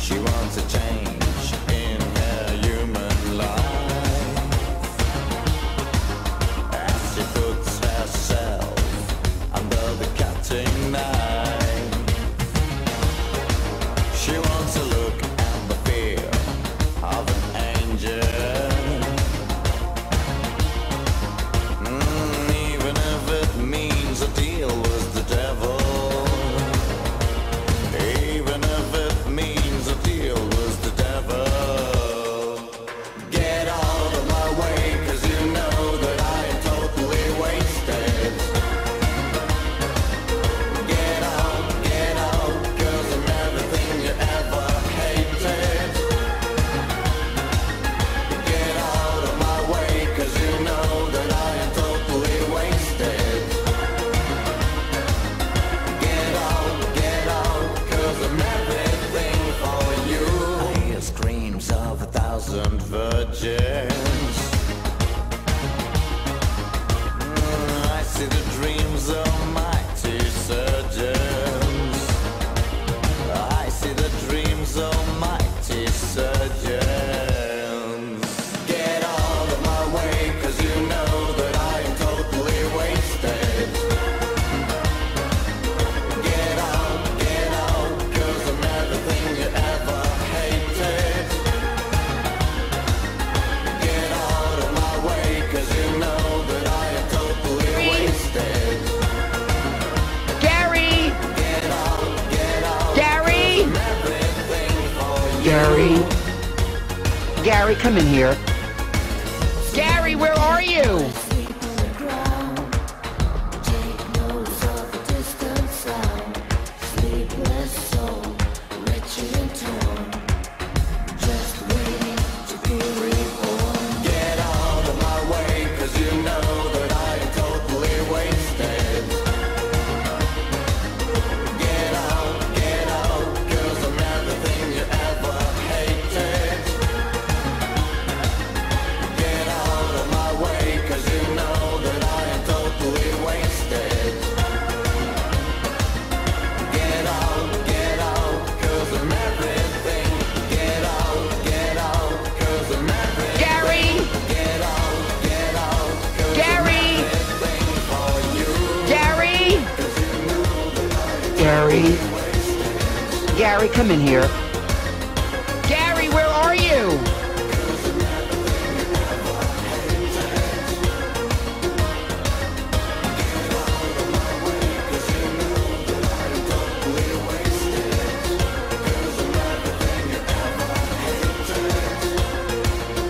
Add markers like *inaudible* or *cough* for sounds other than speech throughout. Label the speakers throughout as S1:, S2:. S1: She wants a change in her human life. As she puts herself under the cutting knife. She wants a look and the fear of an angel. Mm, even if it means a deal with the devil. Even if it means a deal was the devil. Get out of my way, cause you know that I am totally wasted. Get out, get out, cause I'm everything you ever hated. Get out of my way, cause you know that I am totally wasted. Get out, get out, cause I'm everything for you. I hear screams of a thousand virgins. Mm, I see the dreams of mighty surgeons. I see the dreams of mighty surgeons. Get out of my way, cause you know that I am totally wasted. Get out, get out, cause I'm everything you ever hated. Get out of my way, cause you know that I am totally wasted.
S2: Gary!
S1: Get out, get out,
S2: Gary!
S1: everything for you.
S2: Gary! Gary, come in here. Gary, where are you?
S1: Get out of my way, cause you know that I am totally wasted. Get out, get out, cause I'm everything you ever hated. Get out of my way, cause you know that I am totally wasted. Get out, get out, cause I'm everything. Get out, get out, cause I'm everything.
S2: Gary! Gary! Gary! Gary! Gary, come in here. Gary, where are you?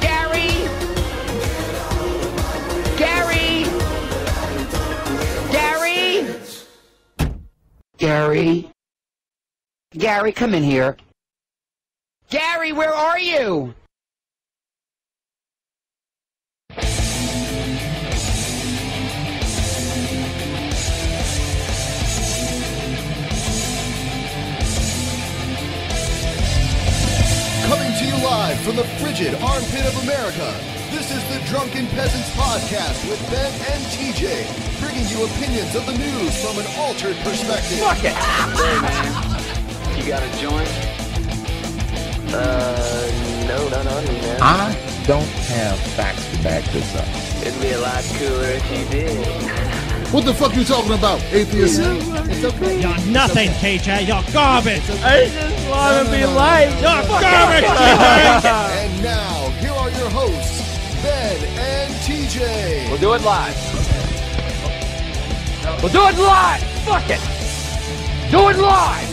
S2: Gary! Gary! Gary! Gary! Gary, come in here. Gary, where are you?
S3: Coming to you live from the frigid armpit of America, this is the Drunken Peasants Podcast with Ben and TJ, bringing you opinions of the news from an altered perspective. Fuck it!
S4: You got a joint? Uh, no, no, no, no.
S5: I don't have facts to back this up.
S2: It'd be a lot cooler if you did.
S3: What the fuck you talking about, atheist? It's okay.
S6: You're nothing, KJ. You're garbage.
S7: I just want to be live.
S6: You're garbage. KJ.
S3: And now, here are your hosts, Ben and TJ.
S2: We'll do it live. We'll do it live. Fuck it. Do it live.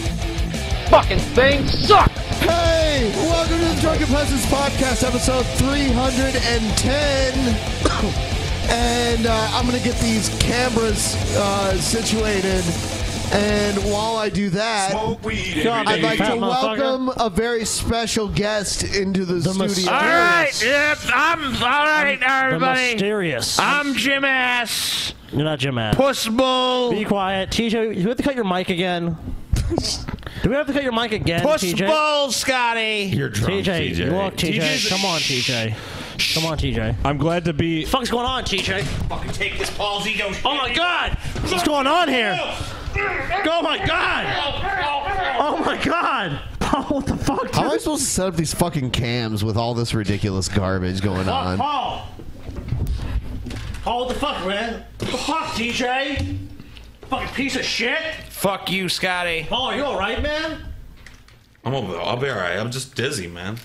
S2: Fucking thing sucks.
S3: Hey, welcome to the Drunken Peasants Podcast, episode 310. *coughs* and uh, I'm going to get these cameras uh, situated. And while I do that, I'd like to
S6: Fat motherfucker.
S3: welcome a very special guest into the, studio.
S7: All right, *laughs* yep, I'm all right,
S6: The
S7: everybody.
S6: mysterious.
S7: I'm Jim Ass,
S6: You're not Jim Ass.
S7: Puss Bull,
S6: Be quiet. TJ, you have to cut your mic again. Do we have to cut your mic again,
S7: Puss
S6: TJ?
S7: Bull, Scotty.
S8: You're drunk,
S6: TJ,
S8: TJ.
S6: you walk, TJ.
S7: TJ 's
S6: Come on, TJ. Come on, TJ.
S8: I'm glad to be.
S6: fuck's going on, TJ?
S7: Fucking take this Paul's ego.
S6: Oh my god! What's going on here? Oh my god! Oh my god! Paul, what the fuck,
S3: How am I
S6: dude?
S3: supposed to set up these fucking cams with all this ridiculous garbage going
S6: Paul,
S3: on?
S6: Paul! Paul, what the fuck, man? What the fuck, TJ? Fucking piece of shit!
S7: Fuck you, Scotty.
S6: Paul, are you alright, man?
S8: I'm over, I'll be all right. I'm just dizzy, man.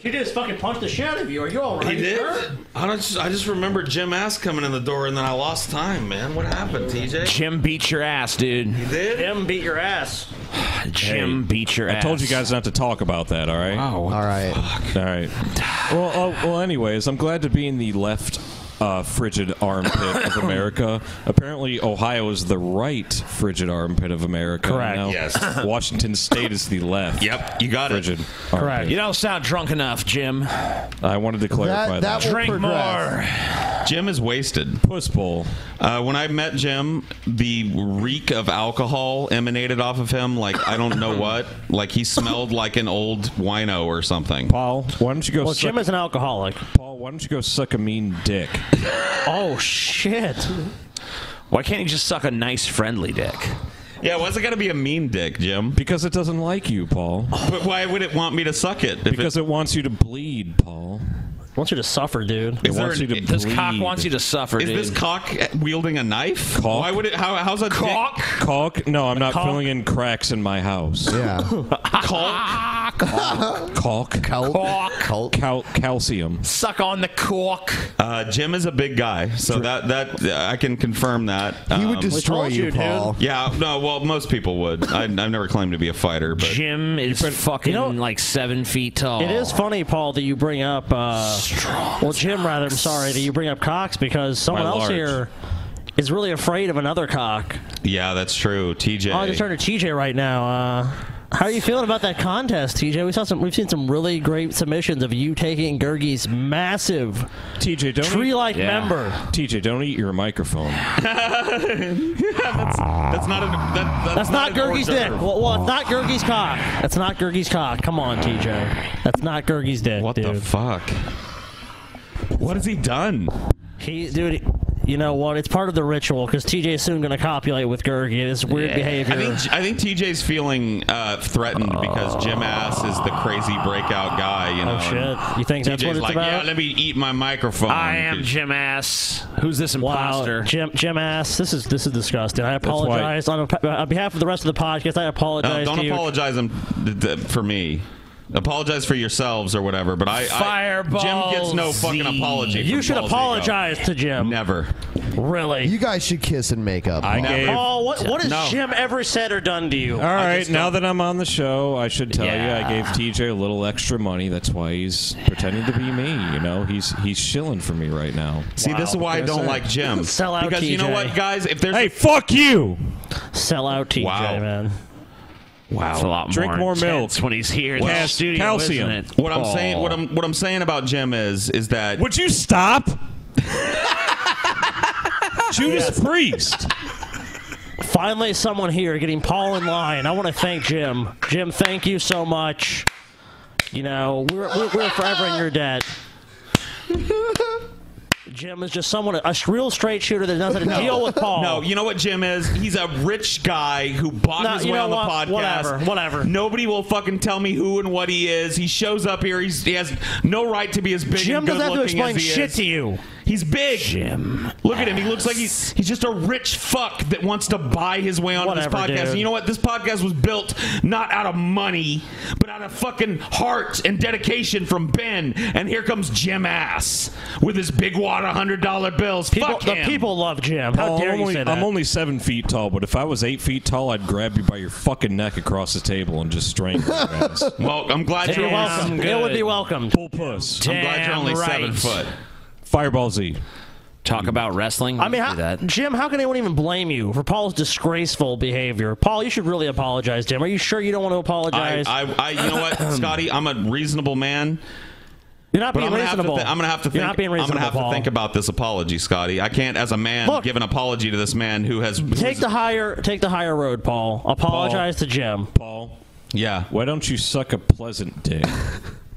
S6: He just fucking punched the shit out of you. Are you
S8: He
S6: alright?
S8: did.
S6: sir?
S8: I don't. Just, I just remember Jim ass coming in the door, and then I lost time, man. What happened, TJ?
S7: Jim beat your ass, dude.
S8: He did.
S6: Him beat your ass.
S7: Jim beat your ass.
S9: I told you guys not to talk about that, all right?
S7: Oh,
S3: All right.
S9: All right. Well, oh, well, anyways, I'm glad to be in the left uh, frigid armpit
S7: *coughs*
S9: of America. Apparently, Ohio is the right frigid armpit of America.
S7: Correct.
S9: Now, *coughs*
S8: Yes.
S9: Washington State is the left.
S8: Yep, you got it.
S9: frigid
S7: You
S9: Armpit.
S7: don't sound drunk enough, Jim.
S9: I wanted to clarify
S3: That, that
S9: that.
S3: will
S7: Drink
S3: progress.
S7: more.
S8: Jim is wasted.
S9: Puss bowl.
S8: Uh, when I met Jim, the reek of alcohol emanated off of him like I don't
S7: *coughs*
S8: know what. Like he smelled like an old wino or something.
S9: Paul, why don't you go?
S6: Well,
S9: suck,
S6: Jim is an alcoholic.
S9: Paul, why don't you go suck a mean dick?
S6: Oh, shit.
S7: Why can't you just suck a nice, friendly dick?
S8: Yeah, why's it got to be a mean dick, Jim?
S9: Because it doesn't like you, Paul.
S8: But why would it want me to suck it? if it-
S9: Because it wants you to bleed, Paul.
S6: I want you to suffer, dude.
S9: It
S8: there
S9: wants
S8: an-
S9: you to
S7: This
S9: bleed.
S7: cock wants you to suffer,
S8: Is
S7: dude.
S8: this cock wielding a knife?
S9: Cock.
S8: Why would it? How, how's a
S7: Cock?
S8: Dick?
S9: Caulk? No, I'm not
S6: Caulk?
S9: filling in cracks in my house.
S3: Yeah.
S9: *laughs* Caulk?
S3: Cult.
S7: Cock.
S3: Cult.
S9: Cal- calcium.
S7: Suck on the cork.
S8: Uh, Jim is a big guy, so that that I can confirm that.
S3: He
S8: Um,
S3: would destroy
S6: told
S3: you,
S6: you, dude.
S3: Paul.
S8: yeah, no, well, most people would. I, I've never claimed to be a fighter, but
S7: Jim is fucking
S6: You know-
S7: like seven feet tall.
S6: It is funny, Paul, that you bring up. Uh, Well, Jim, rather, I'm sorry that you bring up Cox because someone
S9: By
S6: else
S9: large.
S6: here is really afraid of another cock.
S8: yeah, that's true. TJ,
S6: Oh, I
S8: *laughs*
S6: just turned to TJ right now. Uh, how are you feeling about that contest, TJ? We saw some. We've seen some really great submissions of you taking Gergie's massive
S9: TJ, don't e- eat,
S6: tree-like
S7: Yeah.
S6: member.
S9: TJ, don't eat your microphone.
S8: that's not a that, that's,
S6: That's not
S8: an hors
S6: Gergie's dick.
S8: d'oeuvre.
S6: Well, well, it's not Gergie's cock. That's not Gergie's cock. Come on, TJ. That's not Gergie's dick,
S8: What the
S6: dude.
S8: fuck? What has he done?
S6: He, dude, he- you know what? It's part of the ritual because TJ is soon going to copulate with Gergie. This weird behavior.
S8: I think I think TJ's feeling uh, threatened because Jim Ass is the crazy breakout guy. You know,
S6: oh shit! You think that's what
S8: TJ's
S6: it's
S8: like, yeah,
S6: about?
S8: let me eat my microphone.
S7: I am Jim Ass. Who's this
S6: wow,
S7: imposter?
S6: Jim, Jim ass. This is this is disgusting. I apologize on, on behalf of the rest of the podcast. I
S8: No,
S6: apologize.
S8: Uh, don't
S6: to you.
S8: apologize um, th- th- for me. Apologize for yourselves or whatever. But I, I
S7: Fireball
S8: Jim gets no
S7: Z.
S8: fucking apology.
S6: You
S8: from
S6: should
S8: Paul's
S6: apologize to
S8: ego.
S6: Jim.
S8: Never.
S6: Really.
S3: You guys should kiss and make up.
S9: I
S3: Paul.
S9: gave. All
S6: Paul, what, what has
S8: No.
S6: Jim ever said or done to you?
S9: right, now that I'm on the show, I should tell you
S7: Yeah.
S9: I gave TJ a little extra money. That's why he's pretending to be me. You know, he's he's shilling for me right now.
S8: See, this is why I
S9: Yes,
S8: don't
S9: sir.
S8: like
S9: *laughs*
S8: Jim.
S6: Sell out
S8: because you know
S6: TJ.
S8: what, guys? If there's
S9: Hey, fuck you!
S6: Sell out TJ,
S8: Wow.
S6: man.
S7: wow, it's a lot
S9: Drink more milk.
S7: intense when he's here in the
S9: Cas-
S7: studio,
S9: calcium.
S7: isn't it?
S8: what I'm saying, what I'm what I'm saying about Jim is, is that
S9: Would you stop? Judas Priest.
S6: Finally, someone here getting Paul in line. I want to thank Jim. Jim, thank you so much. You know, we're, we're, we're forever in your debt. Jim is just someone, a real straight shooter that doesn't deal with Paul.
S8: No, you know what Jim is? He's a rich guy who bought
S6: No,
S8: his
S6: you
S8: way
S6: know
S8: on the
S6: what?
S8: podcast.
S6: Whatever, whatever.
S8: Nobody will fucking tell me who and what he is. He shows up here. He's, he has no right to be as big.
S6: Jim
S8: and
S6: doesn't have to
S8: good-looking
S6: explain
S8: as he
S6: shit
S8: is.
S6: to you.
S8: He's big. Jim. Look at him. He looks like he's he's just a rich fuck that wants to buy his way onto this
S7: Whatever,
S8: podcast.
S7: dude.
S8: And you know what? This podcast was built not out of money, but out of fucking heart and dedication from Ben. And here comes Jim Ass with his big wad of hundred dollar bills. fuck him.
S6: love Jim.
S8: How dare
S9: I'm
S8: you
S9: only,
S8: say that.
S9: I'm only seven feet tall, but if I was eight feet tall, I'd grab you by your fucking neck across the table and just strangle your
S8: *laughs*
S9: ass.
S8: well, I'm glad you're
S6: Damn
S8: welcome.
S6: good. It would be welcomed.
S9: Bull puss.
S6: I'm glad you're Damn only right. seven foot.
S9: Fireball Z.
S7: Talk about wrestling.
S6: I mean, how, Jim, how can anyone even blame you for Paul's disgraceful behavior? Paul, you should really apologize, Jim. Are you sure you don't want to
S8: I,
S6: apologize?
S8: I, I, you
S9: *clears throat*
S8: know
S6: *clears throat*
S8: what, Scotty? I'm a reasonable man.
S6: You're not
S8: But
S6: being
S8: I'm gonna have to
S6: reasonable.
S8: thi- I'm gonna have to think.
S6: You're not being
S8: I'm
S6: reasonable,
S8: gonna have
S6: Paul.
S8: to think about this apology, Scotty. I can't, as a man,
S6: Look.
S8: give an apology to this man who has. who
S6: Take
S8: is-
S6: the higher, take the higher road, Paul. Apologize to Jim.
S9: Paul.
S8: Yeah.
S9: Why don't you suck a pleasant
S8: *laughs*
S9: dick?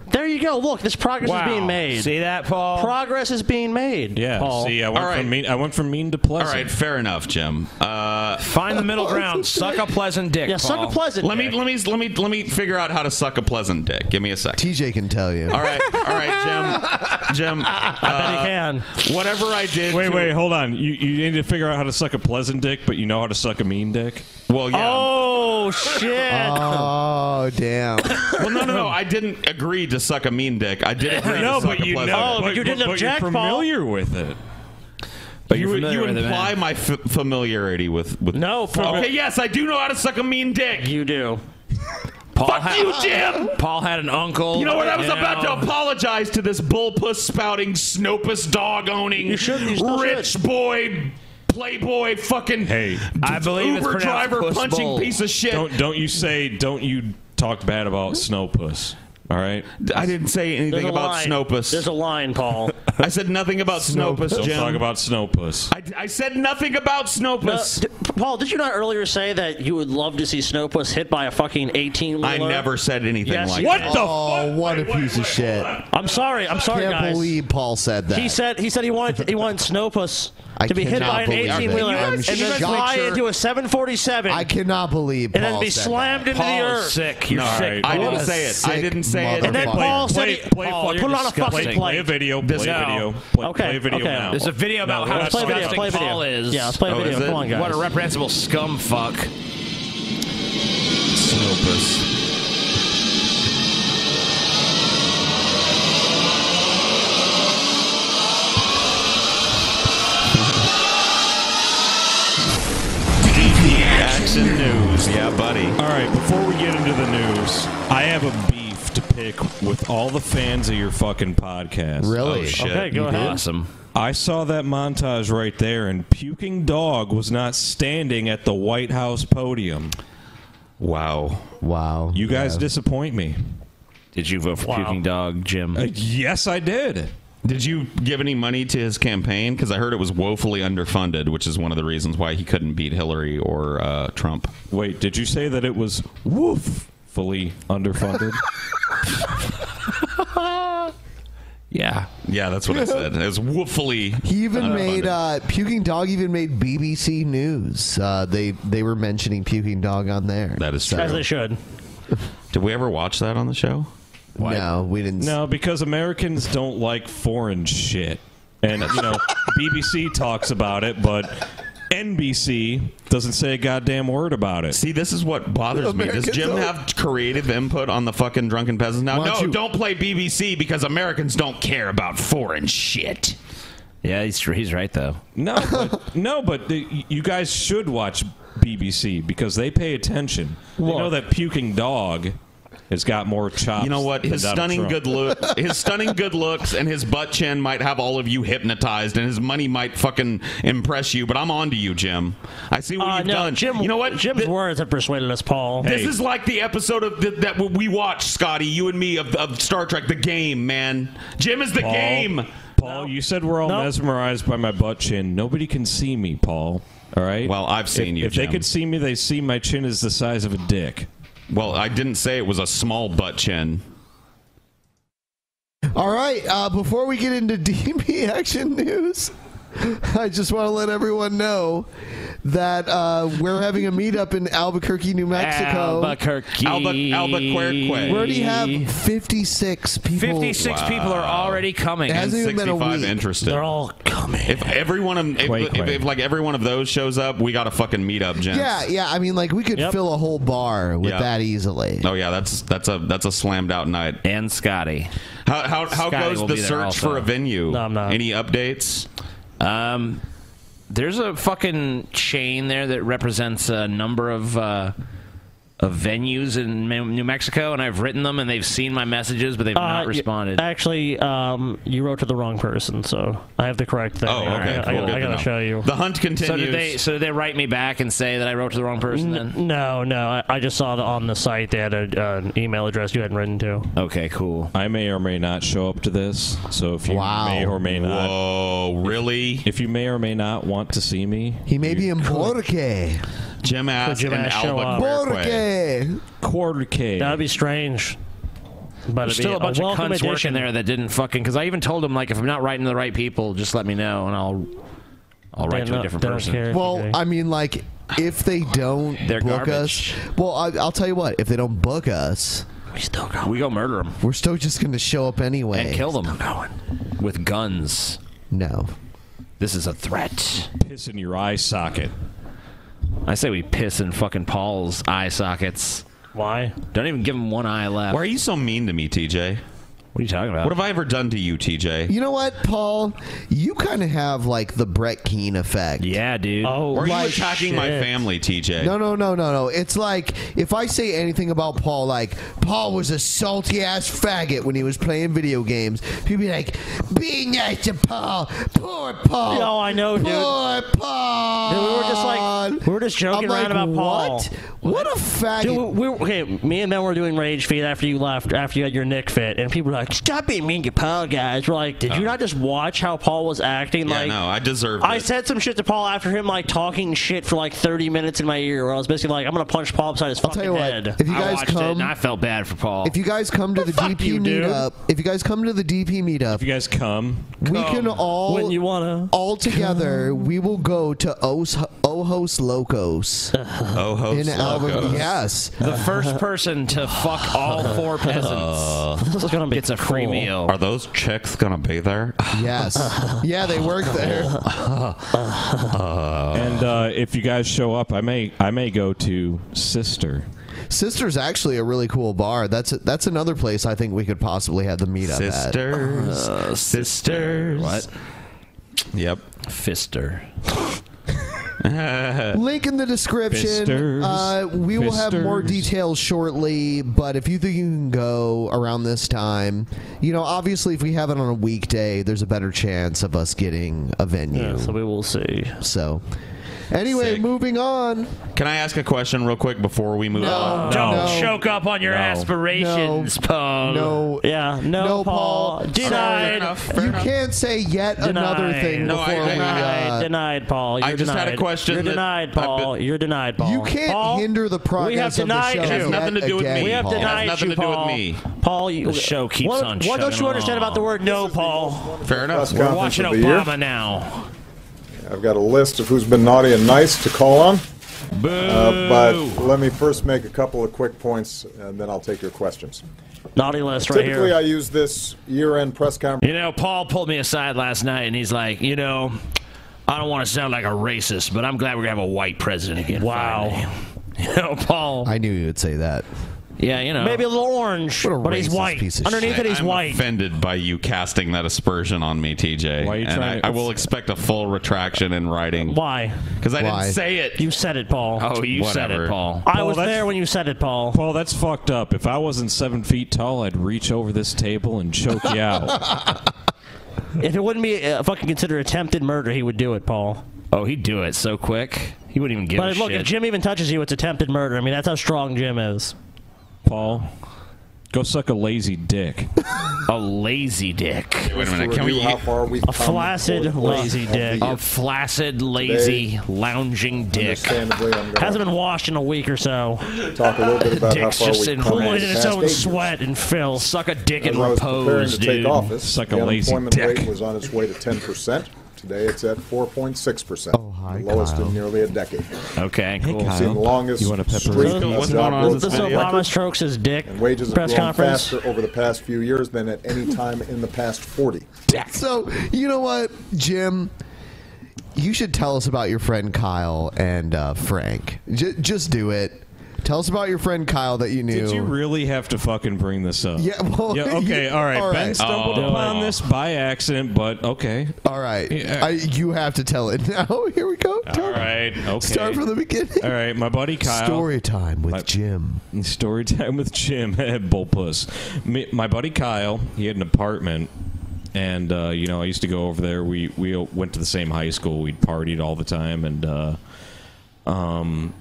S6: There you go. Look, this progress
S9: Wow.
S6: is being made.
S9: See
S7: that, Paul?
S6: Progress is being made.
S9: Yeah.
S6: Paul.
S9: See, I went
S8: All right.
S9: from mean. I went from mean to
S8: All
S9: pleasant.
S8: right, fair enough, Jim. Uh,
S7: Find
S8: *laughs*
S7: the middle ground. Suck a pleasant dick. Paul.
S8: Let me let me let me let me figure out how to suck a pleasant dick. Give me a second.
S3: TJ can tell you.
S8: All right, all right, Jim. Jim,
S6: I
S8: bet he can. Whatever I did.
S9: Wait,
S8: to-
S9: wait, hold on. You you need to figure out how to suck a pleasant dick, but you know how to suck a mean dick.
S8: Well,
S6: Oh shit!
S3: Oh
S6: *laughs*
S3: damn!
S8: well, no, no, no. I didn't agree to suck a mean dick. I did agree
S9: No,
S8: to suck
S9: but
S8: a
S9: you
S8: pleasant
S9: know-
S8: dick.
S9: but- but- but you're familiar with it.
S7: But
S8: you,
S7: you're familiar
S8: you
S7: with it, man.
S8: imply my f- familiarity with, with
S6: no.
S8: okay, yes, I do know how to suck a mean dick.
S6: You do.
S7: Paul
S8: Fuck
S7: had-
S8: you, Jim.
S7: Paul had an uncle.
S8: You know what? I was
S7: you
S8: about
S7: know.
S8: to apologize to this bullpuss spouting, snopus dog owning,
S7: You should- you still
S8: rich boy, playboy, fucking
S9: Hey,
S7: I believe it's
S8: Uber
S7: pronounced
S8: driver
S7: puss
S8: punching
S7: bowl.
S8: piece of shit.
S9: Don't don't you say don't you talk bad about snow puss. All right.
S8: I didn't say
S6: There's
S8: anything
S6: a
S8: about
S6: line.
S8: snopus.
S6: There's a line, Paul.
S8: I said nothing about snopus,
S9: Don't
S8: Jim.
S9: talk about snow puss.
S8: I, I said nothing about
S6: No,
S8: snopus.
S6: d- Paul, did you not earlier say that you would love to see Snowpuss hit by a fucking 18
S8: I never said anything
S6: Yes,
S8: like
S6: you
S8: that.
S6: did.
S3: Oh, what a piece of shit!
S6: I'm sorry. I'm sorry,
S3: Can't
S6: guys.
S3: believe Paul said that.
S6: He said he said he wanted he wanted Snowpuss
S3: I
S6: to be hit
S3: cannot
S6: by an
S3: believe
S6: 18 wheeler
S3: it. I'm
S6: and then fly
S3: shocked.
S6: into a 747
S3: I cannot believe Paul
S6: and then be
S3: said
S6: slammed into
S7: Paul
S6: the
S7: is
S6: earth.
S7: sick. You're
S9: No, all
S7: sick.
S9: right.
S8: I
S7: Paul.
S8: didn't say it. I
S3: sick
S8: didn't say it.
S6: And then
S3: motherfucker.
S6: Paul said,
S9: Play,
S6: he-
S9: play,
S6: Paul,
S9: you're
S6: put it on a
S9: disgusting.
S6: fucking
S9: play,
S6: plate.
S9: play a video. Play
S6: No.
S9: a video. Play,
S6: Okay,
S9: play a video
S6: okay.
S9: now.
S7: There's a video about
S9: No,
S7: how
S9: that's
S6: play a video,
S7: disgusting
S6: play a video.
S7: Paul is.
S6: Yeah, let's play a
S8: Oh,
S6: video.
S8: is it?
S6: Come on, guys.
S7: What a reprehensible scum fuck.
S8: Snopus. Action news, yeah, buddy.
S9: All right, before we get into the news, I have a beef to pick with all the fans of your fucking podcast.
S3: Really?
S7: Oh shit!
S6: Okay, go
S7: You
S6: ahead.
S7: did? Awesome.
S9: I saw that montage right there, and puking dog was not standing at the White House podium.
S8: Wow.
S3: Wow.
S9: You guys
S3: Yeah.
S9: disappoint me.
S7: Did you vote for
S6: Wow.
S7: Puking Dog, Jim?
S9: Uh, yes, I did.
S8: Did you give any money to his campaign? Because I heard it was woefully underfunded, which is one of the reasons why he couldn't beat Hillary or uh, Trump.
S9: Wait, did you say that it was woof fully underfunded?
S7: yeah.
S8: Yeah, that's what I said. It was *laughs* woefully.
S3: *laughs* He even
S8: underfunded.
S3: made uh, puking dog. Even made BBC News. Uh, they they were mentioning puking dog on there.
S8: That is
S6: As
S8: true.
S6: they should.
S8: Did we ever watch that on the show?
S3: No, we didn't.
S9: no, because Americans don't like foreign shit. And, you
S3: *laughs*
S9: know, BBC talks about it, but NBC doesn't say a goddamn word about it.
S8: See, this is what bothers me. Does
S3: Americans
S8: Jim
S3: don't-
S8: have creative input on the fucking drunken peasants now?
S3: Why
S8: No,
S3: don't you-
S8: don't play BBC because Americans don't care about foreign shit.
S7: Yeah, he's tr- he's right though.
S9: No,
S3: *laughs*
S9: but, no, but the, you guys should watch BBC because they pay attention. They know that puking dog has got more chops.
S8: You know what?
S9: than
S8: His
S9: Donald
S8: stunning
S9: Trump.
S8: good look, his stunning good looks, and his butt chin might have all of you hypnotized, and his money might fucking impress you. But I'm on to you, Jim. I see what
S6: Uh,
S8: you've
S6: no,
S8: done.
S6: Jim,
S8: you know what?
S6: Jim's
S8: Th-
S6: words have persuaded us, Paul.
S8: This is like the episode of th- that we watched, Scotty, you and me, of, of Star Trek: The Game. Man, Jim is the
S9: Paul,
S8: game.
S9: Paul, you said we're all
S6: No.
S9: mesmerized by my butt chin. Nobody can see me, Paul. All right.
S8: Well, I've seen
S9: if,
S8: you,
S9: If they
S8: Jim.
S9: could see me, they see my chin is the size of a dick.
S8: Well, I didn't say it was a small butt chin.
S3: All right. Uh, before we *laughs* get into DB action news, I just want to let everyone know that uh, we're having a meetup in Albuquerque, New Mexico.
S7: Albuquerque. Albu- Albuquerque.
S3: We already have 56 people.
S7: 56 people are already coming.
S3: It hasn't even been a week.
S8: interested. They're all
S6: coming.
S8: If every one of if, if, if, like every one of those shows up, we got to fucking meet up, gents.
S3: Yeah, yeah. I mean, like we could fill a whole bar with
S8: Yeah.
S3: that easily.
S8: Oh yeah, that's that's a that's a slammed out night.
S7: And Scotty.
S8: How how, how
S7: Scotty will
S8: goes the
S7: be there
S8: search
S7: also.
S8: for a venue?
S7: No, I'm not.
S8: Any updates?
S7: Um, there's a fucking chain there that represents a number of uh, of venues in Ma- New Mexico, and I've written them, and they've seen my messages, but they've
S6: Uh,
S7: not
S6: y-
S7: responded.
S6: Actually, um, you wrote to the wrong person, so I have the correct thing.
S7: Oh, okay,
S6: I, gotta- I
S7: cool.
S6: gotta-
S7: Good
S6: I
S7: to
S6: gotta
S7: know.
S6: show you.
S7: The hunt So did they? So did they write me back and say that I wrote to the wrong person? then?
S6: N- no, no. I, I just saw that on the site they had a, uh, an email address you hadn't written to.
S7: Okay, cool.
S9: I may or may not show up to this, so if you may or may not.
S8: Whoa, really?
S9: If, you may or may not want to see me,
S3: he may be in Borque.
S8: Jim
S9: ass
S6: Could you
S9: and
S6: guys show up?
S3: Borque.
S9: Quarter K.
S6: That'd be strange. But
S7: There's
S6: it'd be
S7: still a bunch of
S6: welcome
S7: cunts working
S6: addition.
S7: there that didn't fucking. Because I even told them like, if I'm not writing to the right people, just let me know, and I'll I'll write to a different person.
S3: Well, I mean, like if they don't book us, well, I, I'll tell you what. If they don't book us,
S7: we still go. We go murder them.
S3: We're still just going to show up anyway
S7: and kill them with guns.
S3: No,
S7: this is a threat.
S9: Piss in your eye socket.
S7: I say we piss in fucking Paul's eye sockets.
S6: Why?
S7: Don't even give him one eye left.
S8: Why are you so mean to me, TJ?
S7: What are you talking about?
S8: What have I ever done to you, TJ?
S3: You know what, Paul? You kind of have like the Brett Keen effect.
S7: Yeah, dude.
S6: Oh,
S8: Or are you attacking my family, TJ?
S3: No, no, no, no, no. It's like if I say anything about Paul, like Paul was a salty ass faggot when he was playing video games, people be like, "Be nice to Paul, poor Paul."
S6: Yo, oh, I know, dude.
S3: Poor Paul.
S6: Dude, we were just like we were just joking
S3: I'm
S6: around
S3: like,
S6: about Paul.
S3: What? What a faggot!
S6: Dude, we, we, okay, me and Ben were doing Rage Feed after you left, after you had your Nick fit, and people were like, "Stop being mean to Paul, guys." We're like, "Did you not just watch how Paul was acting?"
S8: Yeah,
S6: like,
S8: no, I deserve
S6: I
S8: it.
S6: said some shit to Paul after him, like talking shit for like 30 minutes in my ear, where I was basically like, "I'm gonna punch Paul upside his fucking
S3: tell you what,
S6: head."
S3: if you I guys watched it, come- and I
S7: felt bad for Paul.
S3: If you guys come to the DP
S6: you, dude.
S3: meetup, if you guys come to the DP meetup, if
S9: you guys
S7: *laughs*
S9: come,
S3: we can all
S6: When you wanna
S3: all together. We will go to Os, Ojos Locos.
S8: Ojos
S3: Uh-huh. in Albuquerque. Yes,
S7: The first person to fuck all
S8: *laughs*
S7: four
S8: Uh, Uh-huh.
S7: peasants.
S6: this is gonna be
S7: It's a free
S6: cool.
S7: meal.
S8: Are those chicks gonna be there? *sighs*
S3: yes, yeah, they work there.
S9: and uh, if you guys show up, I may I may go to Sister.
S3: Sister's actually a really cool bar. That's that's another place I think we could possibly have the meetup
S8: Sisters, sisters. What? Yep.
S3: *laughs*
S7: Fister.
S3: at. Link in the description.
S8: Fisters.
S3: Uh, we will have more
S8: Fisters.
S3: details shortly, but if you think you can go around this time, you know, obviously if we have it on a weekday, there's a better chance of us getting a venue.
S6: Yeah, so we will see.
S3: So, anyway, moving on.
S8: Can I ask a question real quick before we move
S3: No.
S8: on?
S3: Don't
S8: No.
S7: choke up on your
S8: No.
S7: aspirations, Paul.
S3: No.
S6: Yeah. No,
S3: No, Paul.
S6: Paul. Denied.
S3: you can't say yet another thing
S6: No,
S3: before
S6: I,
S3: we.
S6: denied,
S3: uh,
S6: denied, Paul. You're
S8: I just
S6: denied.
S8: had a question
S6: You're
S8: that
S6: denied,
S8: I've
S6: Paul.
S8: been-
S6: You're denied, Paul.
S3: You can't
S6: Paul,
S3: hinder the
S6: we have
S3: progress of the
S6: denied
S3: show.
S6: you.
S8: It has nothing to do with
S3: Again,
S8: me.
S6: We have
S8: Paul. It
S6: denied
S8: has nothing
S6: you,
S8: to do with
S6: Paul.
S8: me.
S6: Paul, you,
S7: The show keeps
S6: what,
S7: on
S6: What don't
S7: chugging
S6: you understand
S7: along.
S6: about the word no, Paul?
S8: Fair enough.
S7: We're watching
S10: of the year.
S7: Obama now.
S10: I've got a list of who's been naughty and nice to call on. Uh, but let me first make a couple of quick points, and then I'll take your questions.
S6: Naughty list right
S10: Typically,
S6: here.
S10: I use this year-end press conference.
S7: You know, Paul pulled me aside last night and he's like, you know, I don't want to sound like a racist, but I'm glad we're going to have a white president again. Wow. *laughs* You know, Paul.
S3: I knew you would say that.
S7: Yeah, you know.
S6: Maybe a little orange,
S3: What a
S6: but he's
S3: racist
S6: white.
S3: piece of
S6: Underneath it, he's
S8: I'm
S6: white.
S8: offended by you casting that aspersion on me, TJ.
S9: Why are you
S8: and
S9: trying
S8: I,
S9: to-
S8: I will expect a full retraction in writing.
S6: Why?
S8: Because I
S9: Why?
S8: didn't say it.
S6: You said it, Paul.
S7: Oh, you said
S8: Whatever.
S7: it, Paul.
S6: I was
S9: Paul, that's-
S6: there when you said it, Paul.
S9: Paul, that's fucked up. If I wasn't seven feet tall, I'd reach over this table and choke you
S7: *laughs*
S9: out.
S6: If it wouldn't be uh, fucking considered attempted murder, he would do it, Paul.
S7: Oh, he'd do it so quick. He wouldn't even give
S6: but
S7: a
S6: look,
S7: shit.
S6: if Jim even touches you, it's attempted murder. I mean, that's how strong Jim is.
S9: Paul, go suck a lazy dick.
S7: a lazy dick.
S8: Wait
S10: to
S8: a minute. Can
S10: review
S8: we?
S10: how far we've
S6: A
S10: come
S6: flaccid,
S10: for the
S6: lazy
S10: rest of
S6: dick.
S10: the year.
S7: A flaccid, lazy, lounging dick.
S10: Understandably, I'm going
S6: Hasn't been washed in a week or so.
S10: to talk a little bit about how
S7: Dick's
S10: far
S7: just
S10: we've
S7: in
S10: come.
S7: Right.
S6: Polluted
S10: the
S6: in its
S10: past
S6: own
S10: eight
S6: sweat and filth.
S7: Suck a dick and
S10: As I was preparing
S7: repose,
S10: to take
S7: dude.
S10: office,
S9: Suck a
S10: the
S9: lazy
S10: unemployment
S9: dick.
S10: rate was on its way to 10%. Today it's at 4.6%. Oh, hi, lowest
S9: Kyle.
S10: in nearly a decade.
S7: Okay,
S9: Hey,
S10: We've
S9: Kyle.
S10: seen the longest
S9: You want a pepper?
S10: streak of
S6: What's
S10: job
S6: going on
S10: growth
S6: with this
S10: on
S6: Obama
S10: record.
S6: strokes his dick
S10: And wages have
S6: press
S10: grown
S6: conference?
S10: faster over the past few years than at any time in the past 40.
S3: So you know what, Jim? You should tell us about your friend Kyle and uh, Frank. J- just do it. Tell us about your friend Kyle that you knew.
S9: Did
S3: *laughs*
S9: you really have to fucking bring this up?
S3: Yeah, well, *laughs*
S9: yeah okay,
S3: you-
S9: all right.
S3: all
S9: ben
S3: right.
S9: stumbled
S3: Oh.
S9: upon this by accident, but okay.
S3: All right. I, you have to tell it *laughs* now. Here we go.
S9: All right. Okay.
S3: Start from the beginning.
S9: *laughs* All right, my buddy Kyle.
S3: Story time with Jim.
S9: Story time with Jim *laughs* at Bullpuss. Me, my buddy Kyle, he had an apartment, and uh, you know I used to go over there. We we went to the same high school. We'd partied all the time, and uh, um,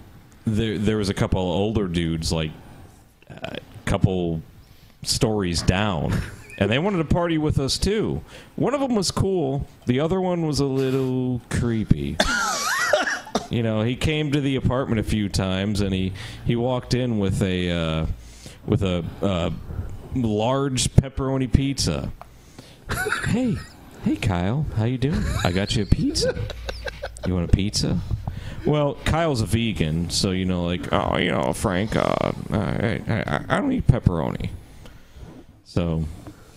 S9: there there was a couple older dudes like a couple stories
S3: *laughs*
S9: down. And they wanted to party with us too. One of them was cool. The other one was a little
S3: *laughs*
S9: creepy. you know, he came to the apartment a few times, and he he walked in with a uh, with a uh, large pepperoni pizza. hey, hey, Kyle, how you doing? I got you a pizza. You want a pizza? Well, Kyle's a vegan, so you know, like, oh, you know, Frank, uh, I, I, I don't eat pepperoni. So,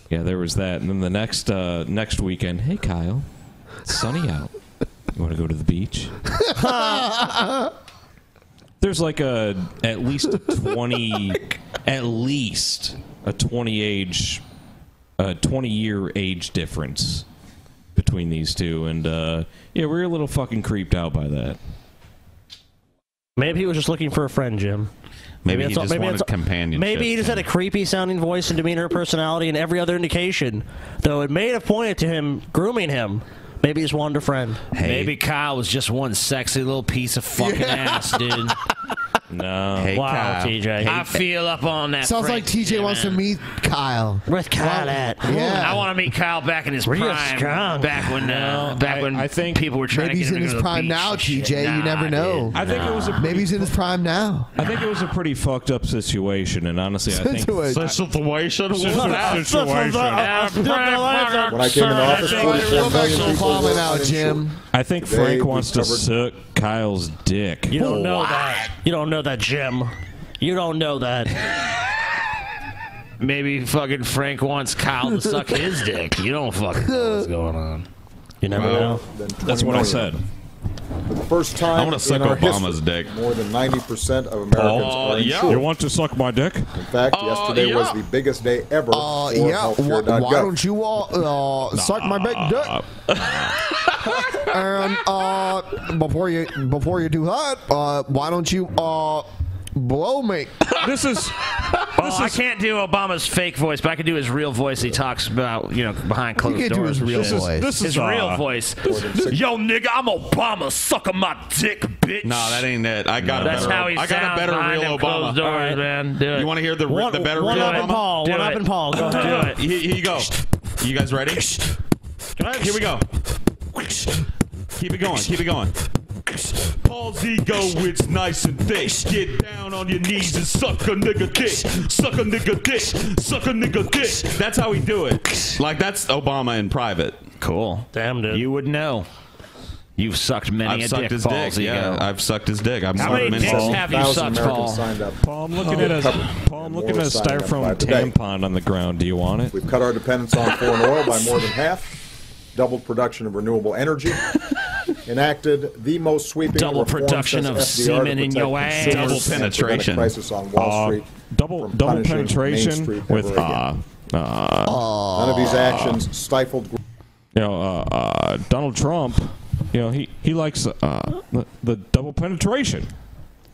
S9: yeah, there was that. And then the next uh, next weekend, hey Kyle, it's sunny out. You want to go to the beach?
S2: *laughs*
S9: There's like a at least a twenty, at least a twenty age, a twenty year age difference between these two, and uh, yeah, we were a little fucking creeped out by that.
S6: Maybe he was just looking for a friend, Jim.
S9: Maybe he
S6: that's all-
S9: just wanted
S6: that's all-
S9: companionship,
S6: Maybe he just had a creepy sounding voice and demeanor, personality, and every other indication. Though it may have pointed to him grooming him. Maybe he just wanted a friend.
S7: Maybe Kyle was just one sexy little piece of fucking
S6: Yeah.
S7: ass, dude.
S9: No.
S6: Hey, Wow, Kyle. TJ.
S7: I feel up on that.
S3: Sounds
S7: Frank
S3: like TJ wants to
S7: Jim,
S3: meet Kyle.
S6: Where's Kyle
S7: man.
S6: at?
S7: I want to meet Kyle back in his
S6: Real
S7: prime.
S6: strong.
S7: Back when, uh, back
S3: *laughs*
S7: when I think people were trying
S3: Maybe
S7: to
S3: he's
S7: get
S3: in
S7: him
S3: his
S7: to go to the
S3: prime
S7: beach
S3: now,
S7: and shit.
S3: TJ. you never
S7: Nah,
S3: know.
S7: dude.
S9: I think it was a
S3: maybe he's in his prime now.
S9: I think it was a pretty fucked up situation, and honestly, I think
S3: Situation.
S9: situation
S8: What's that situation?
S9: When
S10: When I came into office, 44 million people were uninsured.
S9: I think
S10: Today,
S9: Frank
S10: we've
S9: wants to
S10: covered-
S9: suck Kyle's dick.
S6: You don't know that. You don't know that, Jim. You don't know that.
S7: *laughs* Maybe fucking Frank wants Kyle to suck his dick. You don't fucking know what's going on.
S6: You never
S10: Well,
S6: know.
S10: then 20 million. For the first time,
S8: I wanna
S10: in
S8: suck
S10: our
S8: Obama's
S10: history,
S8: dick.
S10: More than 90% of Americans
S8: Oh,
S7: Uh,
S10: are
S8: yeah. Uh,
S10: insured.
S8: You
S9: want to suck my dick?
S10: In fact, yesterday was
S3: yeah.
S10: the biggest day ever
S3: Uh,
S10: for
S3: yeah. Why,
S10: healthcare.gov.
S3: why don't you all uh, suck my big
S7: *laughs*
S3: dick? and uh, before you before you do that, uh, why don't you uh, blow me?
S9: This is.
S7: Oh, I can't do Obama's fake voice, but I can do his real voice. He talks about you know behind closed
S3: can't do
S7: doors.
S3: his
S7: and
S3: real
S7: shit.
S3: voice. This
S7: his
S3: is- this is,
S7: real
S3: uh,
S7: voice. Yo, nigga, I'm Obama. Suck on my dick, bitch.
S8: No, that ain't it. I got
S7: That's
S8: a better.
S7: how he
S8: I got
S7: sounds
S8: a better
S7: behind
S8: real
S7: them closed
S8: Obama.
S7: doors, man. Do it.
S8: You want to hear the
S7: One-
S8: the better
S7: one
S8: real
S7: up
S8: Obama?
S7: and Paul. Do One up it. and Paul. Go ahead. Do it.
S8: Here, here you go. You guys ready? Here we go. Keep it going. Keep it going. Paul's ego, it's nice and thick. Get down on your knees and suck a nigga dick. Suck a nigga dick. Suck a nigga dick. That's how we do it. Like that's Obama in private.
S7: Cool.
S6: Damn, dude.
S7: You would know. You've sucked many
S8: I've
S7: a
S8: sucked
S7: dick,
S8: his
S7: Paul's
S8: dick. Yeah,
S7: ego.
S8: I've sucked his dick. I'm
S7: How
S8: more
S7: many
S8: than
S7: dicks
S8: involved.
S7: have you sucked,
S10: Americans
S7: Paul?
S10: signed up.
S9: Paul, I'm looking at a- Paul, I'm looking at a styrofoam tampon on the ground. Do you want it?
S10: We've cut our dependence on foreign oil by more than half, doubled production of renewable energy, enacted the most sweeping
S7: Double
S10: reform
S7: production
S10: since
S7: of
S10: FDR to
S7: semen in
S10: protect
S7: your
S10: consumers
S7: ass.
S10: and
S7: Double
S10: prevent a
S7: penetration.
S10: crisis on Wall
S9: Uh,
S10: Street.
S9: double
S10: from
S9: double
S10: punishing Main
S9: penetration
S10: Street
S9: with
S10: ever again.
S9: uh, uh,
S10: None of
S7: uh,
S10: these actions stifled.
S9: You know, uh, uh, Donald Trump. You know, he he likes uh, the, the double penetration.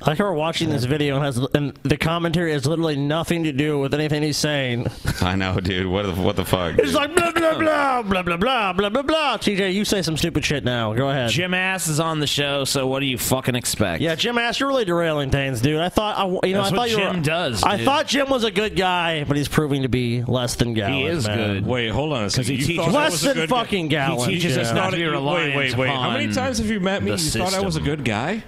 S6: I like how we're watching this video and, has, and the commentary has literally nothing to do with anything he's saying.
S8: I know, dude. What the what the fuck?
S6: It's like blah blah blah blah blah blah blah blah blah. TJ, you say some stupid shit now. Go ahead.
S7: Jim Ass is on the show, so what do you fucking expect?
S6: Yeah, Jim Ass, you're really derailing things, dude. I thought I, you know,
S7: That's what
S6: I thought you were-
S7: Jim does,
S6: I
S7: dude.
S6: thought Jim was a good guy, but he's proving to be less than Gallant.
S7: He is
S6: man.
S7: good.
S9: Wait, hold on a second.
S6: he
S9: You
S6: teaches-
S9: thought I
S6: Less
S9: was a
S6: than
S9: good
S6: fucking
S9: guy.
S6: gallon,
S9: He teaches
S6: yeah.
S9: us not
S6: Not
S9: to
S6: to
S9: be
S6: be
S9: reliant. Wait, wait, wait. How many
S7: upon
S9: times have you met me? You
S7: the
S9: thought I was a
S7: system.
S9: good guy?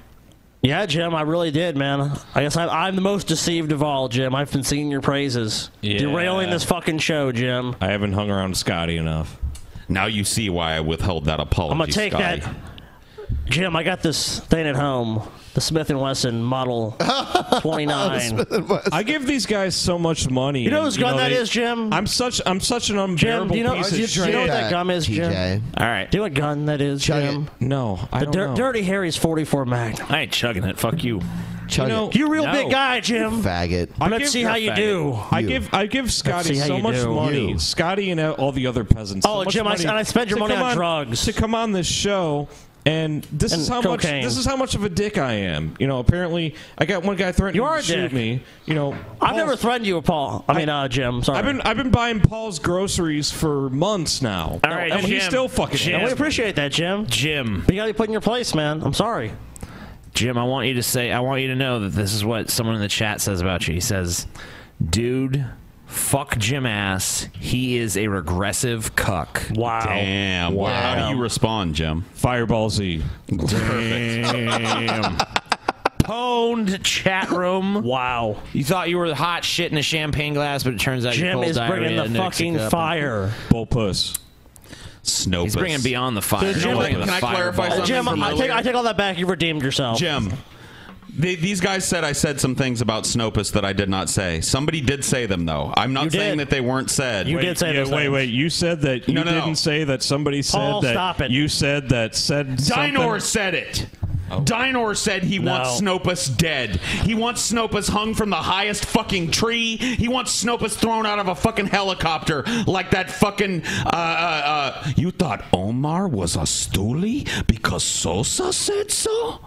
S6: Yeah, Jim, I really did, man. I guess I, I'm the most deceived of all, Jim. I've been singing your praises,
S9: Yeah.
S6: derailing this fucking show, Jim.
S9: I haven't hung around Scotty enough.
S8: Now you see why I withheld that apology.
S6: I'm gonna take
S8: Scotty.
S6: that, Jim. I got this thing at home, the Smith and Wesson
S7: *laughs*
S6: Model *laughs* 29.
S9: I give these guys so much money.
S6: You know whose gun that
S9: that is,
S6: is, Jim?
S9: I'm such I'm such an
S6: Jim,
S9: unbearable
S6: do you know,
S9: piece
S6: do you,
S9: of
S6: do you know what that gum is, Jim?
S7: All right.
S6: Do you know what gun that is, Jim?
S9: No, I
S6: the
S9: don't
S6: dir-
S9: know.
S6: Dirty Harry's 44 Magnum.
S7: I ain't chugging it. Fuck you.
S9: Chug
S6: you know,
S9: it.
S6: you real
S9: No.
S6: big guy, Jim.
S3: Faggot.
S9: I
S6: Let's
S9: give-
S6: see how you
S9: faggot.
S6: do.
S9: I give I give Scotty
S6: see how
S9: so
S6: you
S9: much
S6: do.
S9: money.
S6: You.
S9: Scotty and uh, all the other peasants.
S6: Oh,
S9: so much
S6: Jim, I s-
S9: money
S6: and I spend your
S9: to
S6: money
S9: come
S6: on drugs.
S9: to come on this show. And this
S6: And
S9: is how
S6: cocaine.
S9: much this is how much of a dick I am. You know, apparently I got one guy threatening
S6: You are
S9: to
S6: a
S9: shoot
S6: dick.
S9: me. You know,
S6: I've
S9: Paul's-
S6: never threatened you, Paul. I mean, uh, Jim. Sorry.
S9: I've been I've been buying Paul's groceries for months now.
S6: All right,
S9: and he's
S6: Jim.
S9: still fucking.
S6: Jim.
S9: hates
S6: We
S9: me.
S6: appreciate that, Jim.
S7: Jim.
S6: But you got to be put in your place, man. I'm sorry.
S7: Jim, I want you to say, I want you to know that this is what someone in the chat says about you. He says, dude, fuck Jim ass. He is a regressive cuck.
S6: Wow.
S8: Damn.
S7: Wow.
S8: How do you respond, Jim?
S9: Fireball Z.
S7: Damn. Pwned chat room.
S6: Wow.
S7: You thought you were the hot shit in a champagne glass, but it turns out you're
S6: Jim
S7: cold
S6: is bringing
S7: diarrhea,
S6: the
S7: Nooksack
S6: fucking
S7: up.
S6: fire.
S9: Bullpuss.
S8: Snopus.
S7: He's bringing beyond the fire.
S6: So, Jim,
S7: Bringing the
S8: can I clarify
S7: fireball.
S8: something
S6: Jim,
S8: from
S6: I take,
S8: earlier?
S6: I take all that back. You redeemed yourself.
S8: Jim. They, these guys said I said some things about Snopus that I did not say. Somebody did say them though. I'm not saying that they weren't said.
S6: You did say
S9: yeah,
S6: those
S9: Wait,
S6: things.
S9: wait. You said that you
S8: No, no, no.
S9: didn't say that somebody said
S8: Paul,
S9: that.
S8: stop it.
S9: You said that said.
S8: Dinor
S9: something. Oh.
S8: said it. Dinor said he wants Snopus dead. He wants Snopus hung from the highest fucking tree. He wants Snopus thrown out of a fucking helicopter like that fucking. Uh, uh, uh, you thought Omar was a stoolie because Sosa said so?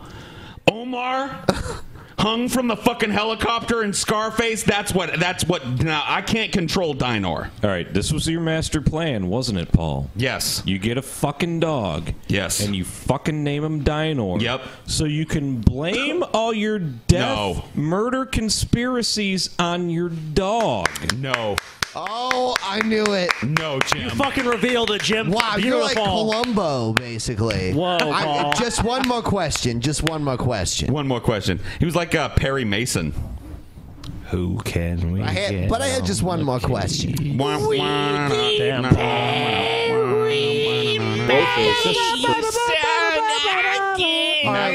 S8: Omar *laughs* hung from the fucking helicopter in Scarface. That's what. That's what. Now I can't control Dinor.
S9: All right, this was your master plan, wasn't it, Paul?
S8: Yes.
S9: You get a fucking dog.
S8: Yes.
S9: And you fucking name him Dinor.
S8: Yep.
S9: So you can blame all your death,
S8: No.
S9: murder conspiracies on your dog.
S8: No.
S3: Oh, I knew it.
S8: No, Jim.
S6: Fucking revealed it, Jim.
S3: Wow, you're like
S6: Beautiful.
S3: Columbo, basically.
S6: Whoa, Paul.
S3: just one more question. Just one more question.
S8: One more question. He was like uh, Perry Mason.
S7: Who can we
S3: I had, but I had just one more question. All right,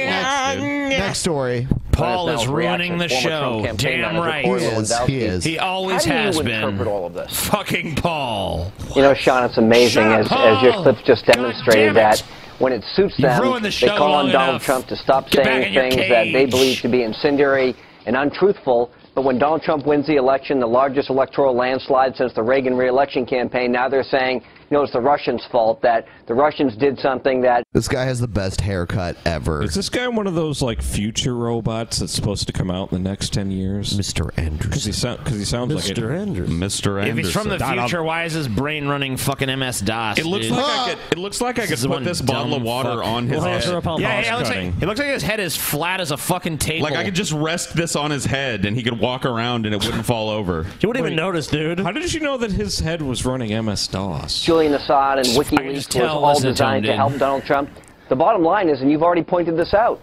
S3: next, next story.
S7: Paul is ruining the show. Damn right.
S3: He is. He is.
S7: He always
S11: How do you
S7: has been.
S11: interpret all of this?
S7: Fucking Paul.
S11: You know, Sean, it's amazing
S7: Shut
S11: as,
S7: up,
S11: as your
S7: Paul.
S11: clips just demonstrated
S7: damn it.
S11: that when it suits
S7: You've
S11: them,
S7: ruined the
S11: they
S7: show
S11: call on
S7: long
S11: Donald
S7: enough.
S11: Trump to stop
S7: Get back in
S11: saying
S7: your
S11: things that they
S7: cage.
S11: believe to be incendiary and untruthful. But when Donald Trump wins the election, the largest electoral landslide since the Reagan reelection campaign, now they're saying, you know, it's the Russians' fault that the Russians did something that
S3: This guy has the best haircut ever.
S9: Is this guy one of those like future robots that's supposed to come out in the next ten years,
S3: Mr. Andrews?
S9: Because he, sound, 'cause he sounds like it.
S6: Andrews.
S8: Mr.
S7: If he's from the
S9: Donald-
S7: future, why is his brain running fucking MS DOS?
S8: It looks
S7: dude?
S8: like I could. It looks like I
S7: This
S8: could
S7: is
S8: put
S7: one
S8: this bottle
S7: dumb
S8: of water
S7: fuck.
S8: on his
S7: Well,
S8: head.
S7: it's a Paul Yeah, yeah, it looks,
S9: cutting.
S7: like, it looks like his head is flat as a fucking table.
S8: Like I could just rest this on his head, and he could walk around, and it wouldn't fall over.
S6: *laughs* You wouldn't even notice, dude.
S9: How did you know that his head was running MS DOS?
S11: Julian Assad and
S7: just
S11: WikiLeaks was
S7: tell
S11: all
S7: listen to
S11: designed
S7: him,
S11: to
S7: dude.
S11: help Donald Trump. The bottom line is, and you've already pointed this out,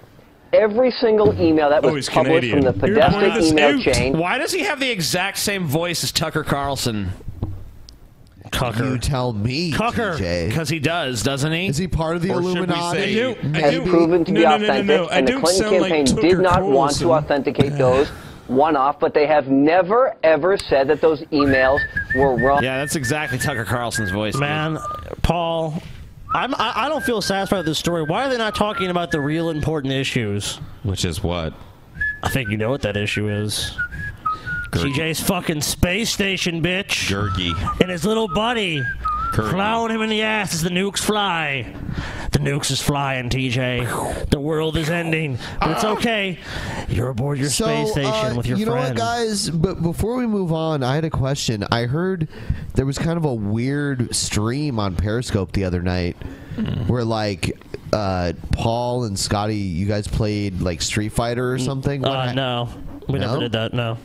S11: every single email that
S9: Oh,
S11: was
S9: he's
S11: published
S9: Canadian.
S11: from the
S9: You're pointing
S11: pedestrian
S9: this
S11: email
S9: out.
S11: chain
S7: Why does he have the exact same voice as Tucker Carlson?
S3: You
S6: Cucker.
S3: tell me,
S6: Cucker.
S3: TJ.
S7: Because he does, doesn't he?
S3: Is he part of the
S8: Or should we
S3: Illuminati?
S8: say- I do- I
S11: has proven to
S9: no,
S11: be
S9: no, no, no,
S11: authentic,
S9: no. I
S11: and the
S9: don't
S11: Clinton
S9: sound like
S11: campaign
S9: Tucker
S11: did not want to
S9: Carlson.
S11: authenticate those one-off, but they have never, ever said that those emails were wrong.
S7: Yeah, that's exactly Tucker Carlson's voice. dude.
S6: Man, Paul, I'm, I, I don't feel satisfied with this story. Why are they not talking about the real important issues?
S8: Which is what?
S6: I think you know what that issue is. TJ's fucking space station, bitch.
S8: Jerky.
S6: and his little buddy
S8: Kirby.
S6: plowing him in the ass as the nukes fly. The nukes is flying, TJ. The world is ending, but
S7: Ah.
S6: it's okay. You're aboard your space
S3: So,
S6: station
S3: uh,
S6: with your
S3: you know
S6: friend.
S3: what, guys? But before we move on, I had a question. I heard there was kind of a weird stream on Periscope the other night where, like, uh, Paul and Scotty, you guys played like Street Fighter or something. What
S6: Uh,
S3: hap-
S6: no, we
S3: No?
S6: never did that. No,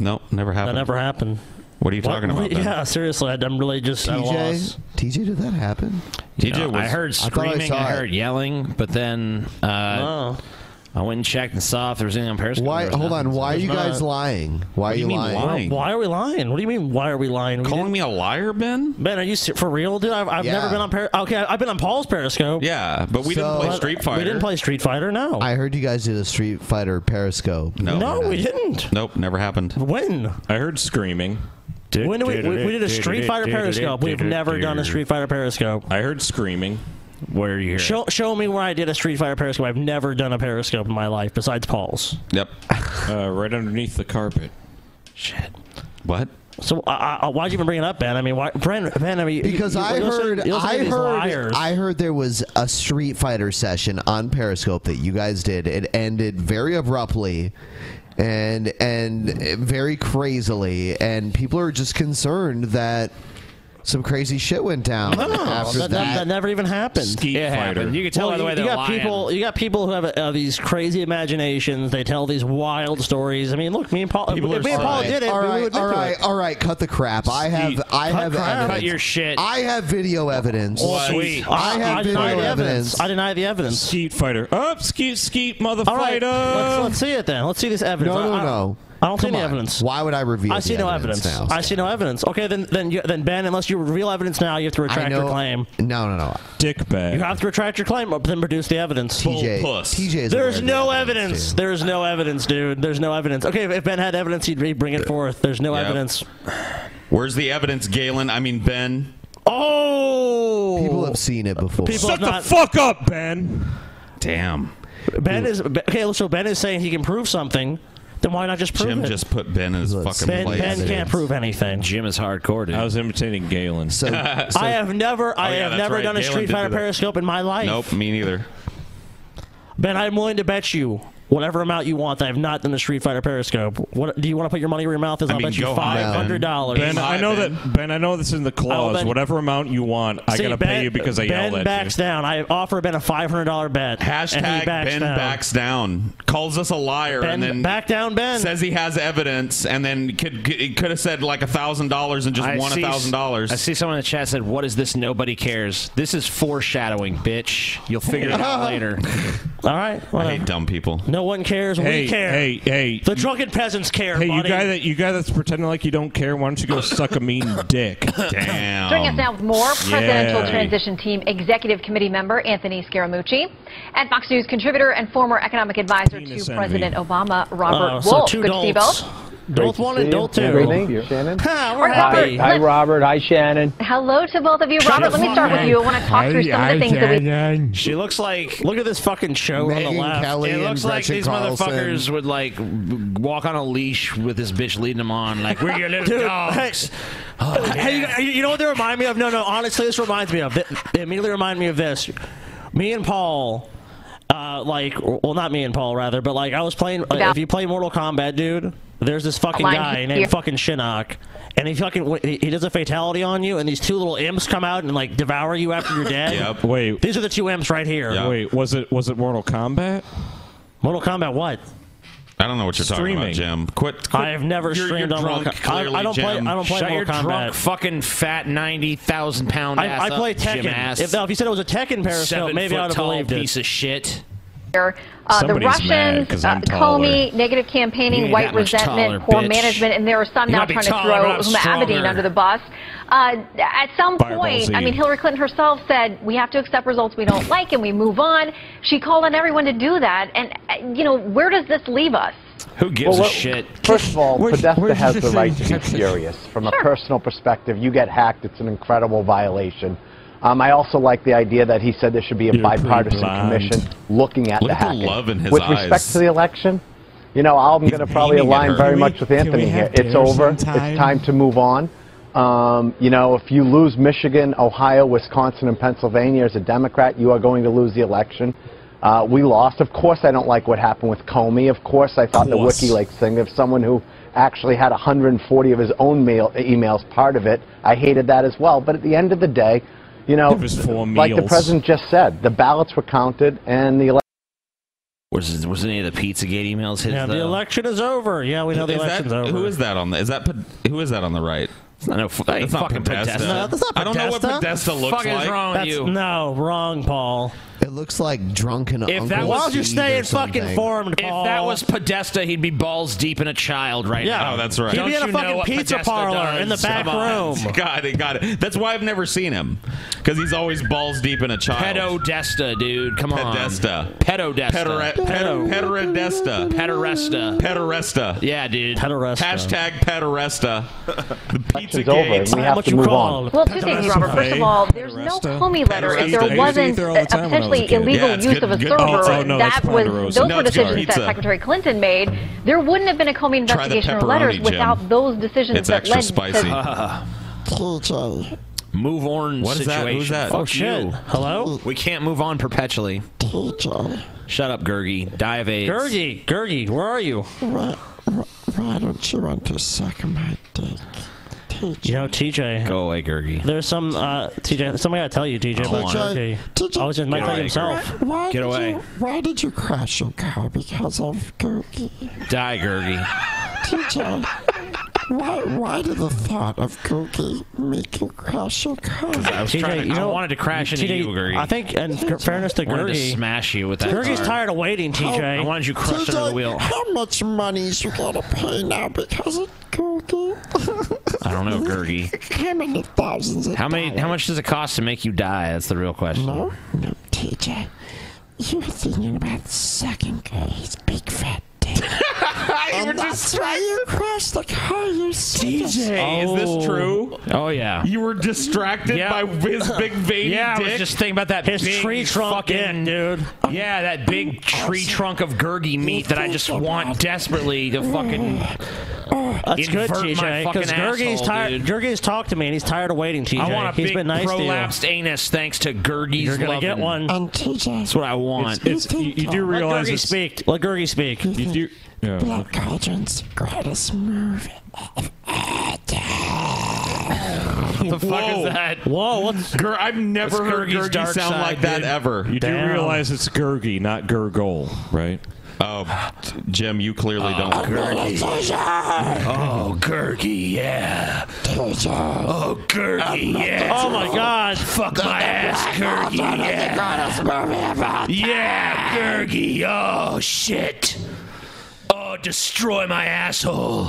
S8: No, never
S6: that
S8: happened.
S6: never happened.
S8: What are you talking
S6: What-
S8: about? then?
S6: *laughs* Yeah, seriously, I- I'm really just at a
S3: TJ,
S6: loss.
S3: TJ, did that happen?
S8: TJ
S7: No,
S8: was.
S7: I heard
S3: I thought I
S7: screaming,
S3: saw
S7: I,
S3: it.
S7: heard yelling, but then uh,
S6: Oh.
S7: I went and checked and saw if there was anything on Periscope.
S3: Why?
S7: There was
S3: Hold on.
S7: nothing, so
S3: Why are
S7: there's
S3: you guys
S7: not-
S3: lying? Why are you, lying?
S6: Why are we lying? What do you mean? Why are we lying? Calling
S7: me a liar, Ben?
S6: Ben, are you ser- for real, dude? I've, I've never
S3: Yeah.
S6: been on. Per- okay, I've been on Paul's Periscope.
S7: Yeah,
S3: but we didn't play Street
S6: We
S3: Fighter.
S6: didn't play Street Fighter. No.
S3: I heard you guys did a Street Fighter Periscope.
S6: No. No, we didn't.
S7: Nope, never happened.
S6: When?
S9: I heard screaming.
S6: When did we- we- we did a Street Fighter Periscope. We've never done a Street Fighter Periscope.
S9: I heard screaming. Where are you here?
S6: Show, show me where I did a Street Fighter Periscope. I've never done a Periscope in my life besides Paul's.
S7: Yep.
S9: *laughs* uh, right underneath the carpet.
S6: Shit.
S7: What?
S6: So I, I, why'd you even bring it up, Ben? I mean, why, Ben? Ben, I mean,
S3: Because
S6: you- you-
S3: I
S6: you'll say-
S3: heard,
S6: you'll say
S3: I
S6: these
S3: heard, *laughs*
S6: liars.
S3: I heard there was a Street Fighter session on Periscope that you guys did. It ended very abruptly, and and very crazily, and people are just concerned that some crazy shit went down
S6: No,
S3: after
S6: that, that- that never even happened.
S9: Skeet It fighter. happened. You can
S7: tell
S6: Well,
S7: by the way
S6: you,
S7: they're
S6: you got
S7: lying.
S6: people. You got people who have uh, these crazy imaginations. They tell these wild stories. I mean, look, me and Paul. If
S3: People
S6: me
S3: are
S6: and Paul
S3: sorry.
S6: did it,
S3: All
S6: we
S3: right,
S6: would admit
S3: all
S6: to
S3: right,
S6: it.
S3: all right. Cut the crap. I have, I
S6: Cut
S3: have
S6: crap.
S3: evidence.
S6: Cut your
S7: shit.
S3: I have video evidence.
S6: Oh,
S3: I have video
S6: deny the
S3: evidence.
S6: I deny the evidence.
S9: Skeet fighter. Up, skeet, skeet, motherfighter.
S6: All right, let's, let's see it then. Let's see this evidence.
S3: No, no,
S6: I- I-
S3: no.
S6: I don't see
S3: Come
S6: any
S3: on.
S6: evidence.
S3: Why would I reveal?
S6: I see
S3: the
S6: no evidence.
S3: Now?
S6: I see no evidence. Okay, then then you, then Ben, unless you reveal evidence now, you have to retract your
S3: know-
S6: claim.
S3: No, no, no.
S9: Dick bag.
S6: You have to retract your claim, but then produce the evidence.
S3: TJ TJ is
S6: There's
S3: aware of
S6: no evidence. There's no evidence, dude. There's no evidence. Okay, if, if Ben had evidence, he'd re- bring it forth. There's no
S10: Yep.
S6: evidence.
S10: Where's the evidence, Galen? I mean, Ben.
S6: Oh,
S3: People have seen it before.
S6: People
S10: Shut
S6: have
S10: the
S6: not-
S9: fuck up, Ben.
S10: Damn.
S6: Ben is okay. So Ben is saying he can prove something. Then why not just prove
S10: Jim
S6: it?
S10: just put Ben in his fucking
S6: Ben,
S10: place.
S9: *laughs*
S6: ben can't prove anything.
S7: Jim is hardcore, dude.
S9: I was imitating
S10: *laughs*
S9: Galen.
S3: So,
S6: I have never, I
S10: Oh, yeah,
S6: have
S10: that's
S6: never
S10: right.
S6: done a
S10: Galen
S6: Street
S10: did do
S6: Fighter
S10: that.
S6: Periscope in my life.
S10: Nope, me neither.
S6: Ben, I'm willing to bet you whatever amount you want that I've not done a Street Fighter Periscope. What do you want to put your money where your mouth is?
S10: I
S6: I'll
S10: mean,
S6: bet you
S10: go high,
S6: five hundred dollars.
S9: Ben, I know that. Ben, I know this is in the clause.
S6: Ben-
S9: Whatever amount you want, I
S6: See,
S9: gotta
S6: Ben-
S9: pay you because I
S6: Ben
S9: yelled at
S6: backs
S9: you.
S6: down. I offer Ben a five hundred dollar bet. and he
S10: Hashtag
S6: backs
S10: Ben
S6: down.
S10: backs down. Calls us a liar
S6: Ben-
S10: and then
S6: back down Ben.
S10: says he has evidence and then could could have said like a thousand dollars and just
S7: I
S10: won a
S7: see-
S10: thousand dollars.
S7: I see someone in the chat said, "What is this? Nobody cares. This is foreshadowing, bitch. You'll figure it out later."
S6: All right.
S10: I hate dumb people.
S6: No one cares.
S9: Hey,
S6: we care.
S9: hey, hey!
S6: The drunken peasants care.
S9: Hey, you
S6: buddy.
S9: guy that you guy that's pretending like you don't care. Why don't you
S6: *laughs*
S9: go suck a mean dick? Damn.
S12: Um,
S13: Joining us now with more, Presidential
S9: Yeah.
S13: Transition Team Executive Committee member Anthony Scaramucci and Fox News contributor and former economic advisor
S9: Penis
S13: to
S9: envy.
S13: President Obama, Robert
S12: Uh,
S13: Wolf.
S12: so two
S13: Good to see you
S12: dolts.
S13: both.
S12: Great to see you. Great to see you. Shannon.
S13: we're happy.
S12: Hi, hi, Robert. Hi, Shannon.
S13: Hello to both of you.
S12: Shut
S13: Robert,
S12: the
S13: let me
S12: fuck
S13: start with
S12: up.
S13: you. I want to talk through some of the things that we
S7: She looks like.
S6: Look at this fucking show on
S7: Megan
S6: the left.
S7: Kelly It looks like these motherfuckers would like w- walk on a leash with this bitch leading them on, like we're your little
S6: Dude,
S7: dogs. Oh,
S6: Hey, you- you, you know what they remind me of? No, no. Honestly, this reminds me of. They, they immediately remind me of this. Me and Paul, uh, like, well, not me and Paul, rather, but like, I was playing. Like, if you play Mortal Kombat, dude, there's this fucking
S12: Line
S6: guy
S12: here.
S6: named fucking Shinnok, and he fucking he he does a fatality on you, and these two little imps come out and like devour you after you're dead.
S9: Wait.
S6: These are the two imps right here.
S9: Wait. Was it was it Mortal Kombat?
S6: Mortal Kombat what?
S10: I don't know what you're
S9: Streaming.
S10: talking about, Jim. Quit. quit.
S6: I have never
S10: You're-
S6: streamed
S10: you're
S6: on Mortal
S10: drunk,
S6: Kombat. I- I,
S10: clearly,
S6: don't play. I
S10: Jim.
S6: don't play
S7: Shut
S6: Mortal
S7: your
S6: Kombat.
S7: drunk, fucking fat ninety thousand pound ass
S6: I, I play
S7: up, Jim
S6: Tekken.
S7: ass.
S6: If, if you said it was a Tekken Periscope,
S7: Seven
S6: maybe
S7: foot
S6: I would have
S7: tall
S6: believed
S7: piece
S6: it.
S7: of shit.
S13: hear. Uh, the
S7: Somebody's mad
S13: Russians,
S7: 'cause
S13: uh,
S7: I'm
S13: Comey, negative
S7: You
S13: campaigning,
S7: ain't
S13: white
S7: that much
S13: resentment,
S7: taller,
S13: poor
S7: bitch.
S13: management, and there are some
S7: You
S13: now
S7: might be
S13: trying to
S7: taller, but
S13: throw
S7: I'm
S13: Huma Abedin
S7: stronger.
S13: under the bus. Uh, at some
S7: Fireball
S13: point, I
S7: Z.
S13: mean, Hillary Clinton herself said we have to accept results we don't like and we move on. She called on everyone to do that, and uh, you know, where does this leave us?
S7: Who gives
S12: Well,
S7: a
S12: what-
S7: shit?
S12: First of all, Podesta has the right to be
S7: Texas?
S12: furious. From a personal perspective, you get hacked, it's an incredible violation. Um, I also like the idea that he said there should be a bipartisan
S10: blind.
S12: commission looking at
S10: Look
S12: the
S10: at the
S12: hacking.
S10: love in his
S12: with
S10: eyes.
S12: respect to the election, you know, I'm going to probably
S10: aiming at
S12: align
S10: her.
S12: very
S10: Can
S12: much
S10: we-
S12: with
S10: can we
S12: Anthony here.
S10: have
S12: It's
S10: dinner
S12: over.
S10: sometime?
S12: It's time to move on. Um, you know, if you lose Michigan, Ohio, Wisconsin, and Pennsylvania as a Democrat, you are going to lose the election. Uh, we lost. Of course, I don't like what happened with Comey. Of course, I thought the
S14: Course.
S12: WikiLeaks thing of someone who actually had 140 of his own mail, uh, emails part of it. I hated that as well. But at the end of the day, you know,
S9: It was four
S12: like the
S9: meals.
S12: president just said, the ballots were counted and the election.
S7: Was was any of the PizzaGate emails his?
S6: Yeah, the
S7: though?
S6: election is over. Yeah, we know the
S10: Is that-
S6: election's over.
S10: Who is that on the? Is that Pod- who is that on the right?
S7: I know. F-
S10: that's not
S6: fucking
S10: Podesta.
S6: Podesta. No, that's not
S10: I don't know what
S6: Podesta.
S10: Podesta looks
S6: Fuck is
S10: like.
S6: wrong with That's- you? no, wrong, Paul.
S3: It It looks like drunken
S7: If
S3: Uncle
S7: that was- Why don't you
S3: Steve
S7: stay
S3: or
S7: in fucking
S3: something.
S6: informed,
S7: If
S6: Paul.
S7: that was Podesta, he'd be balls deep in a child right
S8: Yeah.
S7: now.
S8: Oh, that's right.
S7: Don't
S8: He'd be in a
S7: you
S8: fucking
S7: know what
S8: pizza
S7: Podesta
S8: parlor
S7: does?
S6: in the back
S7: Come on.
S8: *laughs* Got it, got it. That's why I've never seen him because he's always balls deep in a child.
S7: Pedodesta, dude. Come on.
S8: Pedesta.
S7: Pedodesta.
S8: Pedere- pedo- Pederasta.
S7: Pederasta.
S8: Pederasta.
S7: Yeah, dude.
S6: Pederasta.
S8: Hashtag Pederasta. The pizza
S15: Session's over, and we have What to you move call on.
S13: Well, two things, Robert. First of all, there's no Comey letter. If there wasn't essentially illegal use of a server,
S8: Oh,
S13: that was those were decisions that Secretary Clinton made. There wouldn't have been a Comey
S8: Try the
S13: investigation or
S8: pepperoni,
S13: letters
S8: Jim.
S13: without those decisions
S8: It's
S13: that
S8: extra
S13: led
S8: spicy.
S7: Uh,
S13: to
S7: *laughs* Move on
S8: What is that?
S7: situation.
S8: Who's that?
S7: Fuck
S8: Oh, shit.
S7: you. Hello? We can't move on perpetually. Shut up, Gergie. Die of AIDS.
S6: Gergie, Gergie, where are you?
S2: Why, why don't you want to suck my dick?
S6: You know, TJ.
S7: Go away, Gergie.
S6: There's some uh, TJ. Somebody gotta tell you, TJ.
S2: Hold
S6: about
S2: on.
S6: Gergie.
S2: TJ,
S6: I was just
S2: Get
S6: Mike
S2: away,
S6: himself.
S2: Gergie. Why did You, why did you crash your car? Because of Gergie.
S7: Die, Gergie.
S2: TJ, why, why did the thought of Gergie make you crash your car?
S7: I was trying to, I wanted to crash into
S6: TJ,
S7: you, Gergie.
S6: I think, in f- fairness to
S7: wanted
S6: Gergie,
S7: to smash you with that.
S6: Gergie's
S7: car.
S6: tired of waiting, TJ.
S7: I wanted you crushed
S2: TJ,
S7: under the wheel.
S2: How much money you gotta pay now because of Gergie?
S7: I don't know, Gergie.
S2: How many thousands of
S7: How many? How much does it cost to make you die? That's the real question.
S2: No, no, TJ. You're thinking about sucking Gertie's big fat
S7: *laughs*
S2: dick.
S16: were
S2: and
S16: just
S2: that's why you crashed the car, you
S8: DJ, is this true?
S7: Oh yeah.
S8: You were distracted by his big veiny
S7: Yeah,
S8: dick.
S7: I was just thinking about that
S8: His
S7: big
S8: tree trunk
S7: fucking, dude. Yeah, that big tree trunk of Gergie meat that I just want desperately to fucking.
S6: That's good,
S7: invert my
S6: TJ.
S7: fucking
S6: Because Gergie's
S7: asshole,
S6: tired. Gergie's talked to me, and he's tired of waiting, TJ.
S7: I want a
S6: He's
S7: big
S6: been nice
S7: prolapsed anus thanks to Gergie's
S6: You're gonna get one.
S7: That's what I want.
S6: It's- it's- you- you do realize
S7: Let Gergie
S6: it's-
S7: speak.
S6: Let Gergie speak.
S7: You do.
S2: Black Cauldron's greatest move.
S8: What the fuck is that?
S6: Whoa, what's
S8: Ger- I've never
S7: What's
S8: heard
S7: Gergie's
S8: Gergie
S7: dark
S8: sound
S7: side,
S8: like that
S7: dude?
S8: ever.
S9: You do realize it's Gergie, not Gurgle, right?
S8: Oh, Jim, you clearly don't.
S7: Oh, Gergie, yeah. Oh, Gergie, yeah.
S6: Oh, my God.
S7: Fuck my ass, Gergie, yeah. Yeah, Gergie, oh, shit. Oh, destroy my asshole.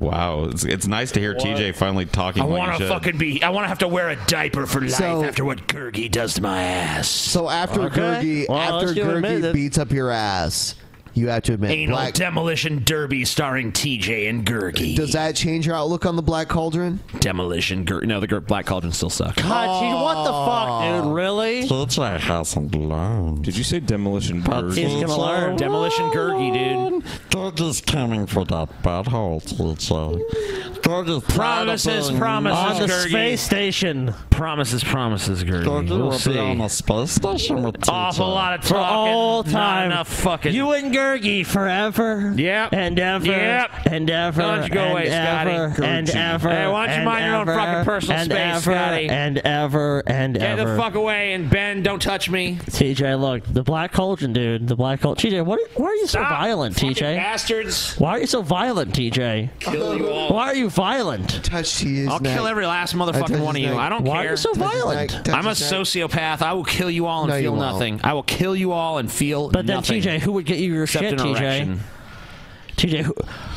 S8: Wow, it's, it's nice to hear TJ finally talking.
S7: I
S8: like
S7: want
S8: he
S7: to
S8: should.
S7: fucking be. I want to have to wear a diaper for life
S8: So-
S7: after what Gergie does to my ass.
S3: So after Gergie, after Gergie beats up your ass, you have to admit.
S7: Anal
S3: Black,
S7: Demolition Derby starring TJ and Gergie.
S3: does that change your outlook on the Black Cauldron?
S7: Demolition Gergie. No, the Ger- Black Cauldron still sucks.
S6: God, gee, what the fuck, dude? Really?
S9: TJ hasn't learned. Did you say demolition? Gergie?
S6: he's gonna learn.
S7: Demolition Gergie, dude.
S2: Gergie's coming for that butthole, TJ. Oh, Gergie's proud of
S7: Promises,
S2: being
S7: promises,
S2: nice.
S6: On the
S7: Gergie.
S6: space station.
S7: Promises, promises, Gertie.
S2: Gergie
S7: We'll
S2: will
S7: see.
S2: be on the space station with TJ.
S7: Awful lot of
S6: For
S7: talking.
S6: all
S7: not
S6: time.
S7: enough fucking.
S6: You and Gergie forever.
S7: Yep.
S6: And ever.
S7: Yep.
S6: And ever.
S7: Why don't you go
S6: and
S7: away, Scotty?
S6: ever, And
S7: Gergie.
S6: ever.
S7: Hey, why don't you
S6: and
S7: mind your own
S6: ever,
S7: fucking personal
S6: and
S7: space,
S6: ever,
S7: Scotty?
S6: And ever. And
S7: Get
S6: ever.
S7: the fuck away and Ben, don't touch me.
S6: TJ, look, the black cauldron, dude. The black cauldron. TJ, what, why are you so violent, TJ?
S7: bastards.
S6: Why are you so violent, TJ?
S7: Kill you all.
S6: Why are you violent?
S3: Touch his
S7: I'll kill every last motherfucking one of you. I don't
S6: Why
S7: care.
S6: are you so violent?
S7: I'm a sociopath. I will kill you all and
S6: No, you
S7: feel
S6: won't.
S7: nothing. I will kill you all and feel
S6: But then,
S7: nothing.
S6: TJ, who would get you your
S7: Except
S6: shit,
S7: an
S6: TJ?
S7: erection.
S6: TJ, who,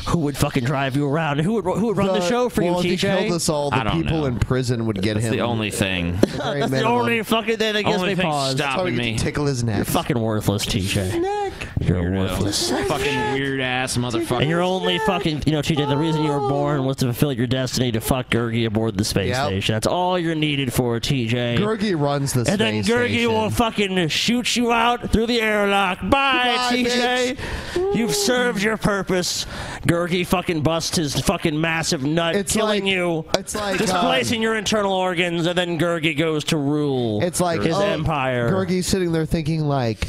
S6: who would fucking drive you around? Who would who would run the, show for
S3: well,
S6: you,
S3: if he
S6: TJ?
S3: killed us all,
S7: I
S3: the
S7: don't
S3: people in prison would get
S7: That's
S3: him.
S7: the only thing.
S6: *laughs*
S3: very
S6: That's the
S3: minimum.
S6: only fucking thing that gives
S7: Only
S6: me
S7: thing
S6: pause.
S7: stopping Sorry, me.
S3: Tickle his neck.
S6: You're fucking worthless, TJ. You're worthless.
S7: fucking weird ass motherfucker.
S6: And you're only fucking, you know, TJ, the reason you were born was to fulfill your destiny to fuck Gergie aboard the space
S3: Yep.
S6: station. That's all you're needed for, TJ.
S3: Gergie runs the
S6: and then
S3: space
S6: Gergie
S3: station.
S6: will fucking shoot you out through the airlock. Bye,
S3: Bye,
S6: TJ. You've served your purpose. Gergie fucking busts his fucking massive nut, killing you.
S3: It's like, um,
S6: displacing your internal organs, and then Gergie goes to rule.
S3: It's like
S6: his
S3: oh,
S6: empire.
S3: Gergie's sitting there thinking like,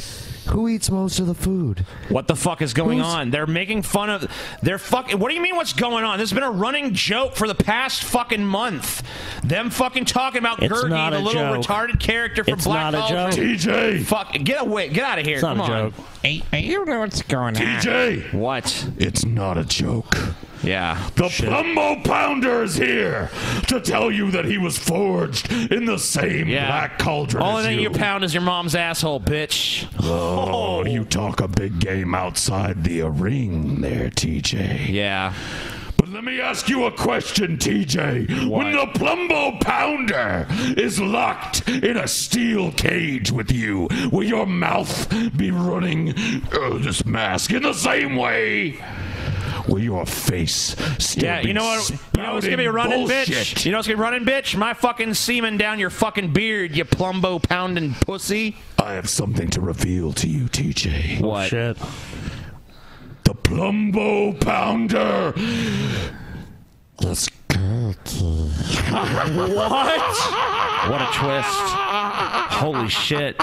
S3: who eats most of the food?
S7: What the fuck is going
S3: Who's-
S7: on? They're making fun of. They're fucking. What do you mean? What's going on? This has been a running joke for the past fucking month. Them fucking talking about
S6: It's
S7: Gertie,
S6: not
S7: the
S6: a
S7: little
S6: joke.
S7: retarded character from
S6: It's
S7: Black
S6: not a
S7: Cauldron.
S6: joke. TJ.
S7: fuck, get away, get out of here.
S6: It's not
S7: Come
S6: a
S7: on.
S6: joke.
S2: I, I don't know what's going on.
S7: What?
S8: It's not a joke.
S7: Yeah.
S2: The Plumbo Pounder is here to tell you that he was forged in the same black cauldron.
S7: Only
S2: as
S7: thing
S2: you.
S7: you pound is your mom's asshole, bitch.
S2: Oh, you talk a big game outside the ring there, TJ.
S7: Yeah.
S2: But let me ask you a question, TJ. When the Plumbo Pounder is locked in a steel cage with you, will your mouth be running uh, this mask in the same way? Will your face still
S7: Yeah,
S2: be
S7: you know what? You know what's gonna be
S2: spouting
S7: running,
S2: bullshit?
S7: bitch. You know what's gonna be running, bitch. My fucking semen down your fucking beard, you plumbo pounding pussy.
S2: I have something to reveal to you, TJ.
S7: What?
S2: Oh, Shit. The Plumbo Pounder. Let's go.
S7: what? What a twist! Holy shit!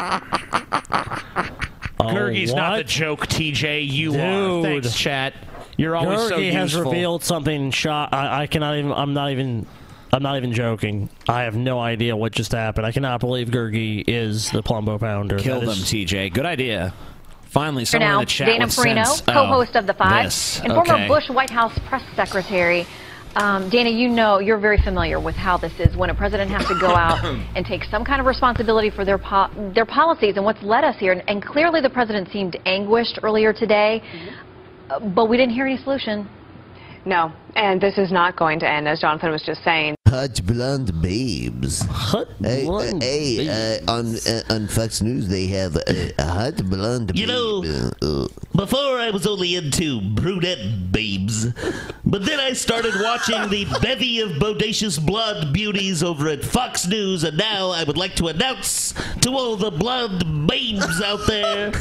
S7: Gergie's
S2: Oh,
S7: not the joke, TJ. You are.
S6: Dude.
S7: Thanks, chat. You're always so
S6: Gergi
S7: useful.
S6: has revealed something. Shot. I, I cannot even. I'm not even. I'm not even joking. I have no idea what just happened. I cannot believe Gergi is the Plumbo Pounder.
S7: Kill
S6: That
S7: them,
S6: is-
S7: TJ. Good idea. Finally,
S13: For
S7: someone
S13: now,
S7: in the chat
S13: Dana
S7: with
S13: Perino,
S7: sense. Oh,
S13: co-host of The Five,
S7: this.
S13: and former
S7: Okay.
S13: Bush White House press secretary. Um, Dana, you know, you're very familiar with how this is when a president has to go *coughs* out and take some kind of responsibility for their po- their policies and what's led us here. And, and clearly, the president seemed anguished earlier today, uh,
S7: Mm-hmm.
S13: but we didn't hear any solution.
S17: No, and this is not going to end, as Jonathan was just saying.
S3: Hot blonde babes. Hot blonde hey, babes. Uh, on uh, on Fox News they have uh, a, a hot blonde.
S8: You know, before I was only into brunette babes, but then I started watching
S7: *laughs*
S8: the bevy of bodacious blonde beauties over at Fox News, and now I would like to announce to all the blonde babes out there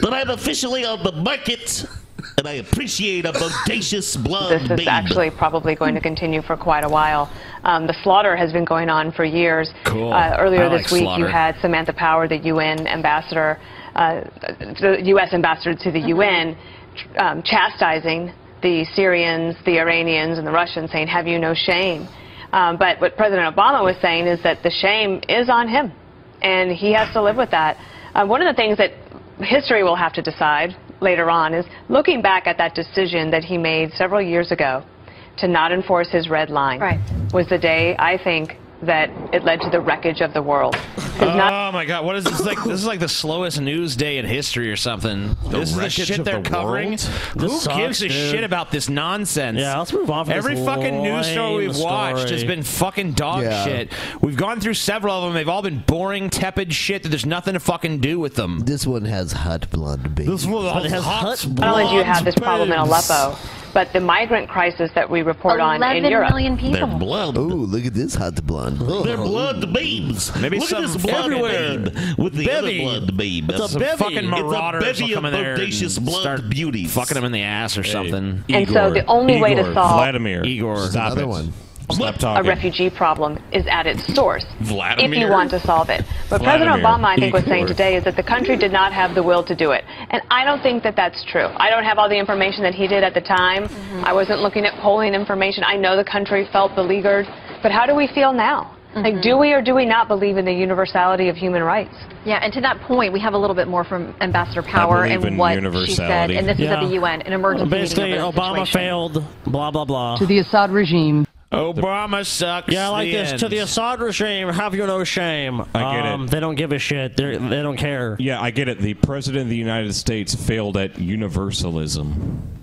S8: that I'm officially on the market, and I appreciate a bodacious blonde
S17: This is
S8: babe.
S17: actually probably going to continue for quite a while. Um, the slaughter has been going on for years.
S8: Cool.
S17: Uh, earlier
S8: I
S17: this
S8: like
S17: week, you
S8: slaughter.
S17: had Samantha Power, the UN ambassador, uh, the U.S. ambassador to the UN, tr- um, chastising the Syrians, the Iranians, and the Russians, saying, "Have you no shame?" Um, but what President Obama was saying is that the shame is on him, and he has to live with that. Uh, one of the things that history will have to decide later on is looking back at that decision that he made several years ago to not enforce his red line was the day I think that it led to the wreckage of the world.
S7: Oh my god! What is this like? This is like the slowest news day in history or something.
S2: The
S7: this is the
S2: wreckage
S7: shit
S2: of
S7: they're
S2: the
S7: covering.
S2: world?
S7: Who
S2: This sucks,
S7: gives a
S2: dude.
S7: shit about this nonsense?
S2: Yeah, let's move on from this
S7: Every fucking news story
S2: lame
S7: we've watched has
S2: story.
S7: been fucking dog
S2: Yeah.
S7: shit. We've gone through several of them. They've all been boring, tepid shit that there's nothing to fucking do with them.
S3: This one has hot blonde babes.
S7: This one
S3: It has
S7: hot
S17: Not only do you have this
S7: blonde
S17: problem in
S7: babes.
S17: Aleppo, but the migrant crisis that we report on in Europe.
S3: blood. Oh, look at this hot blonde.
S8: They're blood babes.
S3: Maybe
S8: Look
S3: some
S8: at this blood
S3: everywhere.
S8: babe with the
S7: Bevy.
S8: other blood babe.
S7: It's a Some bevy. fucking marauders
S8: It's a bevy
S7: will come
S8: of
S7: in there and
S8: bodacious blood
S7: start
S8: beauties.
S7: Fucking them in the ass or something.
S17: And so the only way to solve
S7: Igor.
S9: Stop it. Stop
S17: a
S9: talking.
S17: refugee problem is at its source
S9: Vladimir?
S17: if you want to solve it. What President
S9: Vladimir.
S17: Obama, I think, was
S9: Igor.
S17: saying today is that the country did not have the will to do it. And I don't think that that's true. I don't have all the information that he did at the time.
S13: Mm-hmm.
S17: I wasn't looking at polling information. I know the country felt beleaguered. But how do we feel now? Like, do we or do we not believe in the universality of human rights?
S13: Mm-hmm. Yeah, and to that point, we have a little bit more from Ambassador Power
S17: believe
S13: and
S17: in
S13: what she said.
S17: universality.
S13: And this is at
S17: Yeah.
S13: the UN, an emergency
S6: Basically,
S13: meeting over the
S6: Obama
S13: situation.
S6: failed. Blah blah blah.
S13: To
S6: the Assad regime.
S7: Obama sucks.
S6: Yeah, I like
S7: the
S6: this.
S7: end.
S6: To the Assad regime, have you no shame?
S9: I get it.
S6: um, They don't give a shit. They're, they don't care.
S9: Yeah, I get it. The president of the United States failed at universalism.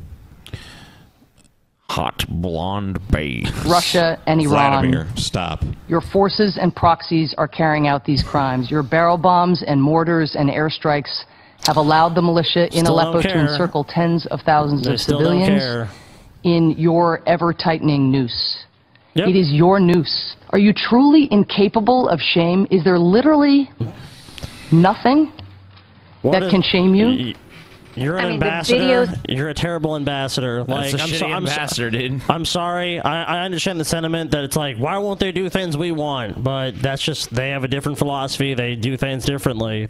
S7: Hot blonde babe.
S18: Russia and Iran.
S9: Vladimir, stop.
S18: Your forces and proxies are carrying out these crimes. Your barrel bombs and mortars and airstrikes have allowed the militia in
S19: Still don't
S18: Aleppo to
S19: care.
S18: encircle tens of thousands
S19: They
S18: of
S19: still don't
S18: civilians
S19: care.
S18: in your ever tightening noose.
S6: Yep.
S18: It is your noose. Are you truly incapable of shame? Is there literally nothing that
S6: is-
S18: can shame you?
S6: You're an
S18: I mean, the
S6: ambassador.
S18: videos-
S6: You're a terrible ambassador. Like
S7: a
S6: I'm,
S7: shitty
S6: so, I'm so-
S7: ambassador, dude.
S6: I'm sorry. I, I understand the sentiment that it's like, why won't they do things we want? But that's just they have a different philosophy. They do things differently.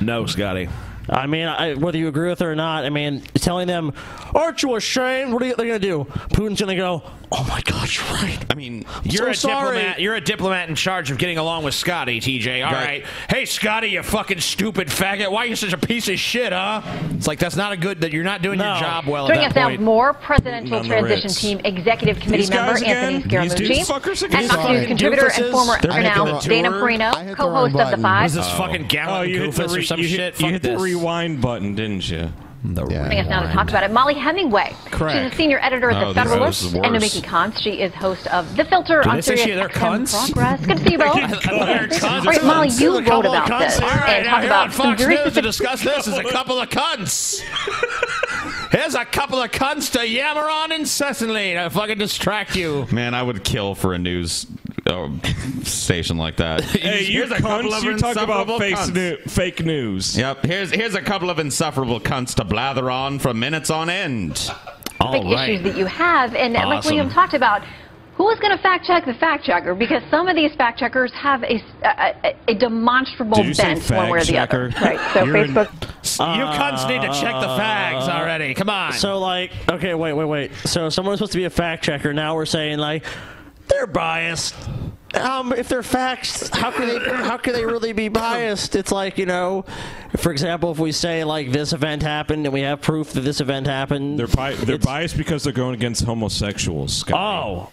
S7: No, Scotty.
S6: I mean, I, whether you agree with it or not, I mean, telling them, aren't you ashamed? What are you, they going to do? Putin's going to go,
S7: Oh my gosh, right.
S9: I mean,
S7: You're a
S9: so sorry.
S7: diplomat. You're a diplomat in charge of getting along with Scotty, TJ. All right.
S9: Right.
S7: Hey, Scotty, you fucking stupid faggot. Why are you such a piece of shit, huh? It's like that's not a good. That you're not doing your job well.
S13: Joining
S7: at
S13: us
S7: that
S13: now,
S7: point.
S13: more presidential
S7: On the
S13: transition
S7: Ritz.
S13: team executive committee
S7: These
S13: member
S7: guys
S13: Anthony
S7: again? These
S13: Scaramucci
S7: dudes fuckers again?
S13: and Fox News
S7: Fucking
S13: contributor and
S7: doofuses.
S13: former
S7: They're
S13: or now
S7: making the
S13: Dana
S7: tour. I
S13: Perino, co-host of the Five.
S7: Was this fucking
S9: Oh,
S7: Gallant
S9: you hit the
S7: Goofus or
S9: re-
S7: some
S9: you hit- You
S7: shit? Fuck
S9: hit
S7: this.
S9: the rewind button, didn't you?
S7: The
S13: Joining us now to talk about it, Molly Hemingway. She's
S9: Crack.
S13: a senior editor at
S9: Oh,
S13: the
S9: this-
S13: Federalist
S9: this is
S13: and
S9: worse.
S13: Nikki Kantz. She is host of The Filter
S7: Do they
S13: on
S7: say
S13: Sirius
S7: she- they're
S13: XM
S7: cunts?
S13: Progress. Good to see you both.
S7: All
S13: All right, Molly, you wrote about this
S7: All right,
S13: and
S7: now
S13: talked
S7: here on
S13: about some
S7: Fox
S13: very
S7: News to
S13: specific
S7: discuss this is a couple of cunts. Here's a couple of cunts to yammer on incessantly to fucking distract you.
S8: Man, I would kill for a news uh, station like
S7: *laughs*
S8: that.
S9: Hey, you
S8: Here's a couple
S9: cunts,
S8: of
S9: you talk about
S8: insufferable
S9: fake
S8: cunts.
S9: nu- fake news.
S8: Yep. Here's here's a couple of insufferable cunts to blather on for minutes on end.
S13: big issues that you have. And like
S8: Awesome.
S13: William talked about, who is going to fact check the fact checker? Because some of these fact checkers have a, a, a demonstrable bent one way or the other. Right. So Facebook.
S7: you cunts need to check the fags already. Come on.
S6: So like, okay, wait, wait, wait. So someone's supposed to be a fact checker. Now we're saying like, they're biased. Um, if they're facts, how can they how can they really be biased? It's like you know, for example, if we say like this event happened and we have proof that this event happened,
S9: They're, bi- they're biased because they're going against homosexuals.
S6: Oh,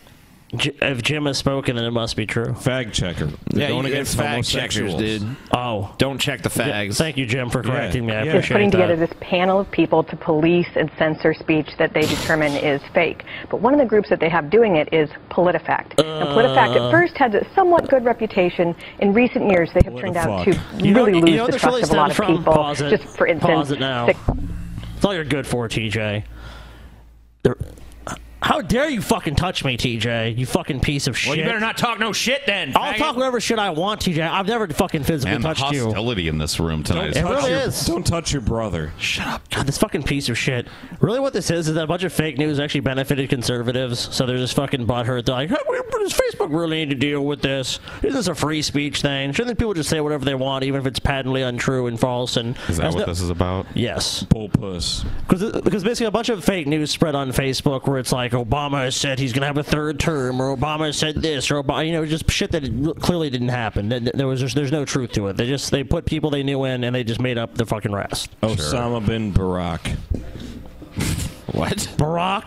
S6: J- if Jim has spoken, then it must be true.
S9: Fag checker.
S6: They're
S7: Yeah,
S6: going
S7: you-
S6: against
S7: it's fact checkers,
S6: homosexuals.
S7: dude.
S6: Oh,
S7: don't check the
S6: Yeah,
S7: fags.
S6: thank you, Jim, for
S7: Yeah.
S6: correcting me. I
S7: Yeah.
S6: appreciate
S20: putting
S6: that.
S20: together this panel of people to police and censor speech that they determine is fake. But one of the groups that they have doing it is PolitiFact. and PolitiFact
S6: Uh.
S20: at first had a somewhat good reputation. In recent years, they have turned out to
S6: You know-
S20: really
S6: you
S20: lose
S6: know what
S20: the
S6: this
S20: trust
S6: really
S20: of a
S6: stems
S20: lot of
S6: from?
S20: people.
S6: Pause it.
S20: Just for instance,
S6: Pause it now.
S20: six-
S6: That's all you're good for, TJ. There- How dare you fucking touch me, TJ? You fucking piece of shit.
S7: Well, you better not talk no shit then.
S20: Oh,
S6: I'll talk whatever shit I want, TJ. I've never fucking physically
S8: And the
S6: touched you.
S8: hostility in this room tonight. is
S6: Don't touch It really
S8: fucking-
S6: your- is.
S9: Don't touch your brother.
S6: Shut up. God, this fucking piece of shit. Really, what this is is that a bunch of fake news actually benefited conservatives, so they're just fucking butthurt. They're like, hey, we- does Facebook really need to deal with this? Isn't this a free speech thing? Shouldn't people just say whatever they want, even if it's patently untrue and false? And
S8: Is that
S6: that's
S8: what
S6: no-
S8: this is about?
S6: Yes.
S9: Bullpuss.
S6: Because uh, because basically a bunch of fake news spread on Facebook where it's like Obama has said he's going to have a third term or Obama has said this or Obama, you know just shit that clearly didn't happen. Th- There was just, there's no truth to it. They just they put people they knew in and they just made up the fucking rest.
S7: Oh,
S9: Osama bin Barack.
S7: what?
S6: Barack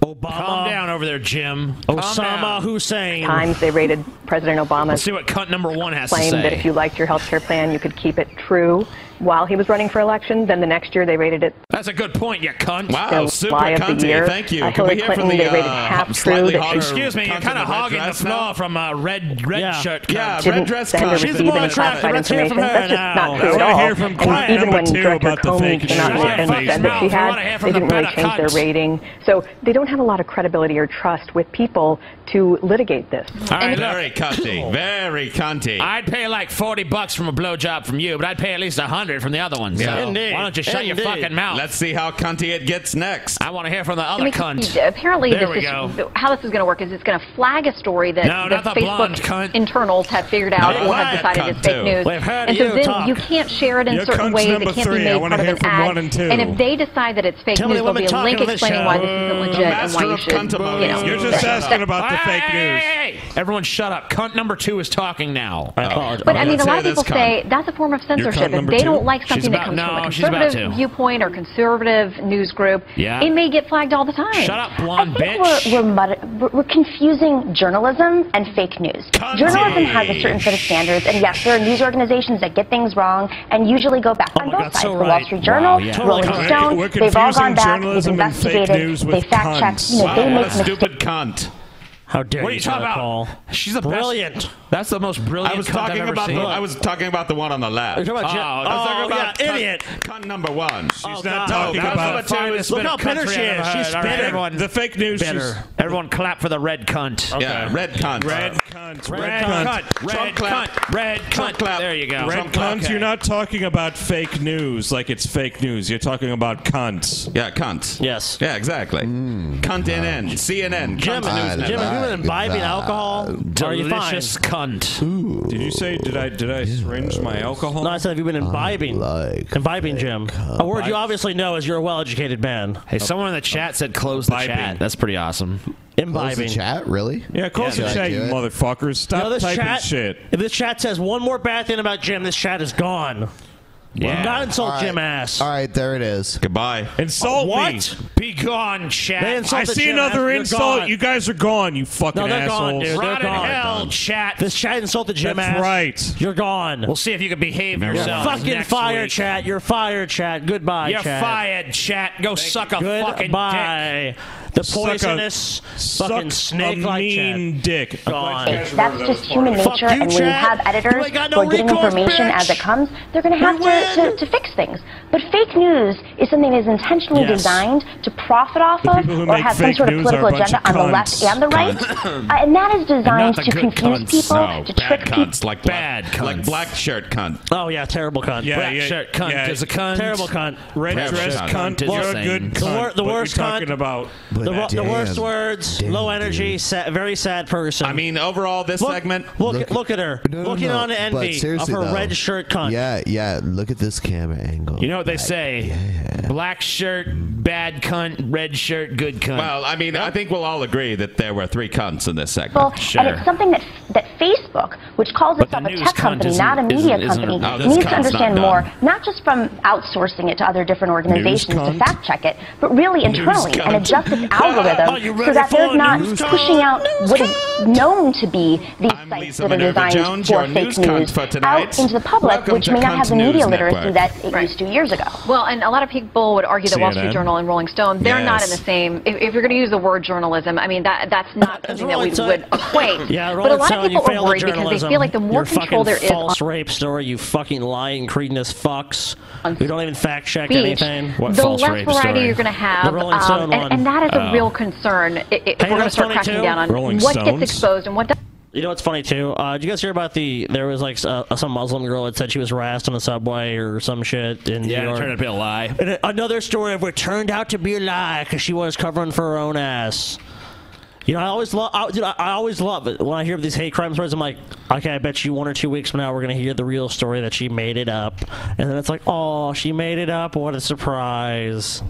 S6: Obama.
S7: Calm down over there, Jim.
S6: Osama Hussein.
S20: times they rated President
S7: Let's see
S20: Obama's
S7: what cunt number one has to
S20: claim that if
S7: say.
S20: you liked your health care plan, you could keep it true while he was running for election. Then the next year, they rated it
S7: That's a good point, you cunt.
S20: Wow, The super lie of the cunty. year. Thank you. Uh, Can Hillary we hear from Clinton, the, they rated uh, half slightly true that hotter she-
S7: Excuse me, you're
S20: cunt
S7: kind
S20: in
S7: of
S20: the red
S7: hogging the
S20: dress
S7: floor from uh, red red shirt. Cunt.
S20: Yeah, Didn't red dress send or cunt. receive
S7: She's the one
S20: any
S7: attractive.
S20: classified
S7: Let's hear from her
S20: information. That's just
S7: now.
S20: not true at all. And even when Director Comey came out
S7: Shut
S20: and
S7: your
S20: said
S7: fucking
S20: that she
S7: mouth. We wanna hear
S20: had,
S7: from
S20: they
S7: the
S20: didn't really
S7: better
S20: change their
S7: cunts.
S20: rating. So they don't have a lot of credibility or trust with people to litigate this.
S8: All right, very cunty. Very cunty.
S7: I'd pay like 40 bucks from a blowjob from you, but I'd pay at least 100 from the other one.
S8: Yeah.
S7: So why don't you shut your fucking mouth?
S8: Let's see how cunty it gets next.
S7: I want to hear from the
S13: I
S7: other
S13: mean,
S7: cunt.
S13: Apparently,
S7: there
S13: this
S7: we
S13: is,
S7: go.
S13: how this is going to work is it's going to flag a story that,
S7: No,
S13: that
S7: not the blonde
S13: Facebook internals have figured out
S7: Not
S13: or have
S7: that
S13: decided
S7: cunt,
S13: is fake
S7: too.
S13: news.
S7: We've heard
S13: and so
S7: you
S13: then
S7: talk.
S13: you can't share it in
S7: Your cunt's
S13: certain ways that
S7: number
S13: can't
S7: three.
S13: be
S7: I
S13: made
S7: wanna
S13: part of
S7: hear
S13: an
S7: from
S13: ad.
S7: one and two.
S13: if they decide that it's fake
S7: Tell me
S13: news,
S7: the
S13: there'll
S7: women
S13: be a
S7: talking
S13: link
S7: on this
S13: explaining
S7: show.
S13: why this isn't legit and why you should. You know,
S7: You're just
S13: that-
S7: asking
S13: that-
S7: about the fake news. Everyone shut up. Cunt number two is talking now.
S13: Oh,
S8: Oh,
S13: But I mean, a lot of people say that's a form of censorship. If
S7: number
S13: they
S7: two?
S13: don't like
S7: She's
S13: something
S7: about-
S13: that comes from
S7: no,
S13: a
S7: she's about
S13: conservative
S7: to.
S13: viewpoint or conservative news group,
S7: Yeah.
S13: it may get flagged all the time.
S7: Shut up, blonde
S21: I think We're, we're, mud- we're confusing journalism and fake news. Journalism has a certain set of standards, and yes, there are news organizations that get things wrong and usually go back on both sides. so the Wall right. Street Journal, Wow, yeah. Rolling Totally. Stone, We're they've all confusing gone back, they've journalism and fake investigated, news they with fact-checked, you know,
S8: Wow,
S21: they
S8: what
S21: make
S8: a
S21: mistakes.
S8: stupid cunt.
S6: How dare
S8: What are
S6: you
S8: you talking
S6: try to
S8: about?
S6: call.
S8: She's the
S6: brilliant.
S8: That's the most brilliant. I was
S6: cunt I've
S8: talking
S6: ever
S8: about
S6: seen.
S8: the. I was talking about the one on the left.
S6: You're talking about Je-
S8: oh, I was talking
S6: oh,
S8: about
S6: yeah,
S8: cunt-
S6: idiot.
S8: Cunt number one. She's
S6: not
S7: Oh,
S6: God. talking
S8: cunt
S6: about
S8: number two
S6: finest
S8: is
S6: bit
S8: been
S6: of
S8: a
S6: country
S8: country
S6: I've
S8: I've
S6: ever
S8: heard.
S6: heard.
S8: All right,
S6: bitter.
S8: everyone-
S6: The fake news, she's-
S7: Bitter. Everyone clap for the red cunt.
S8: Yeah, red cunt. Red cunt.
S7: Red,
S8: Red
S7: cunt.
S8: cunt.
S7: Red
S8: Trump
S7: cunt.
S8: clap.
S7: Red cunt. There you go.
S9: Red cunts, you're not talking about fake news like it's fake news. You're talking about cunts.
S8: Yeah, cunts.
S6: Yes.
S8: Yeah, exactly. Cunt NN, CNN,
S6: Jim,
S8: cunt news
S6: Jim,
S8: network.
S6: have you been imbibing alcohol? Are you fine?
S8: Uh, Delicious
S7: cunt.
S9: Did you say? Did I? Did I syringe my alcohol?
S6: No, I said, have you been imbibing? imbibing, Jim. A word you obviously know is you're a well educated man.
S7: Hey, someone in the chat said close the chat. That's pretty awesome.
S6: Imbibing.
S3: really?
S9: Yeah, close the chat, you motherfuckers. Stop
S6: this
S9: typing
S6: chat,
S9: shit.
S6: If this chat says one more bad thing about Jim, this chat is gone. Do Not insult
S3: All right.
S6: Jim ass.
S3: All right, there it is.
S8: Goodbye.
S9: Insult me.
S6: What?
S7: Be gone, chat.
S6: They
S9: I
S6: insulted
S9: see
S6: Jim
S9: another
S6: after you're
S9: insult.
S6: gone.
S9: You guys are gone. You fucking
S6: No, they're gone,
S9: assholes.
S6: dude. They're gone.
S7: chat.
S6: This chat insulted Jim
S9: That's
S6: ass.
S9: right.
S6: You're gone.
S7: We'll see if you can behave
S6: You're
S7: yourself.
S6: fucking
S7: next
S6: fire
S7: week.
S6: chat. You're fire chat. Goodbye,
S7: You're
S6: chat.
S7: fired, chat. Go suck a fucking
S6: Goodbye. The
S7: Suck a-
S6: poisonous
S7: suck
S6: fucking
S7: a
S6: snake like
S9: mean
S6: chat.
S9: dick.
S6: Gone.
S21: That's just human
S6: Fuck
S21: nature,
S6: you,
S21: and when you
S6: Chad.
S21: have editors
S6: You ain't got no
S21: who are getting
S6: recourse,
S21: information
S6: bitch.
S21: as it comes, they're going to have to, to, to fix things. But fake news is something that is intentionally Yes. designed to profit off The of people who or make have some fake sort of news are a political bunch agenda of on the left cunts. and the *coughs* right,
S8: Cunts.
S21: uh, and that is designed
S8: the
S21: to
S8: good
S21: confuse
S8: cunts.
S21: people,
S8: No,
S21: to
S8: bad
S21: trick people.
S8: cunts, like bad cunts. like black shirt cunt.
S6: Oh yeah, terrible cunt.
S7: Yeah, Black yeah, shirt cunt yeah. is a cunt.
S6: Terrible cunt.
S7: Red Terrible dress cunt. cunt is
S6: Well,
S7: the same.
S6: The, wor- the
S7: What you
S6: worst
S7: talking
S6: cunt.
S9: about?
S6: The, wo-
S8: But
S6: the worst
S8: damn.
S6: words. low energy. Sad, very sad person. I
S8: mean, overall, this segment.
S6: Look, look, at her. looking on to
S3: but
S6: envy of
S3: seriously,
S6: her
S3: though,
S6: red shirt cunt.
S3: Yeah, yeah. Look at this camera angle.
S7: You know what they say? Black shirt, bad cunt. Red shirt, good cunt.
S8: Well, I mean, I think we'll all agree that there were three cunts in this
S21: people,
S8: segment.
S21: And it's something that that Facebook, which calls itself a
S8: news
S21: tech
S8: con
S21: company,
S8: isn't-
S21: not a media
S8: isn't- isn't-
S21: company,
S8: no, this
S21: needs
S8: con's
S21: to understand
S8: not
S21: more,
S8: done.
S21: not just from outsourcing it to other different organizations to
S8: con.
S21: fact check it, but really
S8: News
S21: internally
S8: con.
S21: and
S8: *laughs*
S21: adjust its
S8: Are you
S21: algorithm so
S8: ready
S21: that
S8: for
S21: there's
S8: a
S21: not
S8: news
S21: pushing out what is known to be these sites
S8: Lisa
S21: that are
S8: Minerva
S21: designed
S8: Jones,
S21: for
S8: your news
S21: fake
S8: cunt
S21: news
S8: for
S21: out
S8: tonight.
S21: into the public,
S8: Welcome
S21: which
S8: to
S21: may not have
S8: Cunt
S21: the media
S8: News
S21: literacy
S8: Network.
S21: that it used two years ago.
S13: Well, and a lot of people would argue that Wall Street
S21: CNN.
S13: Journal and Rolling Stone, they're not in the
S21: Yes.
S13: same. If, if you're going to use the word journalism, I mean, that that's not something that we
S6: Rolling Stone-
S13: would equate.
S6: Yeah,
S13: but a
S6: Rolling
S13: lot
S6: Stone,
S13: of
S6: you
S13: people are
S6: failed at
S13: worried
S6: journalism.
S13: because they feel like the more
S6: Your
S13: control
S6: fucking
S13: there is on
S6: false rape story, you fucking lying, cretinous fucks. We don't even fact check
S13: speech,
S6: anything.
S13: the less variety you're going to
S6: The
S13: have,
S6: Rolling Stone
S13: um, and,
S6: one.
S13: and that is a
S6: Oh.
S13: real concern i- i- if we're going to
S6: Haters
S13: start cracking
S6: 22?
S13: down on
S6: Rolling
S13: what
S6: Stones?
S13: gets exposed and what doesn't.
S6: You know what's funny too? Uh, did you guys hear about the? There was like s- uh, some Muslim girl that said she was harassed on the subway or some shit in
S7: Yeah,
S6: New
S7: it
S6: York.
S7: turned out to be a lie.
S6: And a- another story of it turned out to be a lie because she was covering for her own ass. You know, I always love, I, dude, I, I always love it when I hear of these hate crime stories. I'm like, okay, I bet you one or two weeks from now we're gonna hear the real story that she made it up, and then it's like, oh, she made it up. What a surprise!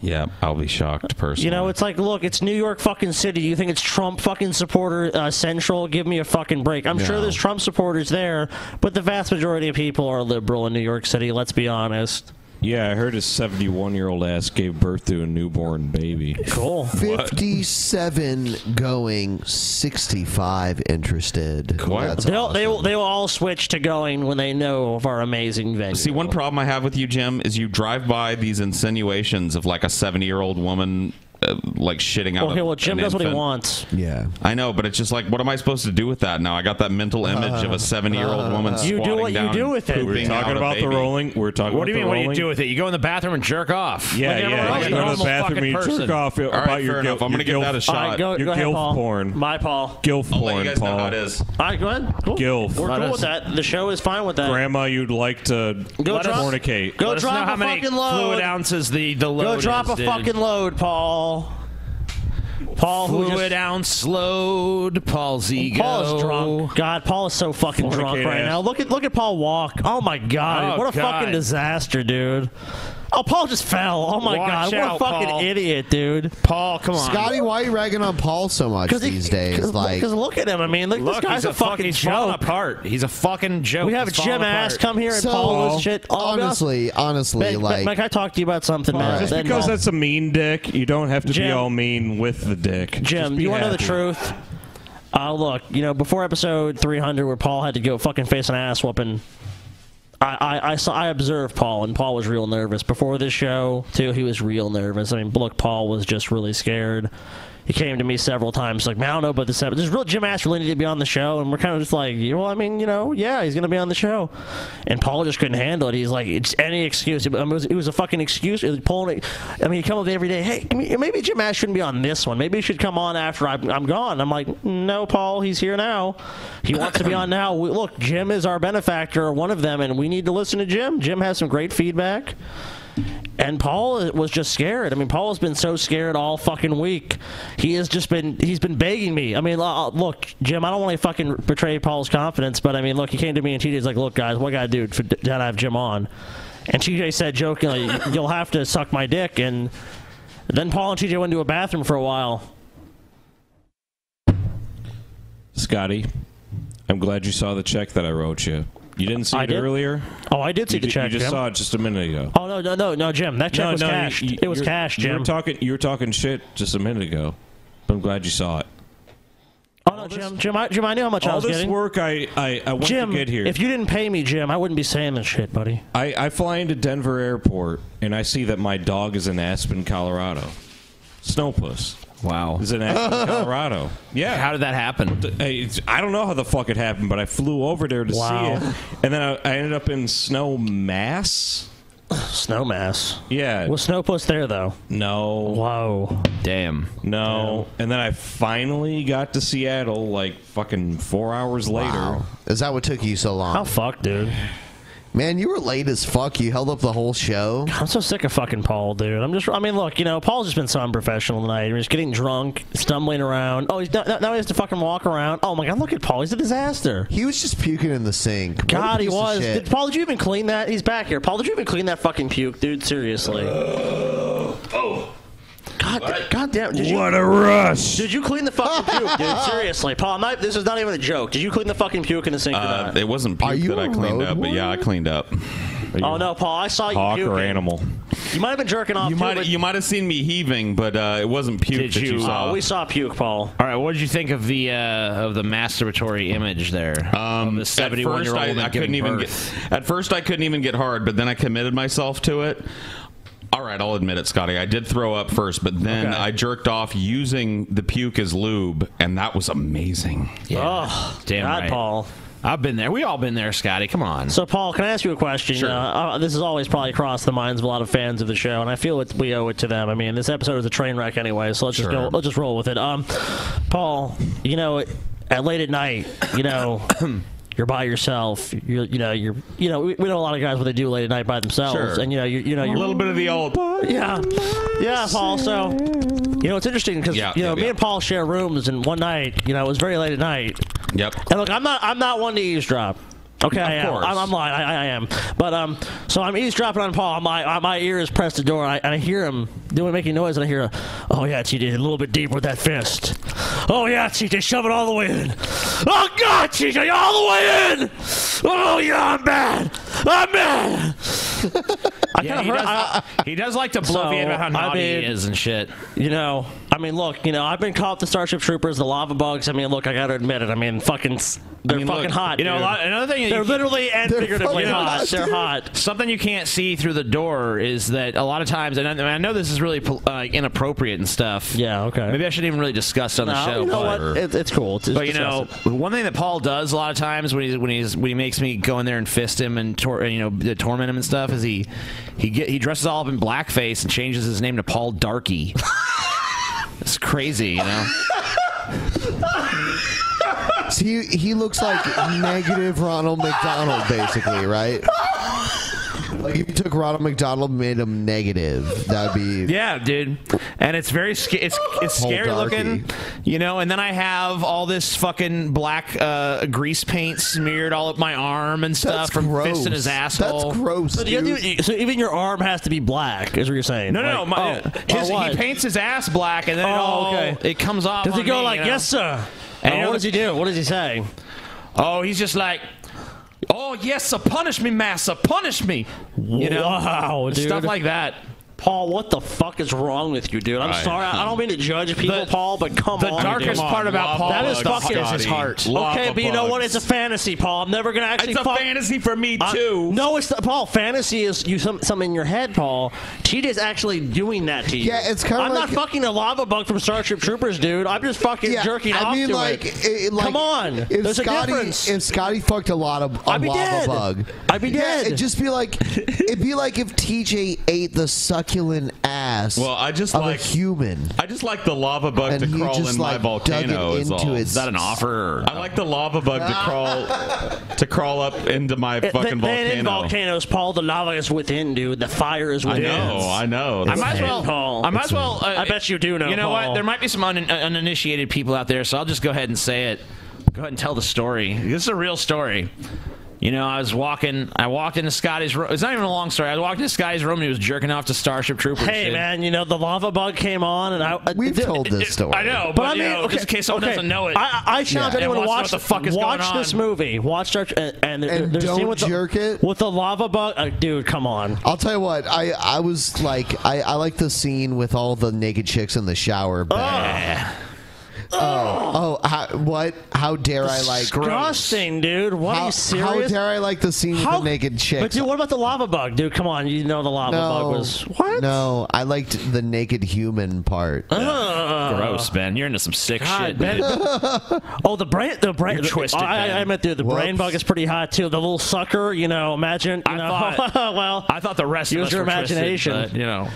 S8: Yeah, I'll be shocked personally.
S6: You know, it's like, look, it's New York fucking city. You think it's Trump fucking supporter uh, central? Give me a fucking break. I'm sure
S8: No.
S6: there's Trump supporters there, but the vast majority of people are liberal in New York City. Let's be honest.
S9: Yeah, I heard a 71 year old ass gave birth to a newborn *laughs* baby.
S6: Cool.
S3: 57 going, 65 interested. That's
S6: They'll, they will they will all switch to going when they know of our amazing venue.
S8: See, one problem I have with you, Jim, is you drive by these insinuations of like a 70 year old woman uh, like shitting out.
S6: Okay,
S8: a-
S6: well, Jim
S8: an
S6: does what he
S8: infant.
S6: wants.
S3: Yeah.
S8: I know, but it's just like, what am I supposed to do with that now? I got that mental image of
S9: Uh,
S8: a 70 year old woman.
S9: uh, You do
S8: squatting
S9: what you
S8: down
S9: do with it.
S8: pooping
S9: We're talking
S8: out a
S9: about the
S8: baby.
S9: rolling- we're talking
S7: What do you mean? What do you do with it? You go in the bathroom and jerk off.
S9: Yeah,
S7: Like
S9: yeah.
S7: everyone else,
S9: You
S7: a
S9: go to the
S7: normal
S9: bathroom
S7: fucking
S9: and you jerk
S7: person.
S9: off about All right, your fair guilt- enough. I'm your gonna give guilf- that a shot.
S6: All right, go,
S9: Your
S6: go ahead,
S9: guilt
S6: Paul.
S9: porn.
S6: My Paul.
S9: Gilf
S8: I'll let you
S9: porn,
S8: guys know
S9: Paul.
S8: how it is.
S6: All right, go ahead. Cool.
S9: Gilf.
S6: We're
S9: Let
S6: cool with
S9: us-
S6: that. The show is fine with that.
S9: Grandma, you'd like to
S6: Go
S9: let us
S6: drop-
S9: fornicate.
S6: go
S7: Let us know
S6: drop
S7: how
S6: a
S7: many
S6: fucking
S7: fluid
S6: load.
S7: ounces the the load
S6: Go drop
S7: is,
S6: a
S7: dude.
S6: fucking load, Paul. Paul, who
S7: fluid
S6: just-
S7: ounce load. Paul's ego.
S6: Paul is drunk. God, Paul is so fucking drunk
S7: Fornicate
S6: right
S7: ass.
S6: now. Look at look at Paul walk. Oh my god,
S7: Oh,
S6: what a
S7: God.
S6: fucking disaster, dude. Oh, Paul just fell. Oh my
S7: Watch
S6: god,
S7: out,
S6: what a fucking
S7: Paul.
S6: idiot, dude.
S7: Paul, come
S3: Scotty, why are you ragging on Paul so much
S6: he-
S3: these days?
S6: Because
S3: like,
S6: look at him. I mean, look, this
S7: Look,
S6: guy's
S7: he's
S6: a,
S7: a fuck-
S6: fucking
S7: he's falling
S6: joke.
S7: apart. He's a fucking joke.
S6: We have
S7: He's falling
S6: Jim Ass
S7: apart.
S6: come here and
S3: So,
S6: Paul this shit. I'll be honest-
S3: honestly, honestly,
S6: Mike,
S3: like,
S6: Mike, I talked to you about something, man.
S9: Just
S6: Then-
S9: because that's a mean dick, you don't have to be
S6: Jim.
S9: all mean with the dick.
S6: Jim, do you want to know the truth? Uh, look, you know, before episode 300, where Paul had to go fucking face an ass whooping, I, I, I saw, I observed Paul, and Paul was real nervous. Before this show, too, he was real nervous. I mean, look, Paul was just really scared. He came to me several times, like, man, I don't know about this episode. This real Jim Ass really needed to be on the show, and we're kind of just like, you know, I mean, you know, yeah, he's gonna be on the show. And Paul just couldn't handle it. He's like, it's any excuse. I mean, it, was, it was a fucking excuse. It was pulling it- I mean, he come up every day. Hey, I mean, maybe Jim Ash shouldn't be on this one. Maybe he should come on after I'm, I'm gone. I'm like, no, Paul, he's here now. He wants to be on now. We, look, Jim is our benefactor, one of them, and we need to listen to Jim. Jim has some great feedback. And Paul was just scared. I mean, Paul has been so scared all fucking week. He has just been, he's been begging me. I mean, uh, look, Jim, I don't want to fucking betray Paul's confidence, but I mean, look, he came to me and TJ's like, look, guys, what do I got to do for, to have Jim on? And TJ said jokingly, you'll have to suck my dick. And then Paul and TJ went to a bathroom for a while.
S9: Scotty, I'm glad you saw the check that I wrote you. You didn't see
S6: I
S9: it
S6: did.
S9: earlier.
S6: Oh, I did see
S9: you,
S6: the
S9: ju-
S6: check,
S9: You just
S6: Jim.
S9: saw it just a minute ago.
S6: Oh, no, no, no, no, Jim. That check was cashed. it was
S9: you're-
S6: cashed,
S9: You
S6: Jim.
S9: were talking. You were talking shit just a minute ago. But I'm glad you saw it.
S6: Oh, no, Jim, Jim, I, Jim, I knew how much I
S9: all
S6: was
S9: this
S6: getting.
S9: work I I, I went
S6: Jim,
S9: to get here.
S6: if you didn't pay me, Jim, I wouldn't be saying this shit, buddy.
S9: I, I fly into Denver Airport and I see that my dog is in Aspen, Colorado. Snowpuss. Wow. Is in *laughs* Aspen, Colorado. Yeah. How did that happen? I don't know how the fuck it happened, but I flew over there to
S6: Wow.
S9: see it. And then I, I ended up in Snow Mass.
S6: Snow Mass.
S9: Yeah.
S6: Was Snowpuss there, though?
S9: No.
S6: Wow.
S9: Damn. No. And then I finally got to Seattle like fucking four hours later.
S3: Is that what took you so long? How
S6: fuck, dude?
S3: Man, you were late as fuck. You held up the whole show.
S6: I'm so sick of fucking Paul, dude. I'm just, I mean, look, you know, Paul's just been so unprofessional tonight. He's getting drunk, stumbling around. Oh, he's now, now he has to fucking walk around. Oh my god, look at Paul. He's a disaster.
S3: He was just puking in
S6: *laughs*
S3: the sink. What a
S6: God, he
S3: piece of
S6: was.
S3: shit.
S6: Did, Paul, did you even clean that? He's back here. Paul, did you even clean that fucking puke, dude? Seriously.
S10: Oh.
S6: God, God damn. Did you,
S10: What a rush.
S6: Did you clean the fucking puke, dude? *laughs* Seriously, Paul, I'm not, this is not even a joke. Did you clean the fucking puke in the sink or not?
S8: Uh, it wasn't puke that I cleaned up, but yeah, I cleaned up.
S6: Oh no, Paul! I saw you. puking. You might have been jerking off.
S8: You
S6: too,
S8: might
S6: but-
S8: you might have seen me heaving, but uh, it wasn't puke
S7: Did
S8: that you,
S7: you-
S8: saw.
S7: Oh, we
S6: saw puke, Paul.
S7: All right, what did you think of the uh, of the masturbatory image there? Um, the
S8: At
S7: seventy one
S8: first,
S7: year old
S8: I,
S7: woman
S8: I couldn't
S7: giving
S8: even
S7: birth.
S8: get. At first, I couldn't even get hard, but then I committed myself to it. All right, I'll admit it, Scotty. I did throw up first, but then I jerked off using the puke as lube, and that was amazing.
S6: Oh,
S7: damn
S6: God,
S7: right.
S6: Paul.
S7: I've been there. We all been there, Scotty. Come on.
S6: So, Paul, can I ask you a question?
S7: Sure.
S6: Uh, uh, this has always probably crossed the minds of a lot of fans of the show, and I feel it, we owe it to them. I mean, this episode is a train wreck anyway, so let's just
S7: Sure.
S6: go. Let's just roll with it. Um, Paul, you know, at late at night, you
S7: *coughs*
S6: know. You're by yourself. You're, you know, you're, you know. We, we know a lot of guys what they do late at night by themselves,
S8: Sure.
S6: and you know, you, you know, you're,
S8: a little bit of the old.
S6: Yeah, yeah, Paul. So, you know, it's interesting because
S8: Yeah,
S6: you know,
S8: yeah,
S6: me and Paul share rooms, and one night, you know, it was very late at night.
S8: Yep.
S6: And look, I'm not, I'm not one to eavesdrop. Okay, I am.
S8: course.
S6: I'm, I'm lying. I, I am. But um, so I'm eavesdropping on Paul. My uh, my ear is pressed to the door. And I, and I hear him doing making noise, and I hear, oh yeah, TJ, a little bit deeper with that fist. Oh yeah, TJ, shove it all the way in. Oh God, TJ, all the way in. Oh yeah, I'm mad. I'm
S3: *laughs*
S6: mad. I
S7: Yeah,
S6: kinda
S7: he,
S6: heard-
S7: does,
S6: I-
S7: he does like to blow
S6: So,
S7: me about how
S6: I
S7: naughty
S6: mean-
S7: he is and shit.
S6: You know, I mean, look, you know, I've been caught up the Starship Troopers, the lava bugs. I mean, look, I gotta admit it. I mean, fucking, s- they're
S7: mean, look,
S6: fucking hot.
S7: You know, a
S6: dude.
S7: lot, another thing. that
S6: They're
S7: you-
S6: literally and figuratively hot. They're hot.
S7: Something you can't see through the door is that a lot of times, and I, and I know this is really pol- uh, inappropriate and stuff.
S6: Yeah, okay.
S7: Maybe I shouldn't even really discuss it on the
S6: No,
S7: show.
S6: you know
S7: but,
S6: what? It- it's cool. It's-
S7: but
S6: it's
S7: you know, one thing that Paul does a lot of times when he's when he's when he makes me go in there and fist him and tor- and, you know uh, torment him and stuff is he he get he dresses all up in blackface and changes his name to Paul Darky. *laughs* it's crazy, you know.
S3: So he, he looks like negative Ronald McDonald, basically, right? Like if you took Ronald McDonald, and made him negative, that'd be
S7: Yeah, dude. And it's very sca- it's it's
S3: Whole
S7: scary
S3: darky.
S7: looking, you know. And then I have all this fucking black uh, grease paint smeared all up my arm and stuff from fist in his asshole.
S6: So, do you have to- e, so even your arm has to be black, is what you're saying?
S7: No, no, no.
S6: Like,
S7: My,
S6: oh,
S7: his,
S6: oh, what?
S7: he paints his ass black, and then it
S6: Oh,
S7: all
S6: okay.
S7: it comes off.
S6: Does he
S7: on
S6: go
S7: me,
S6: like,
S7: you know?
S6: "Yes, sir"?
S7: And
S6: Oh,
S7: you know
S6: what
S7: the-
S6: does he do? What does he say?
S7: Oh, he's just like, oh yes, sir, punish me, massa, punish me. You know,
S6: Wow, dude.
S7: stuff like that.
S6: Paul, what the fuck is wrong with you, dude? I'm
S7: Right.
S6: sorry. I I don't mean to judge people,
S7: The-
S6: Paul, but come
S7: the
S6: on.
S7: darkest
S6: dude.
S7: part about Paul
S6: that is
S7: is
S6: fucking
S7: Scotty. Lava
S6: Okay, but you know what?
S7: bugs.
S6: It's a fantasy, Paul. I'm never gonna actually.
S10: It's a
S6: fantasy for me too. no, it's the, Paul. Fantasy is you some something in your head, Paul. TJ's actually doing that to you.
S3: Yeah, it's kinda
S6: I'm not
S3: like-
S6: fucking a lava bug from Starship Troopers, dude. I'm just fucking
S3: Yeah,
S6: jerking
S3: I
S6: off
S3: mean,
S6: to
S3: like,
S6: it.
S3: it- like,
S6: Come on,
S3: If
S6: there's
S3: Scotty,
S6: a difference.
S3: If Scotty fucked a lot of a
S6: I'd be
S3: lava
S6: dead.
S3: bug,
S6: I'd be
S3: Yeah,
S6: dead.
S3: it'd just be like it'd be like if TJ ate the suck succulent ass
S8: Well, I just
S3: of
S8: like
S3: a human.
S8: I just like the lava bug
S3: And
S8: to
S3: he
S8: crawl
S3: just,
S8: in
S3: like,
S8: my
S3: dug it
S8: volcano. is
S3: into
S8: all.
S3: its- Is that an offer
S8: I like the lava bug to
S3: *laughs*
S8: crawl to crawl up into my
S6: It-
S8: fucking
S6: they, they ain't in
S8: volcano.
S6: volcanoes, Paul. The lava is within, dude. The fire is
S8: I
S6: within.
S8: know, I know.
S2: I might as well.
S6: Paul.
S2: I might as well. uh,
S6: I bet you do know.
S2: You know
S6: Paul.
S2: what? There might be some un- uninitiated people out there, so I'll just go ahead and say it. Go ahead and tell the story. This is a real story. You know, I was walking. I walked into Scotty's room. It's not even a long story. I walked into Scotty's room and he was jerking off to Starship Troopers.
S6: Hey
S2: dude.
S6: man, you know the lava bug came on, and *laughs* I we've
S2: told this story. I know, but, you know, just in case someone doesn't know it
S6: I, I challenge
S2: and
S6: anyone to
S2: wants
S6: watch
S2: to know what the fuck is
S6: watch
S2: going
S6: this
S2: on.
S6: movie. Watch Star and and, there-
S3: And
S6: there's a scene
S3: don't
S6: with
S3: jerk
S6: the,
S3: it
S6: with the lava bug. Uh, dude, come on.
S3: I'll tell you what. I I was like I I like the scene with all the naked chicks in the shower. But Oh, oh! How, what? How dare I like?
S6: Disgusting, dude. What
S3: How-
S6: are you serious?
S3: How dare I like the scene with the naked chicks?
S6: But dude, what about the lava bug? Dude, come on. You know the lava bug was.
S3: what? No, I liked the naked human part.
S6: Ugh.
S2: Gross, Ben. You're into some sick shit. dude.
S6: God, Ben. oh, the brain, the brain,
S2: You're twisted,
S6: I, I, I meant the, the brain bug is pretty hot too. The little sucker, you know. Imagine, you know,
S2: thought-
S6: *laughs* well,
S2: I thought the rest of
S6: use
S2: us
S6: your
S2: were twisted,
S6: imagination.
S2: but, you know,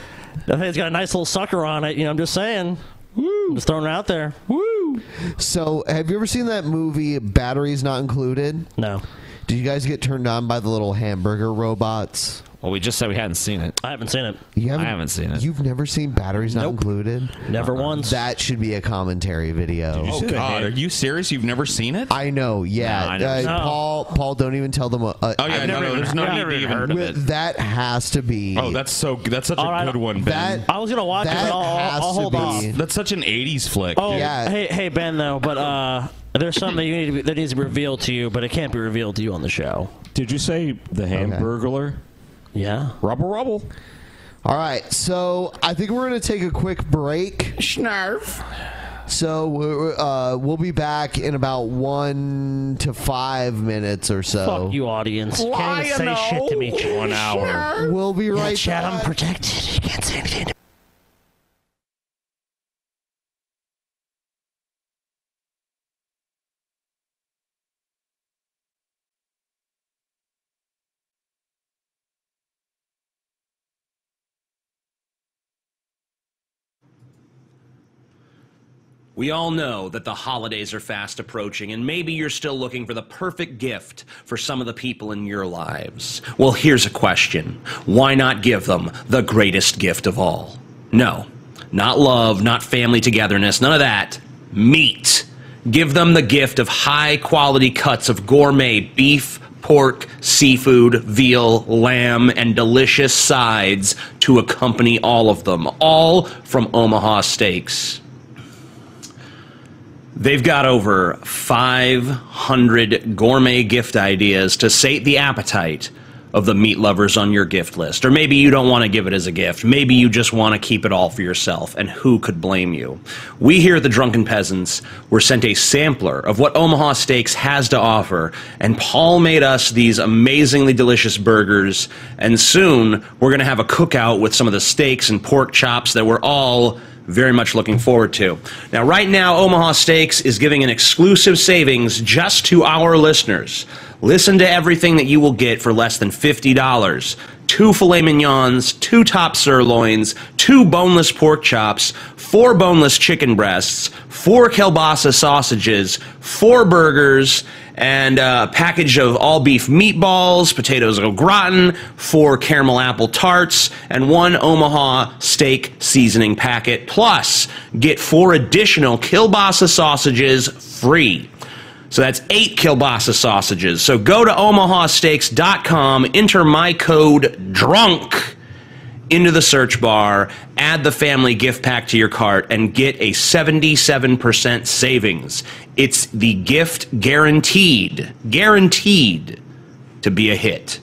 S6: I think it's got a nice little sucker on it. You know, I'm just saying. Woo. Just throwing it out there.
S3: Woo! So, have you ever seen that movie Batteries Not Included?
S6: No.
S3: Did you guys get turned on by the little hamburger robots?
S2: Well, we just said we hadn't seen it.
S6: I haven't seen it.
S3: You haven't,
S2: I haven't seen it.
S3: You've never seen Batteries Not Included?
S6: Never once.
S3: That should be a commentary video.
S8: Oh God, are Uh-uh. you serious? You've never seen it?
S3: I know. Yeah,
S8: No, I never-
S3: Uh,
S8: No.
S3: Paul. Paul, don't even tell them. Uh, oh
S8: yeah, I've no, never no, even- there's no I've need never to even even- heard of
S3: With-
S8: it.
S3: That has to be.
S8: Oh, that's so. That's such
S3: All right,
S8: a good one, Ben.
S3: that- I was gonna watch it, that but I'll- I'll- I'll has hold to off. be-
S8: That's such an '80s flick.
S6: Oh,
S8: dude.
S6: Hey, hey, Ben, though, but uh, there's something that you need to be, that needs to be revealed to you, but it can't be revealed to you on the show.
S22: Did you say the Hamburglar?
S6: Yeah.
S22: Rubble, rubble.
S3: All right, so I think we're going to take a quick break.
S2: Snarf.
S3: So we're, uh, we'll be back in about one to five minutes or so.
S6: Fuck you, audience. You can't even say shit to me. One hour.
S3: We'll be right
S6: yeah, Chad, I'm protected. You can't say anything. to-
S7: We all know that the holidays are fast approaching, and maybe you're still looking for the perfect gift for some of the people in your lives. Well, here's a question Why not give them the greatest gift of all? No, not love, not family togetherness, none of that. Meat. Give them the gift of high quality cuts of gourmet beef, pork, seafood, veal, lamb, and delicious sides to accompany all of them, all from Omaha Steaks. They've got over 500 gourmet gift ideas to sate the appetite of the meat lovers on your gift list. Or maybe you don't want to give it as a gift. Maybe you just want to keep it all for yourself, and who could blame you? We here at the Drunken Peasants were sent a sampler of what Omaha Steaks has to offer, and Paul made us these amazingly delicious burgers, and soon we're going to have a cookout with some of the steaks and pork chops that we're all very much looking forward to. Now, right now, Omaha Steaks is giving an exclusive savings just to our listeners. Listen to everything that you will get for less than $50. Two filet mignons, two top sirloins, two boneless pork chops, four boneless chicken breasts, four kielbasa sausages, four burgers, and uh, a package of all beef meatballs, potatoes au gratin, four caramel apple tarts, and one Omaha steak seasoning packet. Plus, get four additional kielbasa sausages free. So that's eight kielbasa sausages. So go to omahasteaks.com, enter my code DRUNK into the search bar, add the family gift pack to your cart, and get a 77% savings. It's the gift guaranteed, guaranteed to be a hit.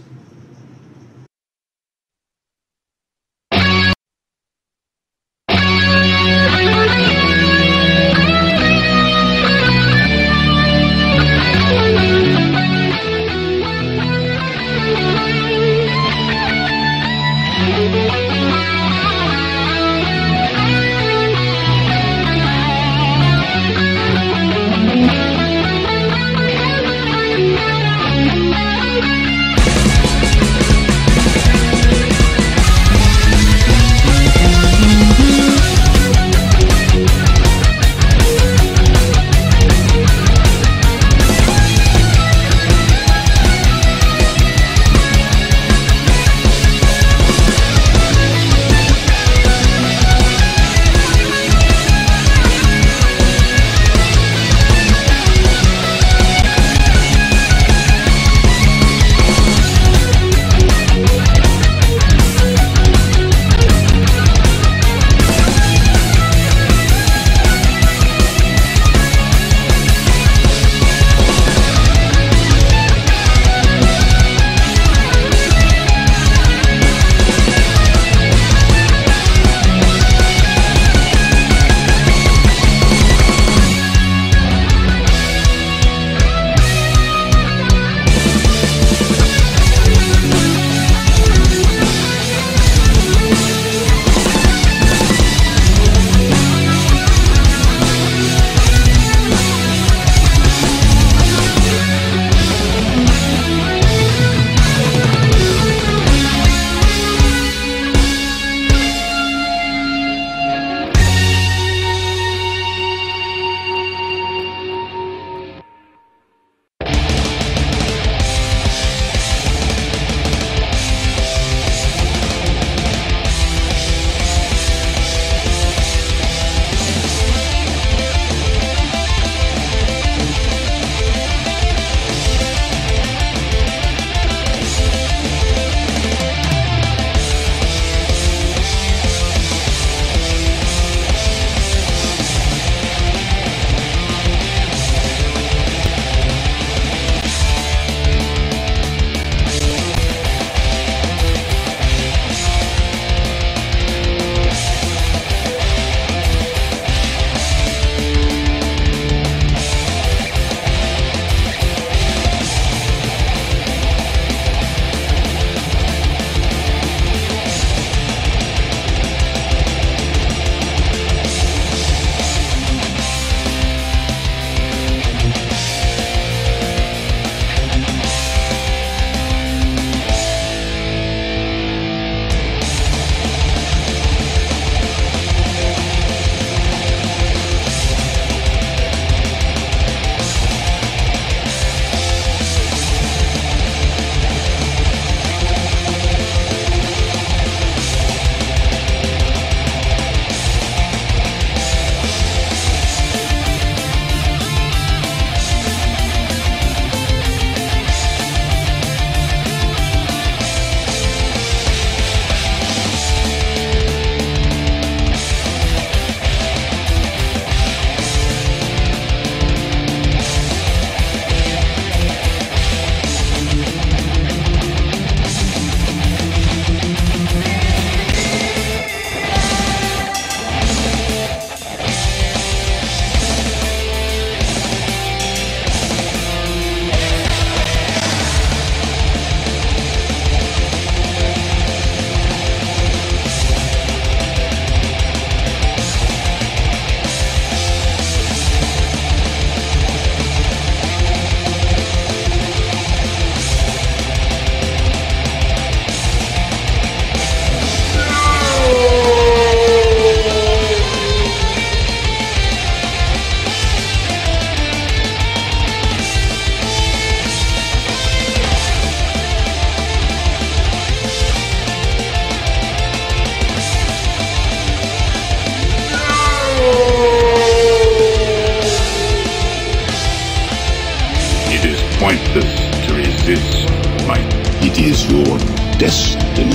S23: is my, it is your destiny.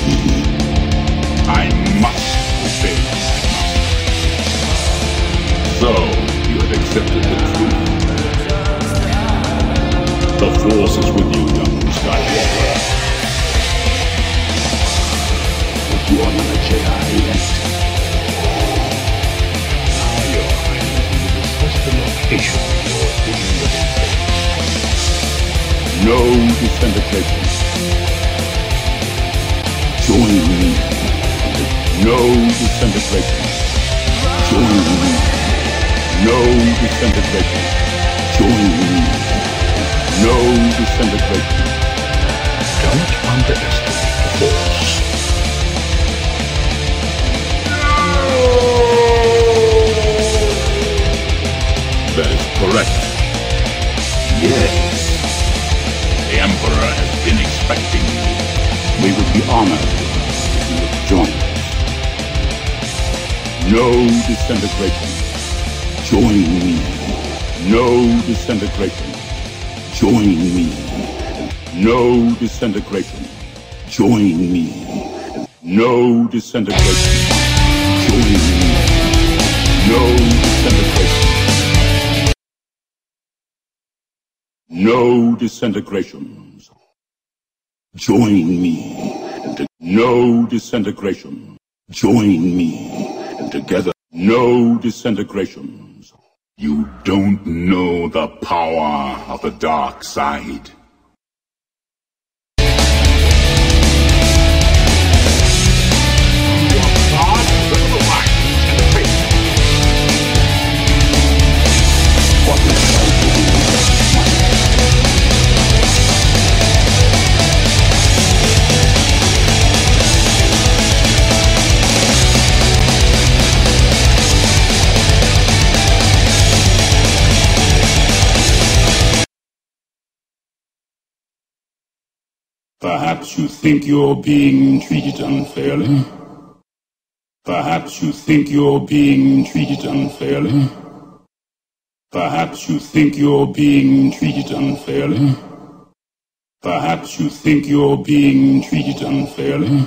S23: I must obey. So you have accepted the truth. The force is with you, young Skywalker. But you are not a Jedi yet. Now your eyes will discuss the location of your being no disintegration. Join me. No disintegration. Join me. No disintegration. Join me. No disintegration. Don't underestimate the force. That is correct. Yes. The Emperor has been expecting you. We would be honored if you would join us. No disintegration. Join me. No disintegration. Join me. No disintegration. Join me. No disintegration. Join me. No disintegration. No disintegrations. Join me. And to- no disintegration. Join me. And together, no disintegrations. You don't know the power of the dark side. Perhaps you think you're being treated unfairly. Perhaps you think you're being treated unfairly. Perhaps you think you're being treated unfairly. Perhaps you think you're being treated unfairly.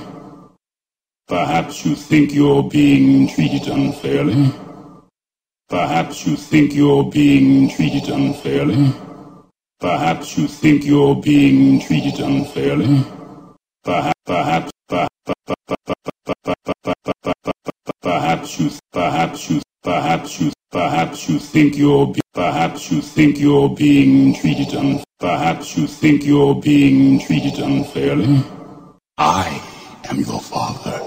S23: Perhaps you think you're being treated unfairly. Perhaps you think you're being treated unfairly. Perhaps you think you're being treated unfairly. Perhaps, perhaps, per- per- per- per- per- per- per- per- per- per- perhaps you, perhaps you, perhaps you, perhaps you think you're, be- perhaps you think you're being treated un, perhaps you think you're being treated unfairly. I am your father.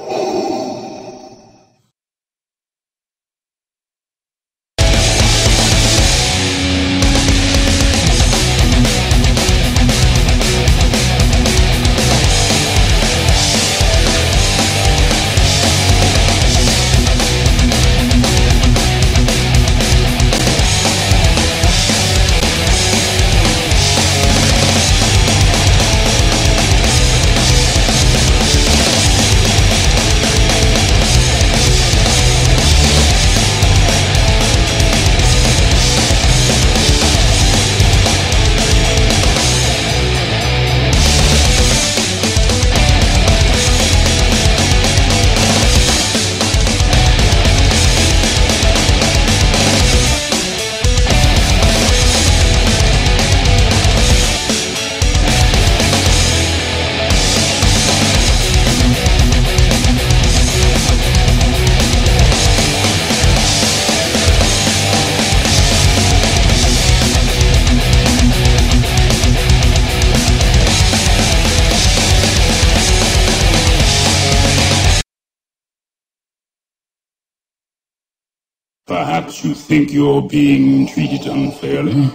S23: Perhaps you think you're being treated unfairly.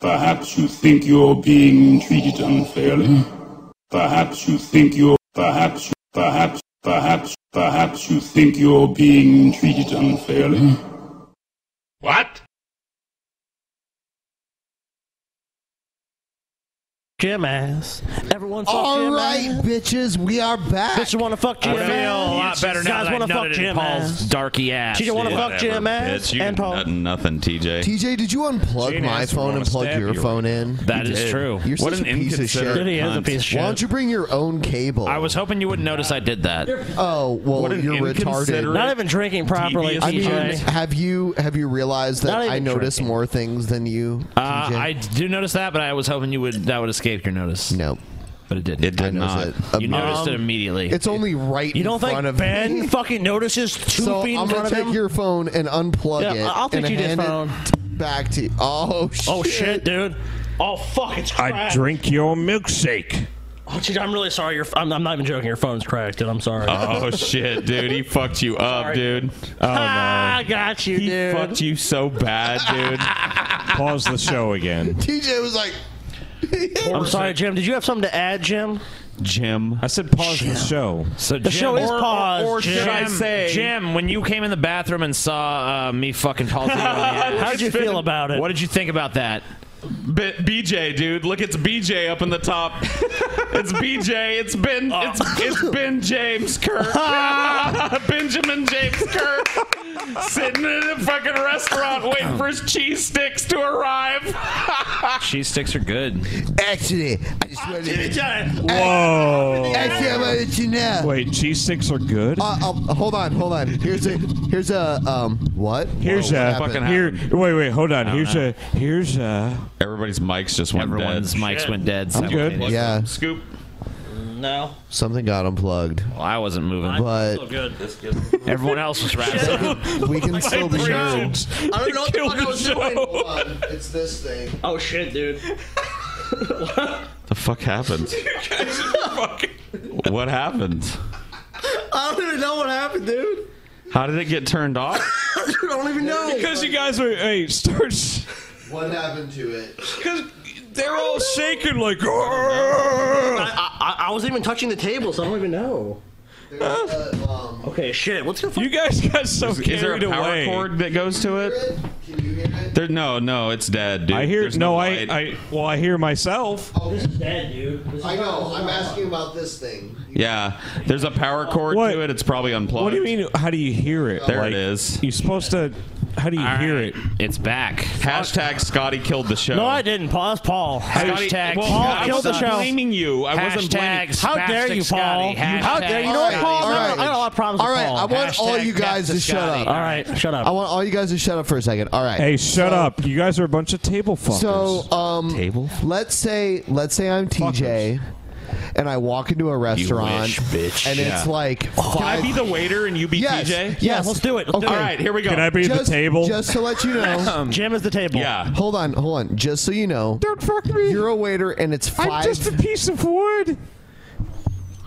S23: Perhaps you think you're being treated unfairly. Perhaps you think you're, perhaps, perhaps, perhaps, perhaps you think you're being treated unfairly. What?
S6: Jim ass. Everyone fuck
S3: All
S6: Jim
S3: right,
S6: ass.
S3: bitches, we are back.
S6: Bitches want to fuck
S7: I
S6: Jim
S7: feel
S6: ass.
S7: a lot better now
S6: Guys
S7: that I
S6: wanna fuck
S7: nutted in
S6: Jim
S7: Paul's
S6: ass.
S7: darky ass.
S6: She don't want to
S7: dude.
S6: fuck Jim
S3: eh?
S6: ass.
S8: you
S6: And Paul.
S8: Nothing, nothing, TJ.
S3: TJ, did you unplug
S8: Jane
S3: my
S8: asked if I
S3: phone and
S8: wanna
S3: plug
S8: stab
S3: your
S8: you.
S3: phone in?
S8: That
S3: You
S8: is
S3: did.
S8: true.
S3: You're
S8: What
S3: such
S8: an
S3: a piece of shit.
S8: inconsiderate Really is a cunt. piece of
S3: Why
S8: shit.
S3: don't you bring your own cable?
S7: I was hoping you wouldn't notice I did that.
S3: Oh well,
S7: What an
S3: you're retarded.
S7: inconsiderate Not even drinking properly,
S3: I mean,
S7: TJ.
S3: have you have you realized that
S7: Not even
S3: I notice
S7: drinking.
S3: more things than you?
S7: Uh, I do notice that, but I was hoping you would that would escape your notice.
S3: No,
S7: but it didn't. It
S3: did not.
S7: You
S3: Um,
S7: noticed it immediately.
S3: It's only right.
S7: You
S3: in
S7: don't think
S3: front of
S7: Ben
S3: me.
S6: fucking notices two
S3: so
S6: feet in
S3: I'm gonna
S6: front of
S3: take
S6: him?
S3: your phone and unplug
S6: Yeah,
S3: it.
S6: I'll take
S3: and
S6: you this
S3: hand it
S6: phone.
S3: t- back to you. Oh shit.
S6: Oh shit, dude. Oh fuck, it's cracked.
S9: I drink your milkshake.
S6: Oh, geez, I'm really sorry. Your, I'm, I'm not even joking. Your phone's cracked, dude. I'm sorry.
S8: Oh shit, dude! He fucked you up,
S6: Sorry. *laughs*
S8: dude. Oh
S6: Ah, I got you,
S8: He
S6: dude.
S8: fucked you so bad,
S3: *laughs*
S8: dude.
S9: Pause the show again.
S3: TJ was like,
S6: I'm sorry, Jim. Did you have something to add, Jim?
S8: Jim.
S9: I said pause the show.
S7: So
S6: The
S7: Jim-
S6: show is
S7: or- or-
S6: paused,
S7: Or,
S6: Jim.
S7: should I say, Jim, when you came in the bathroom and saw uh, me fucking
S8: *laughs*
S7: Paul, how
S8: How'd you feel
S7: about it? What did you think about that?
S8: B- BJ, dude, look, it's BJ up in the top. it's BJ. It's Ben.
S3: Oh.
S8: It's, it's Ben James
S3: *laughs*
S8: Kirk. Benjamin James Kirk sitting in a fucking restaurant waiting for his cheese sticks to
S6: *laughs*
S8: arrive.
S7: Cheese sticks are good.
S3: Actually, I just wanted
S9: Whoa.
S3: Actually, I wanted to know.
S9: Wait, cheese sticks are good?
S3: Uh, uh, hold on, hold on. Here's a here's a um what?
S9: Here's
S3: Whoa, what
S9: a
S3: happened?
S9: here. Wait, wait, hold on.
S3: I don't
S9: Here's
S3: know.
S9: a here's a.
S8: Everybody's mics just went dead.
S7: Everyone's mics Shit. went dead
S9: I'm good.
S7: simultaneously.
S3: Yeah.
S8: Scoop.
S6: No.
S3: Something got unplugged.
S7: Well, I wasn't moving,
S3: but
S6: good.
S7: *laughs* everyone else was wrapped.
S3: *laughs* we can still be heard.
S6: I don't know what the fuck I was doing.
S3: it's this thing.
S6: Oh shit, dude.
S8: The fuck
S3: *laughs*
S8: happened? what happened?
S14: I don't even know what happened, dude.
S8: How did it get turned off?
S9: *laughs*
S14: I don't even know.
S9: Because you guys were hey start.
S3: What happened to it?
S9: Because they're all shaking like.
S6: I, I, I wasn't even touching the table, so I don't even know. okay, shit. What's going?
S9: You guys got so
S8: Is, is there a
S9: carried
S8: power
S9: away.
S8: cord that goes to it? There, no, no, it's dead, dude.
S9: I hear
S8: There's
S9: no. I,
S8: light.
S9: I well, I hear myself.
S6: This is dead, dude. This is
S3: I know. I'm asking about this thing.
S8: Yeah, there's a power cord to it. It's probably unplugged.
S9: What do you mean? How do you hear it?
S8: There
S9: Like,
S8: it is.
S9: You're supposed to. How do you hear it?
S7: It's back.
S8: Hashtag Scotty killed the show.
S6: No, I didn't. Pause, Paul.
S8: Scotty- well,
S6: Paul
S8: I
S6: killed the
S8: wasn't
S6: show.
S8: blaming you. I wasn't blaming- Hashtag
S6: How dare you,
S8: spastic Scotty.
S6: Paul? How
S8: Hashtag
S6: dare you? You know what,
S8: Scotty.
S6: Paul? I got-
S8: All right.
S6: I got a lot of problems
S3: All
S6: with
S3: right,
S6: Paul.
S3: I want all you guys to shut up.
S6: All right, shut up.
S3: I want all you guys to shut up for a second. All right.
S9: Hey, shut
S3: So-
S9: up! You guys are a bunch of table fuckers.
S3: So, um,
S8: table.
S3: Let's say, let's say I'm TJ, and I walk into a restaurant,
S8: wish, bitch.
S3: and it's
S8: Yeah.
S3: like
S8: Can I
S3: five-
S8: be the waiter and you be TJ?
S3: Yes, yes. Yeah, let's do it, let's do
S8: All
S3: it.
S8: right, here we go. Um,
S3: Can I be the Just- table? just to let
S8: *laughs*
S3: you know-
S6: Jim is the table.
S8: Yeah.
S3: Hold on, hold on. Just so you know,
S9: don't fuck me.
S3: You're a waiter, and it's five.
S9: I'm just a piece of
S3: *laughs*
S9: wood.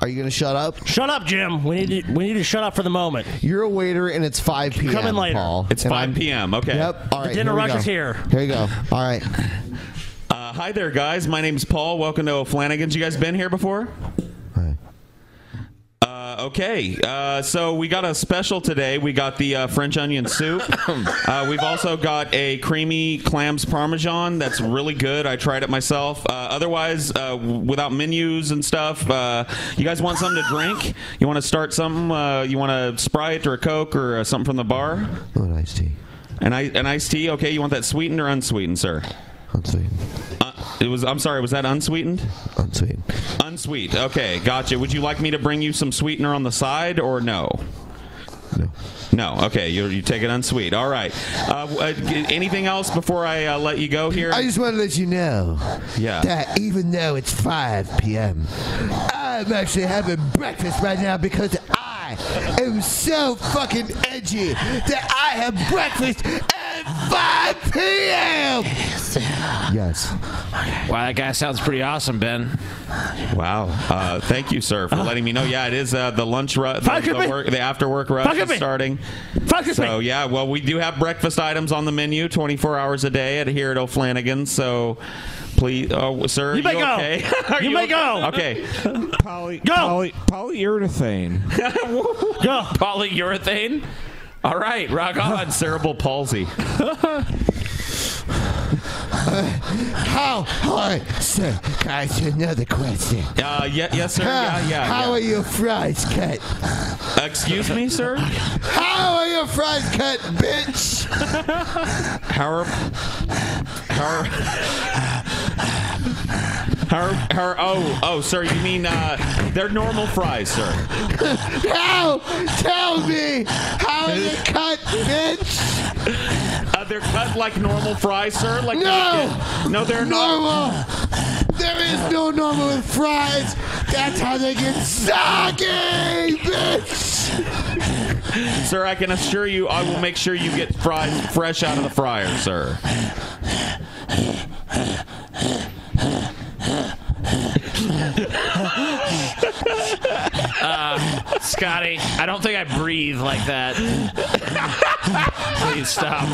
S3: Are you gonna shut up?
S6: Shut up, Jim. We need to, we need to shut up for the moment.
S3: You're a waiter, and it's five p.m.
S6: come in later.
S3: Paul.
S8: It's
S3: And
S8: 5
S3: I'm-
S8: p.m. Okay.
S3: Yep. All right.
S6: dinner
S3: here we
S6: rush
S3: go.
S6: is here.
S3: Here we go. All right.
S8: Uh, hi there, guys. My name's Paul. Welcome to O'Flanagan's. You guys been here before? Uh, okay, uh, so we got a special today. We got the uh, French onion
S3: *coughs*
S8: soup. uh, we've also got a creamy clams parmesan that's really good. I tried it myself. Uh, otherwise, uh, w- without menus and stuff, uh, you guys want something to drink? You want to start something? Uh, you want a Sprite or a Coke or uh, something from the bar?
S3: Oh, an iced tea.
S8: An, I- an iced tea? Okay, you want that sweetened or unsweetened, sir?
S3: Unsweetened.
S8: Uh, it was. I'm sorry. Was that unsweetened?
S3: Unsweetened.
S8: Unsweet. Okay, gotcha. Would you like me to bring you some sweetener on the side or no? No. No. Okay, you you take it unsweet. All right. Uh, w- uh, g- anything else before I uh, let you go here?
S3: I just want to let you know
S8: Yeah.
S3: *laughs* that even though it's 5 p.m., I'm actually having breakfast right now because I am so fucking edgy that I have breakfast at 5 p.m. Yes.
S7: Wow, that guy sounds pretty awesome, Ben.
S8: Wow. Uh, thank you, sir, for letting me know. Yeah, it is uh, the lunch rush, the,
S7: Fuck with
S8: the,
S7: me.
S8: work, the after work rush
S7: Fuck with
S8: is
S7: me.
S8: starting. so yeah, well, we do have breakfast items on the menu 24 hours a day at here at O'Flanagan. So please, oh, sir,
S6: You may
S8: you
S6: go.
S8: okay? *laughs* Are
S6: You may
S8: okay?
S6: go.
S8: Okay.
S9: Poly, go. Poly, polyurethane.
S7: Go. Polyurethane. All right, rock on.
S3: *laughs*
S8: Cerebral palsy.
S14: how hard, sir? Can I ask you another question?
S8: Uh, ye- yes,
S14: *laughs*
S8: sir.
S14: How,
S8: yeah, yeah.
S14: how
S8: yeah.
S14: are your fries cut?
S8: Excuse me, sir.
S14: How are your fries cut, bitch?
S8: How are, how are, how are, how are- oh, oh, sir, you mean, uh, they're normal fries, sir.
S14: how? Tell me how are they cut, bitch?
S8: Uh, they're cut like normal fries, sir. Like
S14: No!
S8: no, they're
S14: normal. There is no normal with fries. That's how they get soggy, bitch.
S8: Sir, I can assure you, I will make sure you get fried fresh out of the fryer, sir.
S7: Uh, Scotty, I don't think I breathe like that. Please stop.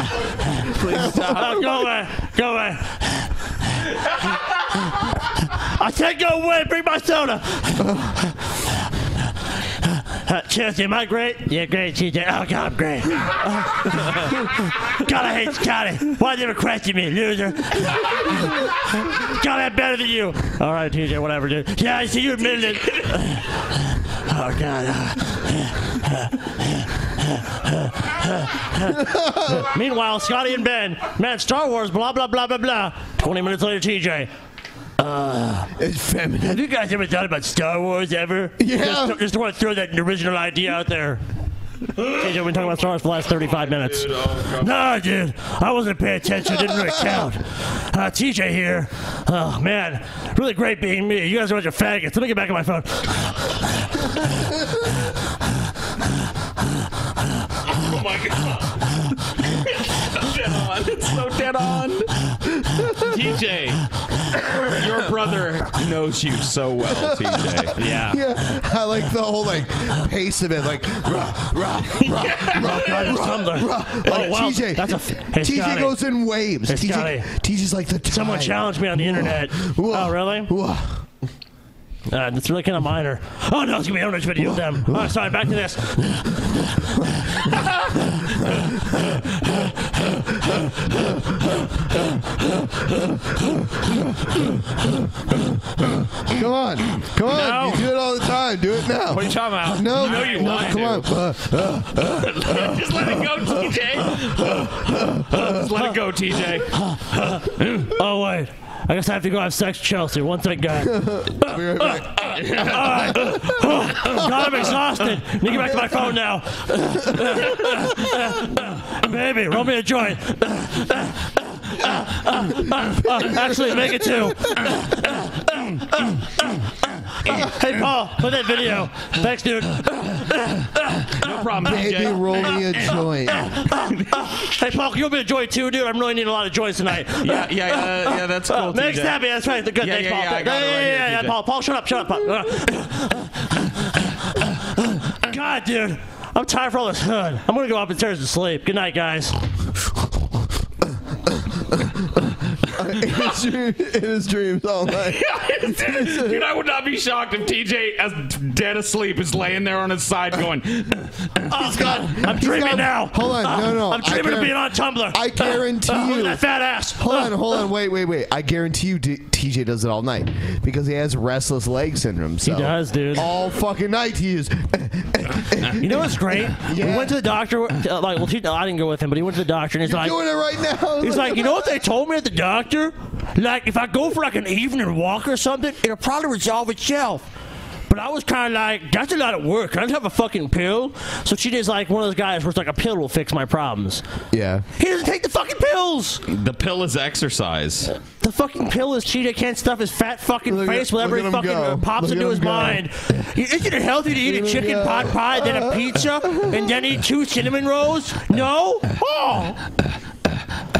S7: Please stop.
S6: go away. Go away. *laughs* I said go away. Bring my soda. Uh, cheers, am I great? Yeah, great, TJ. Oh, God, I'm great. God, I hate Scotty. Why you ever question me, loser? God, I'm better than you. All right, TJ, whatever, dude. Yeah, I see you admitted it. Oh, God. Meanwhile, Scotty and Ben, man, Star Wars, blah, blah, blah, blah, blah. 20 minutes later, TJ. Uh, it's feminine. Have you guys ever thought about Star *laughs* Wars ever?
S14: Yeah.
S6: Just, just want to throw that original idea out there. TJ, we've been talking about Star Wars for the last 35 minutes. no, dude. I wasn't paying attention. Didn't really count. Uh, TJ here. Oh, man. Really great being me. You guys are a bunch of faggots. Let me get back on my phone.
S10: Oh my god.
S8: *laughs* It's so dead
S6: *laughs*
S8: on. *laughs* TJ, your brother knows you so
S3: *laughs*
S8: well, TJ.
S3: Yeah. I like the whole like pace of it, like *laughs* rah, rah, rah, rah,
S6: God, it's
S3: rah,
S6: Tumblr.
S3: rah.
S6: Oh,
S3: Like
S6: wow.
S3: TJ,
S6: That's a f- Hey,
S3: TJ
S6: Scotty.
S3: goes in waves.
S6: Hey, Scotty.
S3: TJ, TJ's like the time.
S6: Someone challenged me on the internet. Oh, really? Uh, it's really kind of minor. Oh no, it's gonna be owner's video of them. Oh, sorry, back to this.
S3: Come on, come on. You do it all the time. Do it now.
S7: What are you talking about?
S3: No,
S7: No, you
S3: no,
S7: want
S3: Come
S7: to.
S3: on. Uh, uh, uh, *laughs*
S7: Just let it go, TJ. Just let it
S8: *laughs*
S7: go,
S3: *laughs*
S7: TJ.
S6: oh wait, I guess I have to go have sex, with Chelsea. One second, guys. God, I'm exhausted. Let me get back to my phone now. Baby, roll me a joint. Uh, Actually, make it two. hey, Paul, Oh, put that video. Thanks, dude. no problem.
S3: Baby, roll
S6: *laughs*
S3: me a joint.
S6: hey, Paul, you'll be a joint too, dude. I'm really needing a lot of joints tonight.
S8: *laughs* Yeah, yeah, uh, yeah, that's cool,
S6: Next
S8: TJ.
S6: happy. That's right. Good.
S8: Yeah,
S6: Thanks,
S8: yeah,
S6: Paul.
S8: yeah, I got it
S6: yeah,
S8: right
S6: yeah,
S8: here,
S6: yeah, yeah,
S8: TJ.
S6: Paul. Paul, shut up, shut up. Paul. Uh, God, dude, I'm tired for all this hood. I'm gonna go up upstairs and sleep. Good night,
S3: *laughs*
S6: guys.
S3: in his dreams
S8: *laughs*
S3: all night. *laughs*
S10: Dude, I would not be shocked if TJ, as dead asleep, is laying there on his side
S3: *laughs*
S10: going,
S8: "Ah,
S6: Oh God, I'm
S3: He's
S6: dreaming
S3: got-
S6: now.
S3: Hold on,
S8: *laughs*
S3: no, no.
S6: I'm dreaming of
S3: I guar-
S6: being on Tumblr.
S3: I guarantee
S6: Uh,
S3: you.
S6: look at that fat ass.
S3: Hold on,
S6: Uh,
S3: hold on, wait, wait, wait. I guarantee you, D- TJ does it all night because he has restless leg syndrome. So he does,
S6: dude.
S3: All fucking night he is.
S6: You know what's great? We went to the doctor. Uh, like, well, she, I didn't go with him, but he went to the doctor and he's like,
S3: doing it right
S6: *laughs*
S3: now.
S6: He's like, you know what
S3: *laughs*
S6: they told me at the doctor? Like, if I go for like an evening walk or something, it'll probably resolve itself. But I was kind of like, that's a lot of work. I just have a fucking pill. So she is like one of those guys where it's like a pill will fix my problems.
S3: Yeah.
S6: He doesn't take the fucking pills.
S8: The pill is exercise.
S6: The fucking pill is cheetah can't stuff his fat fucking
S8: Look at-
S6: face whenever
S8: look at
S6: he
S8: him
S6: fucking
S8: go.
S6: uh, pops
S8: Look at
S6: into
S8: him
S6: his
S8: go.
S6: mind. You- Isn't it healthy to eat a
S8: Look at him
S6: chicken
S8: go. Uh-huh.
S6: pot pie, then a pizza, and then eat two cinnamon rolls? No? Oh!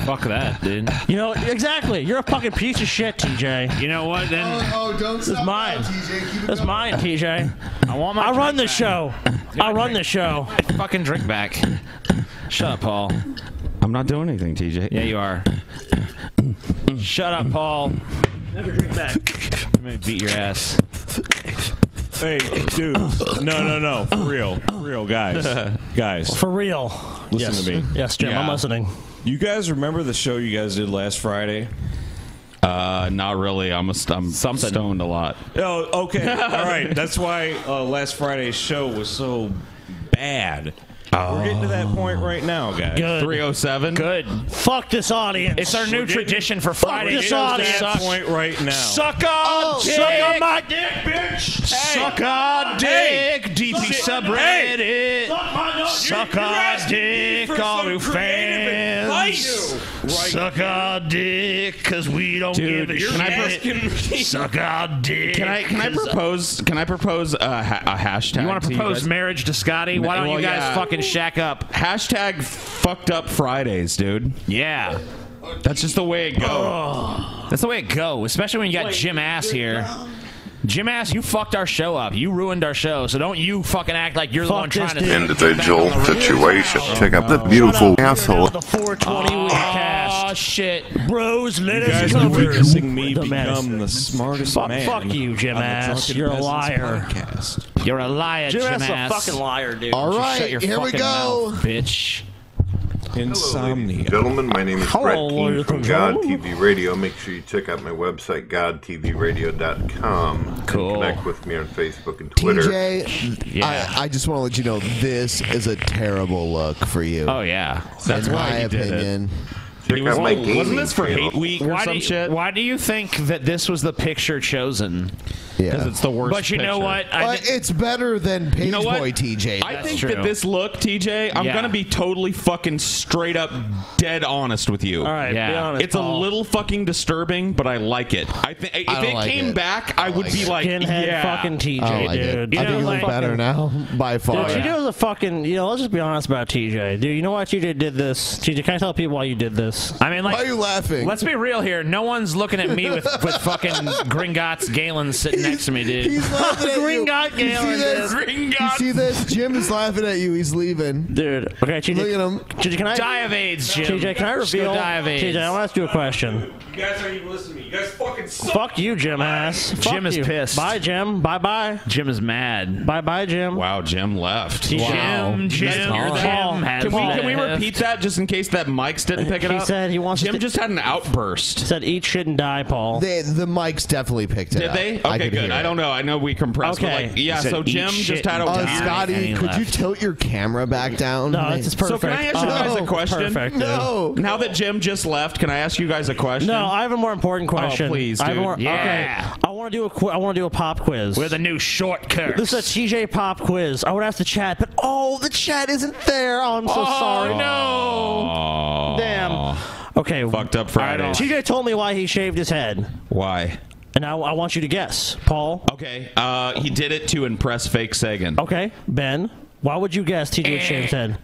S7: Fuck that, dude.
S6: You know, exactly. You're a fucking piece of shit, TJ.
S7: You know what? Then
S3: oh, don't
S6: this is mine. This is mine, TJ. I want my. I run
S7: *laughs*
S6: the show. I run the show.
S7: Fucking drink back. Shut up, Paul.
S8: I'm not doing anything, TJ.
S7: Yeah, you are. Shut up, Paul. Never drink back. I'm gonna beat your ass.
S9: Hey, dude. No, no, no. For real. For real,
S6: *laughs*
S9: guys. Guys.
S6: For real.
S9: Listen
S6: Yes.
S9: to me.
S6: Yes, Jim, I'm listening.
S9: You guys remember the show you guys did last Friday?
S8: Uh, not really. I'm a st- I'm stoned a lot.
S9: Oh, okay. All right. That's why uh, last Friday's show was so bad. We're getting to that point right now, guys.
S6: Good.
S8: 307.
S9: Good.
S6: Fuck this audience.
S9: oh It's our new We're getting- tradition for
S6: Fuck
S9: Friday.
S6: this
S9: We're getting to
S6: audience.
S9: that point right now.
S6: Suck on,
S9: Oh,
S6: dick.
S9: suck on
S6: my
S9: dick, bitch.
S6: Suck
S9: on
S6: dick.
S9: DP
S6: subreddit.
S9: Suck my nut.
S6: Suck
S9: You're
S6: on
S9: asking me
S6: dick,
S9: for
S6: all
S9: some
S6: you
S9: creative
S6: fans.
S9: advice.
S24: Suck our dick, cause we don't
S8: Dude,
S24: give a
S8: can I
S24: shit. Suck our dick.
S8: Can I can I
S24: 'cause-
S8: propose? Can I propose a, ha- a hashtag?
S7: You want to propose marriage to Scotty? Why don't you guys fucking shack up?
S8: Hashtag fucked up Fridays, dude.
S7: Yeah.
S8: That's just the way it goes.
S6: Oh.
S7: That's the way it goes, especially when you got Jim Ass here. Jim Ass, you fucked our show up. You ruined our show, so don't you fucking act like you're the one trying to.
S25: Individual situation. Check out that beautiful asshole.
S7: Oh shit,
S6: bros, let us
S9: guys
S6: cover
S9: are witnessing me
S6: the mess.
S9: become the smartest
S6: Fuck-
S9: man.
S6: fuck you, Jim
S9: on the
S6: Ass.
S9: Drunken
S6: You're a
S9: Peasants
S6: liar.
S9: Podcast.
S7: You're a liar,
S6: Jim
S7: Jim
S6: Ass a
S7: Ass.
S6: fucking liar, dude.
S7: All
S6: Just
S7: right,
S6: shut your
S7: here we
S6: fucking
S7: go.
S6: mouth,
S7: bitch.
S9: Insomnia.
S25: Gentlemen, my name is Brett
S6: Hello,
S25: Keene from
S6: ladies and
S25: God TV Radio. Make sure you check out my website, godtvradio.com. Cool. connect with me on Facebook and Twitter.
S3: TJ, I, I just want to let you know this is a terrible look for you.
S25: Oh,
S7: yeah,
S25: That's
S3: in
S25: why
S3: my
S25: he did it.
S3: opinion.
S25: Check out my gaming channel.
S7: why do you, Why do you think that this was the picture chosen?
S3: Yeah,
S8: 'Cause it's the worst
S7: But you know
S8: picture.
S7: what?
S3: But it's better than Pageboy
S8: You know what?
S3: TJ.
S8: I think that this look, TJ, I'm
S3: Yeah.
S8: gonna be totally fucking straight up, dead honest with you. All
S6: right, be Yeah. honest,
S8: It's a
S6: Paul.
S8: little fucking disturbing, but I like it. I think if
S3: I don't
S8: it
S3: like
S8: came
S3: it.
S8: back, I, would
S3: like
S8: be
S3: it.
S8: like,
S6: Skinhead
S8: yeah,
S6: fucking TJ,
S3: I don't like it.
S6: dude.
S3: I think
S6: You
S3: you
S6: know,
S3: look
S6: like-
S3: better now by
S6: Dude,
S3: far.
S6: you do the fucking. You know, let's just be honest about TJ, dude. You know why TJ did this? TJ, can I tell people why you did this?
S7: I mean, like, Let's be real here. No one's looking at me with, with
S3: *laughs*
S7: fucking Gringotts Galen sitting next to me, dude. *laughs*
S3: He's laughing at
S7: Green
S3: you.
S7: God
S3: You
S7: Galen,
S3: see this?
S7: dude.
S3: You see this? Jim is laughing at you. He's leaving.
S6: Dude, okay, TJ.
S3: Look at him.
S6: TJ, can I
S7: Die of AIDS, Jim.
S6: TJ, can I
S7: Just go
S6: reveal?
S7: die of AIDS.
S6: TJ, I want to ask you a question.
S9: You guys aren't even listening to me. You guys fucking suck.
S6: Fuck you, Jim ass. Fuck
S7: Jim is
S6: you.
S7: pissed.
S6: Bye, Jim. Bye, bye.
S7: Jim is mad.
S6: Bye, bye, Jim.
S8: Wow, Jim left.
S6: Jim, Wow. Jim,
S8: You guys hear
S6: Jim
S8: that?
S6: has
S8: Can we, can we
S6: left.
S8: repeat that just in case that mics didn't pick it
S6: he
S8: up?
S6: said he wants.
S8: Jim just had an outburst.
S6: Said eat shit and die, Paul.
S3: They, the mics definitely picked it
S8: Did
S3: up.
S8: they?
S3: I
S8: Okay,
S3: could
S8: good.
S3: hear
S8: I
S3: it.
S8: don't know. I know we compressed.
S3: Okay.
S8: But like, yeah.
S3: He said,
S8: So
S3: "Eat
S8: Jim
S3: shit
S8: just had a
S3: and
S8: weird-
S3: die." Uh, Oh, Scotty, could you tilt your camera back down?
S8: No, this is So can I ask you guys
S3: Oh,
S8: a question?
S3: No.
S8: Now that Jim just left, can I ask you guys a question?
S6: No, I have a more important question.
S8: Oh, please,
S6: I
S8: dude.
S6: have a more, Okay, I want to do a qu- I want to do a pop quiz.
S7: With a new short curve.
S6: This is a TJ pop quiz. I would ask the chat, but oh, the chat isn't there. Oh, I'm so
S7: Oh,
S6: sorry.
S7: no.
S8: Oh.
S6: Damn. Okay.
S8: Fucked up Friday.
S6: TJ told me why he shaved his head,
S8: Why?
S6: and I, I want you to guess, Paul.
S8: Okay. Uh, he did it to impress fake Sagan. Eh.
S6: Okay, Ben. Why would you guess TJ shaved his head?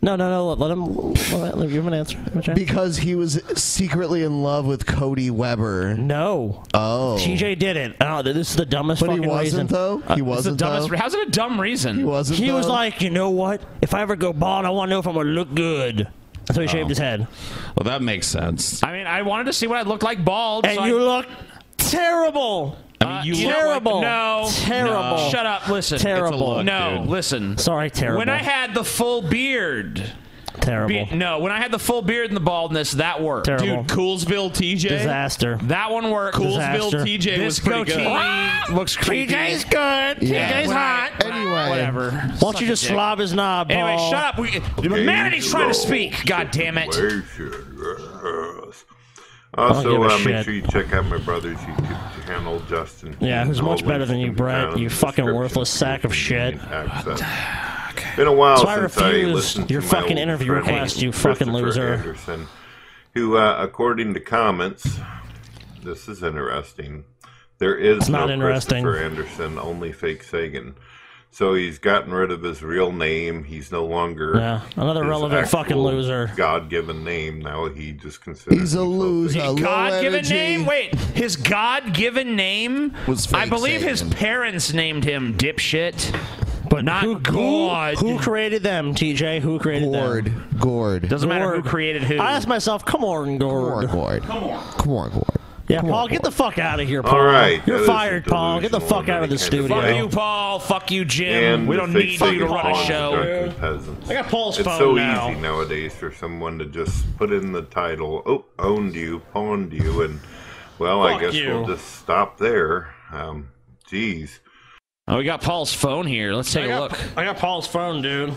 S6: No, no, no. Let, let him. Let, let, give him an answer. Give him a chance.
S3: Because he was secretly in love with Cody Weber.
S6: No.
S3: Oh.
S6: TJ did it. Oh, th- this is the dumbest
S3: But he
S6: fucking reason. Uh,
S3: wasn't,
S7: Uh,
S3: though? He wasn't, though?
S7: How's it a dumb reason?
S3: He wasn't,
S6: He was
S3: though?
S6: like, you know what? If I ever go bald, I want to know if I'm gonna look good. So he
S3: Oh.
S6: shaved his head.
S8: Well, that makes sense.
S7: I mean, I wanted to see what I looked like bald.
S6: And
S7: so
S6: you
S7: I,
S6: look terrible.
S7: Uh,
S6: you
S7: know
S6: terrible.
S7: what? no.
S6: Terrible.
S7: No. Shut up. Listen.
S6: Terrible.
S7: no. Listen.
S6: Sorry, terrible.
S7: When I had the full beard.
S6: terrible.
S7: Be- no, when I had the full beard and the baldness, that worked.
S6: Terrible. Dude,
S8: Coolsville TJ.
S6: Disaster.
S7: That one worked.
S8: Coolsville
S7: Disaster.
S8: TJ was
S7: This
S8: pretty good.
S7: goatee *laughs* looks creepy.
S8: TJ's
S7: good.
S8: Yeah. TJ's hot.
S3: Anyway.
S7: Whatever.
S6: Why
S7: Suck
S6: don't you
S7: a
S6: just
S7: dick.
S6: slob his knob,
S7: Anyway,
S6: Paul?
S7: shut up. We, humanity's trying to speak. God damn it.
S25: Also,
S6: give a
S25: uh,
S6: shit.
S25: make sure you check out my brother's YouTube channel, Justin.
S6: Yeah, who's much better than you, Brett? You fucking worthless sack of shit. *sighs*
S25: It's Been a while
S6: So I
S25: since I
S6: refuse
S25: listened
S6: your
S25: to my
S6: fucking
S25: old
S6: interview
S25: friend,
S6: request, you fucking
S25: Christopher
S6: loser.
S25: Anderson, who, uh, according to comments, this is interesting. There is
S6: It's
S25: no
S6: not interesting.
S25: Christopher Anderson, only fake Sagan. So he's gotten rid of his real name. He's no longer
S6: Yeah, another
S25: his
S6: relevant fucking
S25: actual
S6: loser.
S25: God-given name. Now he just considers
S3: He's a loser. low
S7: God given
S3: energy.
S7: name? Wait, his God given name
S3: Was
S7: I
S3: fake
S7: believe his
S3: Satan.
S7: parents named him dipshit.
S6: But
S7: not God.
S6: Who, who created them, TJ? Who created
S3: Gord.
S6: them?
S3: Gourd.
S7: Doesn't matter who created who.
S6: I asked myself, come on, Gord.
S3: Gourd. Gourd. Come on. Come on, Gourd.
S6: Yeah,
S3: Come
S6: Paul,
S3: on,
S6: get the fuck out of here,
S3: All
S6: Paul.
S3: right, that
S6: You're
S3: is a
S6: fired, Paul. Get the fuck out of the
S25: delusional
S6: studio.
S25: kind of
S7: Fuck you, Paul. Fuck you, Jim.
S25: And
S7: We
S25: the
S7: don't
S25: fake
S7: need you to
S25: Sagan
S7: run a
S25: Bonds
S7: show.
S25: Dark Peasants.
S6: I got Paul's
S25: it's
S6: phone
S25: so
S6: now.
S25: easy nowadays for someone to just put in the title, oh, owned you, pawned you, and Well, I
S7: Fuck
S25: guess
S7: you.
S25: we'll just stop there. Um, geez.
S7: Oh, we got Paul's phone here. Let's take a look.
S6: I got Paul's phone, dude.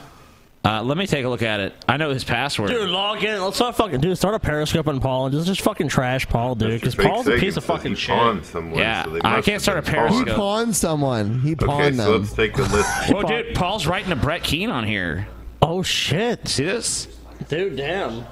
S7: Uh, let me take a look at it. I know his password.
S6: Dude, log in. Let's not fucking dude. Start a periscope on Paul and just just fucking trash Paul, dude. Because
S25: Fake
S6: Paul's a
S25: Sagan
S6: piece of
S25: says
S6: fucking
S25: he
S6: shit.
S25: pawned someone,
S6: Yeah,
S25: so they
S6: I
S25: must
S6: can't
S25: have
S6: start a
S25: been
S6: periscope.
S3: He
S25: pawned.
S3: pawned someone. He pawned
S25: Okay,
S3: them.
S25: so let's take a listen.
S7: Whoa, dude, Paul's writing to Brett Keen on here.
S6: Oh shit!
S7: See this?
S6: Dude, damn.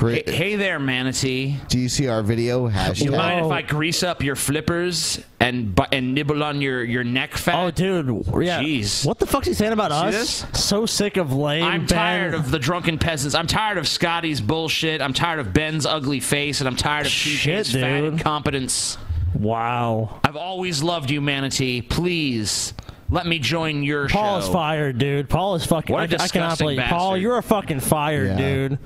S7: Hey, hey there, manatee.
S3: Do you see our video? Hashtag.
S7: You mind if I grease up your flippers and bu- and nibble on your, your neck fat?
S6: Oh, dude. Yeah.
S7: Jeez.
S6: What the fuck's he saying about
S7: See
S6: us? So sick of lame.
S7: I'm tired of the drunken peasants. I'm tired of Scotty's bullshit. I'm tired of Ben's ugly face, and I'm tired of
S6: Shit,
S7: TJ's fat
S6: dude.
S7: incompetence.
S6: Wow.
S7: I've always loved you, manatee. Please let me join your
S6: Paul
S7: show.
S6: is fired, dude. Paul is fucking.
S7: What a
S6: I, I cannot
S7: disgusting
S6: believe Paul.
S7: bastard.
S6: You're a fucking fired,
S7: Yeah.
S6: dude.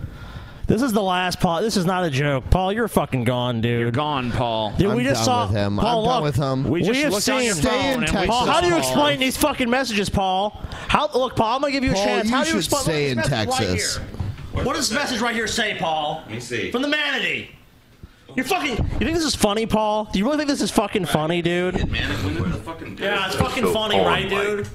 S6: This is the last Paul. This is not a joke, Paul. You're fucking gone, dude. You're
S7: gone, Paul.
S6: Dude,
S3: I'm
S6: we just
S3: done
S6: saw
S3: with him.
S6: Paul,
S3: I'm done
S6: look,
S3: with him.
S6: We,
S3: We just
S6: have
S3: looked
S6: seen
S3: on your Stay phone in and we Texas,
S6: Paul, how do you
S3: Paul.
S6: explain these fucking messages, Paul? How look, Paul? I'm gonna give you a
S3: Paul,
S6: chance.
S3: you
S6: how do you
S3: should
S6: explain?
S3: stay
S6: look at
S3: in
S6: this message
S3: Texas.
S6: Right here. What does this message right here say, Paul? Let me
S8: see.
S6: From the manatee. You're fucking. You think this is funny, Paul? Do you really think this is fucking funny, dude? yeah, it's fucking
S10: So
S6: funny,
S10: Paul, like-
S6: right, dude?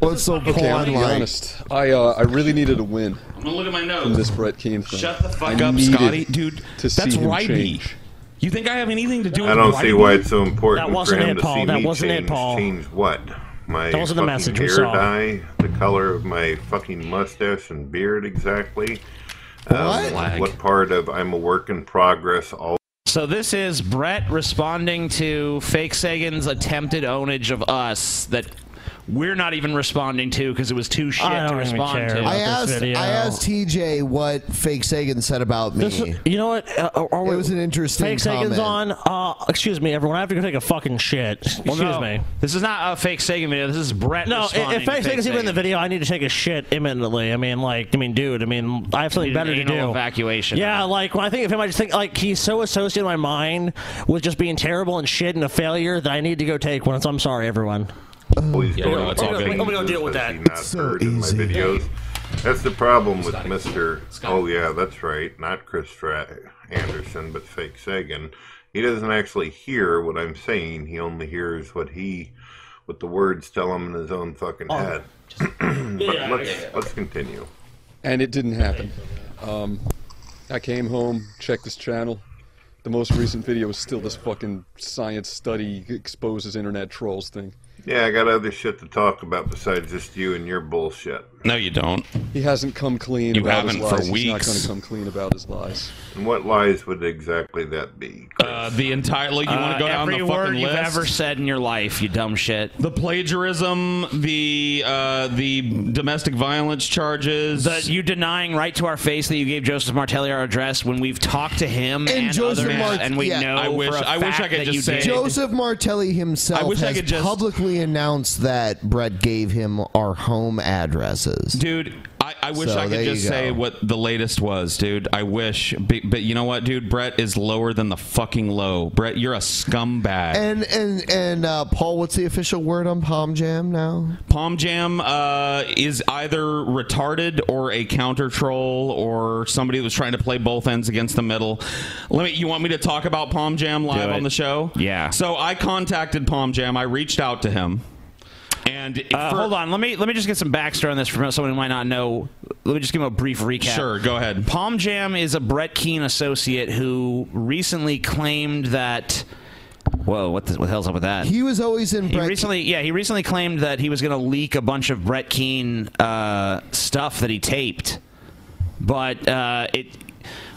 S26: What's so okay, I'm gonna be
S10: porn-like?
S26: honest. I uh, I really needed a win.
S10: I'm gonna look at my nose.
S26: From this Brett Keane thing.
S10: Shut the fuck
S26: I
S10: up,
S26: needed
S10: Scotty, dude.
S26: To
S10: that's
S26: see him
S10: Ryby.
S26: change.
S10: You think I have anything to do with
S25: I don't see
S10: Ryby?
S25: why it's so important
S10: That wasn't
S25: for him
S10: it,
S25: to
S10: Paul.
S25: see
S10: That
S25: me
S10: wasn't it,
S25: change,
S10: Paul.
S25: change what? My
S10: That wasn't the
S25: fucking
S10: message we
S25: hair
S10: saw.
S25: dye, the color of my fucking mustache and beard exactly. Um,
S7: What?
S25: what part of I'm a work in progress all
S7: So this is Brett responding to Fake Sagan's attempted ownage of us that we're not even responding to because it was too shit
S6: I
S7: to
S6: don't even
S7: respond
S6: care
S7: to.
S6: about
S3: I asked, I asked TJ what Fake Sagan said about me.
S6: This- you know what? Uh, are we,
S3: it was an interesting
S6: Fake
S3: comment.
S6: Sagan's on. Uh, excuse me, everyone. I have to go take a fucking shit.
S7: Well,
S6: Excuse
S7: no,
S6: me.
S7: This is not a Fake Sagan video. This is Brett.
S6: No, i-
S7: responding
S6: if
S7: to
S6: Fake Sagan's even in the video, I need to take a shit imminently. I mean, like, I mean, dude. I mean, I have something
S7: Need an
S6: better to
S7: anal
S6: do.
S7: evacuation.
S6: Yeah, like when I think of him, I just think like he's so associated in my mind with just being terrible and shit and a failure that I need to go take one. So I'm sorry, everyone.
S25: Please
S6: Yeah, no, it's all good.
S25: Let
S6: Let me go deal with that.
S25: Not heard in my videos. That's the problem with Mr. Oh yeah, that's right. Not Chris Stra- Anderson, but Fake Sagan. He doesn't actually hear what I'm saying. He only hears what he, what the words tell him in his own
S6: Oh,
S25: fucking head. *clears throat* but
S26: Yeah,
S25: let's
S26: yeah.
S25: let's continue.
S26: and it didn't happen. Um, I came home, checked this channel. The most recent video is still this fucking science study exposes internet trolls thing.
S25: Yeah, I got other shit to talk about besides just you and your bullshit.
S8: No, you don't.
S26: He hasn't come clean
S8: You
S26: about his
S8: haven't for
S26: lies. He's not going
S8: weeks.
S26: to come clean about his lies.
S25: And what lies would exactly that be?
S8: Uh, the entire. Like, you want
S7: Uh,
S8: to go down
S7: every
S8: the
S7: word
S8: fucking
S7: you've
S8: list?
S7: ever said in your life, you dumb shit.
S8: The plagiarism, the uh, the domestic violence charges.
S7: The, you denying right to our face that you gave Joseph Martelli our address when we've talked to him and,
S3: And Joseph
S7: others,
S3: Mart-
S7: and we
S3: yeah.
S7: know
S3: I wish-
S7: for a
S8: I wish
S7: fact
S8: I could
S7: that
S8: just
S7: you
S8: say-
S7: did.
S3: Joseph Martelli himself
S8: I wish I
S3: has
S8: could just-
S3: publicly announced that Brett gave him our home addresses.
S8: Dude, I, I wish
S3: So
S8: I
S3: there
S8: could
S3: you
S8: just
S3: go.
S8: say what the latest was, dude. I wish. But, but you know what, dude? Brett is lower than the fucking low. Brett, you're a scumbag.
S3: And and and uh, Paul, what's the official word on Palm Jam now?
S8: Palm Jam uh, is either retarded or a counter troll or somebody that was trying to play both ends against the middle. Let me. You want me to talk about Palm Jam live
S7: it.
S8: on the show? Yeah. So I contacted Palm Jam. I reached out to him. And
S7: Uh, hold on, let me let me just get some backstory on this for someone who might not know. Let me just give him a brief recap.
S8: Sure, go ahead.
S7: Palm Jam is a Brett Keene associate who recently claimed that. Whoa, what the, what the hell's up with that?
S3: He was always in.
S7: He recently, yeah, he recently claimed that he was going to leak a bunch of Brett Keene uh, stuff that he taped, but uh, it.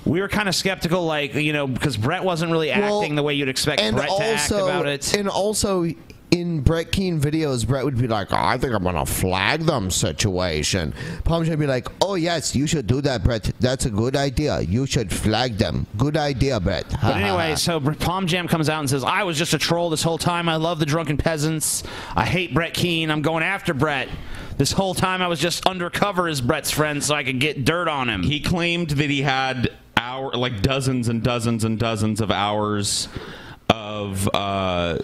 S7: We were kind of skeptical, like you know, because Brett wasn't really acting
S3: Well,
S7: the way you'd expect
S3: and
S7: Brett
S3: also,
S7: to act about it.
S3: And also, in Brett Keene videos, Brett would be like, "Oh, "I think I'm gonna flag them situation." Palm Jam would be like, "Oh yes, you should do that, Brett. That's a good idea. You should flag them. Good idea, Brett."
S6: *laughs*
S7: But anyway, so Br- Palm Jam comes out and says, "I was just a troll this whole time. I love the drunken peasants. I hate Brett Keene. I'm going after Brett. This whole time I was just undercover as Brett's friend so I could get dirt on him."
S8: He claimed that he had hour like dozens and dozens and dozens of hours of uh,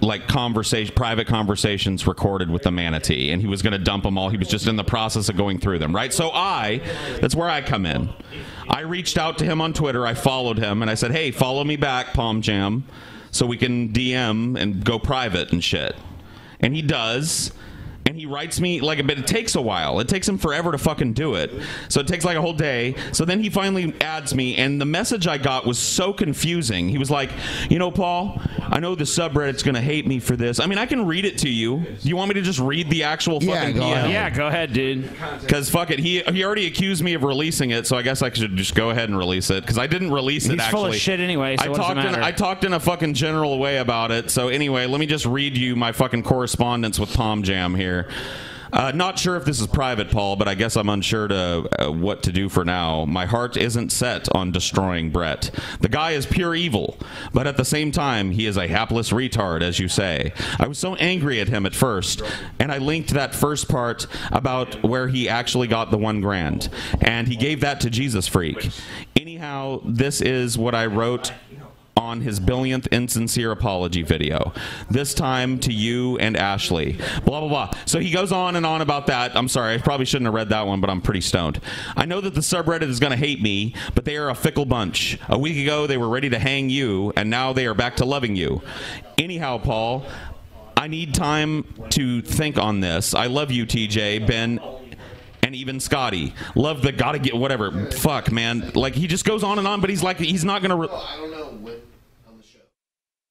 S8: like conversation, private conversations recorded with the manatee, and he was going to dump them all. He was just in the process of going through them, right? So I, that's where I come in. I reached out to him on Twitter. I followed him, and I said, "Hey, follow me back, Palm Jam, so we can DM and go private and shit." And he does. And he writes me like, but it takes a while. It takes him forever to fucking do it. So it takes like a whole day. So then he finally adds me, and the message I got was so confusing. He was like, you know, Paul, I know the subreddit's gonna hate me for this. I mean, I can read it to you. Do you want me to just read the actual
S7: Yeah,
S8: fucking
S7: go
S8: DM?
S7: ahead. Yeah, go ahead, dude.
S8: Because fuck it, he he already accused me of releasing it, so I guess I should just go ahead and release it. Because I didn't release it.
S7: He's
S8: actually.
S7: full of shit anyway, so
S8: I
S7: what does it
S8: talked in,
S7: matter?
S8: I talked in a fucking general way about it. So anyway, let me just read you my fucking correspondence with Palm Jam here. Uh, not sure if this is private, Paul, but I guess I'm unsure to uh, what to do for now. My heart isn't set on destroying Brett. The guy is pure evil, but at the same time, he is a hapless retard, as you say. I was so angry at him at first, and I linked that first part about where he actually got the one grand, and he gave that to Jesus Freak. Anyhow, this is what I wrote on his billionth insincere apology video. This time to you and Ashley. Blah, blah, blah. So he goes on and on about that. I'm sorry, I probably shouldn't have read that one, but I'm pretty stoned. I know that the subreddit is going to hate me, but they are a fickle bunch. A week ago, they were ready to hang you, and now they are back to loving you. Anyhow, Paul, I need time to think on this. I love you, TJ, Ben, and even Scotty. Love the gotta get whatever. Fuck, man. Like he just goes on and on, but he's like he's not gonna. Re- I don't know.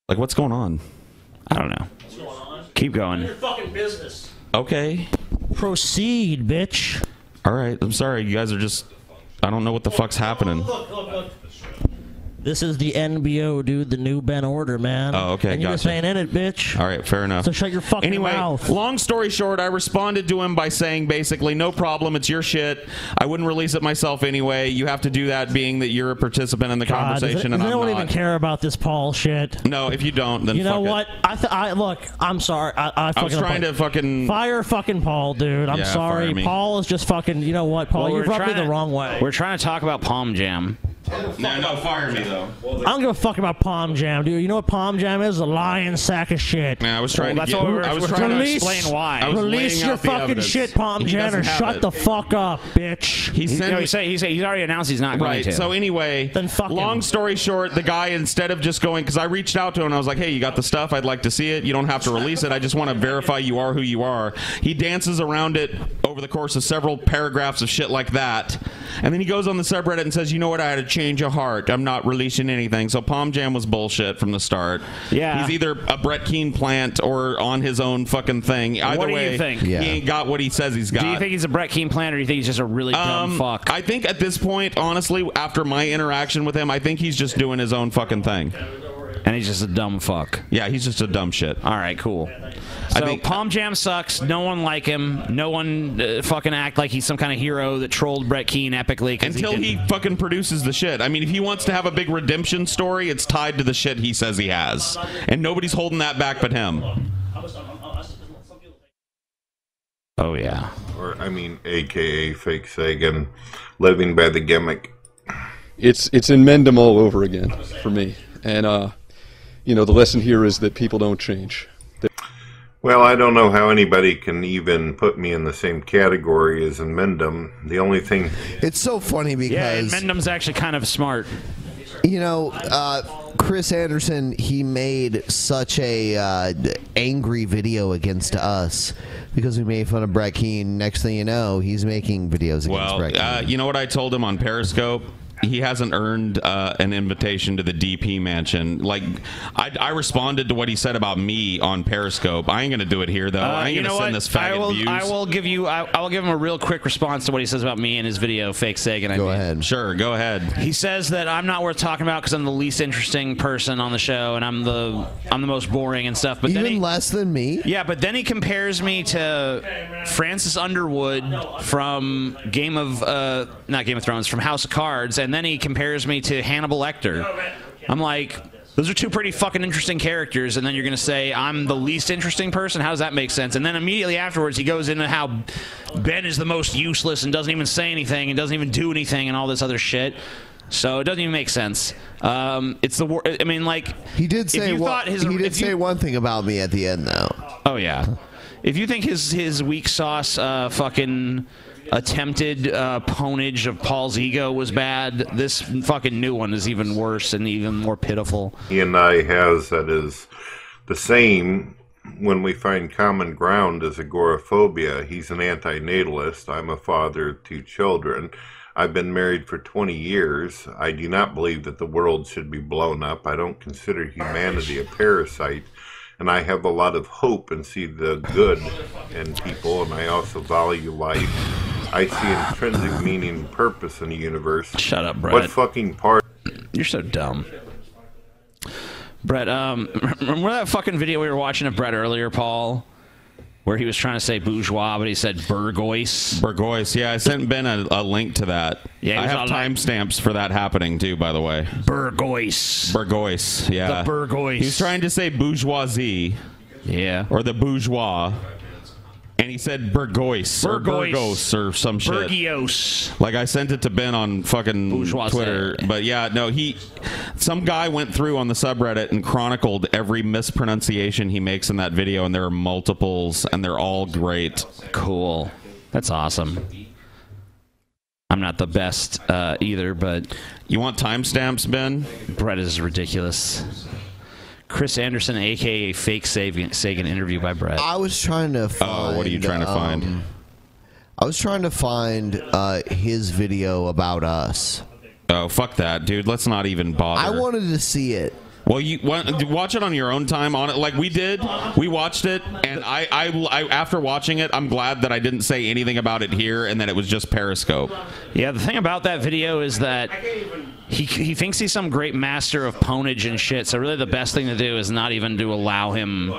S8: Like what's going on? I don't know. Keep going.
S6: fucking business.
S8: Okay. Proceed, bitch. All right. I'm sorry. You guys are just. I don't know what the fuck's happening.
S6: This is the NBO, dude. The new Ben Order, man.
S8: Oh, okay,
S6: And you're
S8: gotcha.
S6: saying in it, bitch.
S8: All right. Fair enough.
S6: So shut your fucking
S8: anyway,
S6: mouth.
S8: long story short, I responded to him by saying basically, no problem, it's your shit. I wouldn't release it myself anyway. You have to do that, being that you're a participant in the
S6: God, does it-
S8: conversation, and
S6: they
S8: I'm
S6: don't
S8: not.
S6: even care about this Paul shit.
S8: No, if you don't, then
S6: you know
S8: fuck it.
S6: what? I, th- I look. I'm sorry. I, I,
S8: I
S6: fucking
S8: was trying to fucking.
S6: fire fucking Paul, dude. I'm
S8: Yeah,
S6: sorry.
S8: fire me.
S6: Paul is just fucking. You know what, Paul?
S8: Well,
S6: you
S8: we're
S6: rubbed me
S8: trying
S6: the
S8: to-
S6: wrong way.
S7: We're trying to talk about Palm Jam.
S8: No, no, fire me though.
S6: I don't give a fuck about Palm Jam, dude. You know what Palm Jam is? A lion sack of shit.
S8: Man, I was trying
S7: Well,
S8: to
S7: that's
S8: get.
S7: what we were-
S8: I was
S7: we're
S8: trying
S6: release,
S8: to explain why. I was
S6: Release
S8: laying
S6: your
S8: out the
S6: fucking
S8: evidence.
S6: shit, Palm
S8: He
S6: Jam,
S8: doesn't
S6: or
S8: have
S6: shut
S8: it.
S6: the fuck up, bitch.
S8: He sent me-
S7: he said he's already announced he's not
S8: Right. So anyway, then long story short, the guy instead of just going because I reached out to him, and I was like, "Hey, you got the stuff? I'd like to see it. You don't have to release it. I just want to verify you are who you are." He dances around it over the course of several paragraphs of shit like that, and then he goes on the subreddit and says, "You know what? I had a change of heart. I'm not releasing anything." So Palm Jam was bullshit from the start.
S7: Yeah.
S8: he's either a Brett Keen plant or on his own fucking thing. Either
S7: What do you
S8: way,
S7: think?
S8: he
S7: Yeah.
S8: ain't got what he says he's got.
S7: Do you think he's a Brett Keen planner? Or do you think he's just a really dumb
S8: Um,
S7: fuck?
S8: I think at this point, honestly, after my interaction with him, I think he's just doing his own fucking thing.
S7: And he's just a dumb fuck.
S8: Yeah, he's just a dumb shit.
S7: All right, cool. So Palm Jam sucks. No one like him. No one uh, fucking act like he's some kind of hero that trolled Brett Keen epically. 'cause
S8: Until
S7: didn't.
S8: he fucking produces the shit. I mean, if he wants to have a big redemption story, it's tied to the shit he says he has. And nobody's holding that back but him.
S7: Oh yeah.
S25: Or I mean, AKA Fake Sagan, living by the gimmick.
S26: It's it's in Mendham all over again for me. And uh, you know, the lesson here is that people don't change. They-
S25: Well, I don't know how anybody can even put me in the same category as in Mendham. The only thing
S3: It's so funny because
S7: Yeah, and Mendham's actually kind of smart.
S3: you know, uh, Chris Anderson, he made such a uh, d- angry video against us because we made fun of Brett Keane. Next thing you know, he's making videos against
S8: Well,
S3: Brett.
S8: uh, you know what I told him on Periscope? He hasn't earned uh, an invitation to the DP mansion. Like, I, I responded to what he said about me on Periscope. I ain't gonna do it here though.
S7: Uh,
S8: I ain't
S7: you
S8: gonna
S7: know
S8: send
S7: what?
S8: this faggot
S7: I will,
S8: views.
S7: I will give you. I, I will give him a real quick response to what he says about me in his video, fake Sagan. Go
S3: ahead.
S8: Sure, go ahead.
S7: He says that I'm not worth talking about because I'm the least interesting person on the show, and I'm the I'm the most boring and stuff. But then
S3: Even
S7: he,
S3: less than me.
S7: yeah, but then he compares me to Francis Underwood from Game of uh, not Game of Thrones from House of Cards, and then he compares me to Hannibal Lecter. I'm like. Those are two pretty fucking interesting characters, and then you're gonna say I'm the least interesting person. How does that make sense? And then immediately afterwards, he goes into how Ben is the most useless and doesn't even say anything and doesn't even do anything and all this other shit. So it doesn't even make sense. Um, it's the wor- I mean, like
S3: he did
S7: If
S3: say
S7: you
S3: one,
S7: thought his,
S3: he did
S7: if
S3: say
S7: you,
S3: one thing about me at the end though.
S7: Oh yeah. If you think his his weak sauce uh, fucking attempted uh, ponage of Paul's ego was bad, this fucking new one is even worse and even more pitiful.
S25: he and E I has that is the same when we find common ground is agoraphobia. He's an antinatalist. I'm a father of two children. I've been married for 20 years. I do not believe that the world should be blown up. I don't consider humanity a parasite. And I have a lot of hope and see the good in people, and I also value life. I see intrinsic meaning and purpose in the universe.
S7: Shut up, Brett.
S25: What fucking part?
S7: You're so dumb. Brett, um, *laughs* remember that fucking video we were watching of Brett earlier, Paul, where he was trying to say bourgeois, but he said Burgoyce.
S8: Burgoyce, yeah, I sent Ben a, a link to that.
S7: Yeah,
S8: I
S7: it was
S8: have
S7: online.
S8: timestamps for that happening too. By the way,
S7: Burgoyce.
S8: Burgoyce, yeah,
S7: The Burgoyce.
S8: He was trying to say bourgeoisie,
S7: yeah,
S8: or the bourgeois, and he said Burgoyce, or
S7: Burgoyce.
S8: Burgos or some shit.
S7: Burgios.
S8: Like I sent it to Ben on fucking
S7: Bourgeoisie.
S8: Twitter, but yeah, no, he, some guy went through on the subreddit and chronicled every mispronunciation he makes in that video, and there are multiples, and they're all great.
S7: Cool, that's awesome. I'm not the best uh, either, but
S8: you want timestamps, Ben?
S7: Brett is ridiculous. Chris Anderson, aka Fake Sagan, Sagan interview by Brett.
S3: I was trying to find.
S8: Oh, what are you trying to find?
S3: um, I was trying to find uh, his video about us.
S8: Oh fuck that, dude! Let's not even bother.
S3: I wanted to see it.
S8: Well, you wa- watch it on your own time. On it, like we did, we watched it, and I, I, I, after watching it, I'm glad that I didn't say anything about it here, and that it was just Periscope.
S7: Yeah, the thing about that video is that he, he thinks he's some great master of ponage and shit. So really, the best thing to do is not even to allow him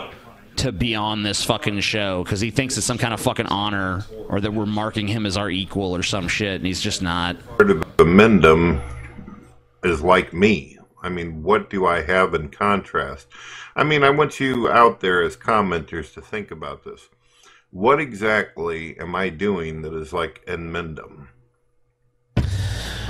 S7: to be on this fucking show because he thinks it's some kind of fucking honor or that we're marking him as our equal or some shit, and he's just not.
S25: part of the Mendham is like me. I mean, what do I have in contrast? I mean, I want you out there as commenters to think about this. What exactly am I doing that is like in Mendham?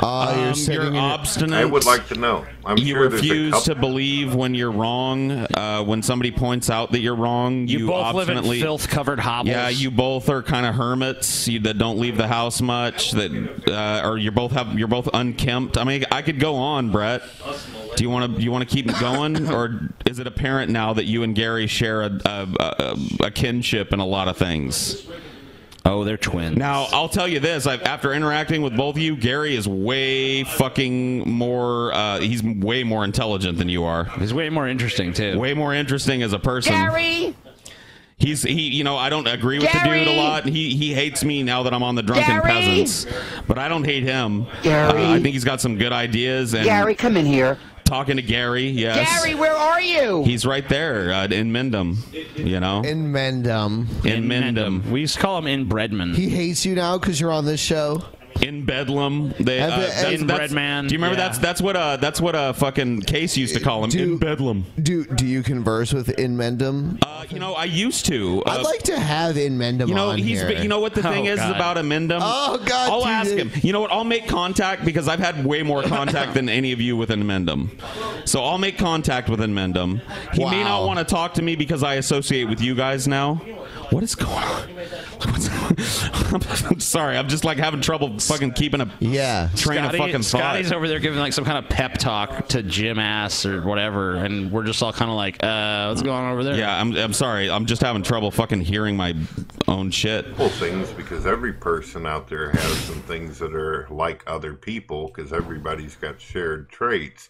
S3: Uh,
S8: Um, you're, sitting in it. obstinate.
S25: I would like to know. I'm
S8: you
S25: sure there's a
S8: refuse
S25: couple-
S8: to believe when you're wrong. Uh, when somebody points out that you're wrong, you,
S7: both live in
S8: obstinately
S7: filth-covered hovels.
S8: Yeah, you both are kind of hermits you, that don't leave the house much. That uh, or you both have you're both unkempt. I mean, I could go on, Brett. Do you want to you want to keep going, or is it apparent now that you and Gary share a, a, a, a kinship in a lot of things?
S7: Oh, they're twins.
S8: Now, I'll tell you this: I've, after interacting with both of you, Gary is way fucking more. Uh, he's way more intelligent than you are.
S7: He's way more interesting too.
S8: Way more interesting as a person.
S14: Gary!
S8: He's he. You know, I don't agree with the dude
S14: Gary!
S8: a lot. He he hates me now that I'm on the drunken
S14: Gary!
S8: peasants, but I don't hate him.
S14: Gary!
S8: Uh, I think he's got some good ideas. And
S14: Gary,
S8: come in here. Talking to Gary, yes.
S14: Gary, where are you?
S8: He's right there uh, in Mendham. You know,
S3: in Mendham.
S8: In Mendham.
S7: We used to call him in Breadman.
S3: He hates you now because you're on this show.
S8: In Bedlam, they
S3: Have
S8: uh,
S3: it-
S8: that's-
S3: In
S8: that's-
S3: Breadman,
S8: Do you remember
S3: yeah.
S8: that's that's what uh that's what uh fucking Case used to call him in Bedlam.
S3: Do Do you converse with In Mendham?
S8: Uh, you know, I used to. Uh,
S3: I'd like to have In Mendham
S8: you know,
S3: on
S8: he's.
S3: here.
S8: You know *laughs* what the thing is about Amendum?
S3: Oh God,
S8: I'll
S3: you
S8: ask
S3: did-
S8: him. You know what? I'll make contact because I've had way more contact than any of you with an Amendum. So I'll make contact with an Amendum. He may not want to talk to me because I associate with you guys now. What is going on? *laughs* What's, I'm sorry, I'm just like having trouble fucking keeping a
S3: yeah
S8: train
S7: Scotty-
S8: of fucking thought.
S7: Scotty's over there giving like some kind of pep talk to Jim Ass or whatever, and we're just all kind of like, uh, what's going on over there?
S8: Yeah, I'm, I'm sorry. I'm just having trouble fucking hearing my own shit.
S25: couple things because every person out there has some things that are like other people because everybody's got shared traits.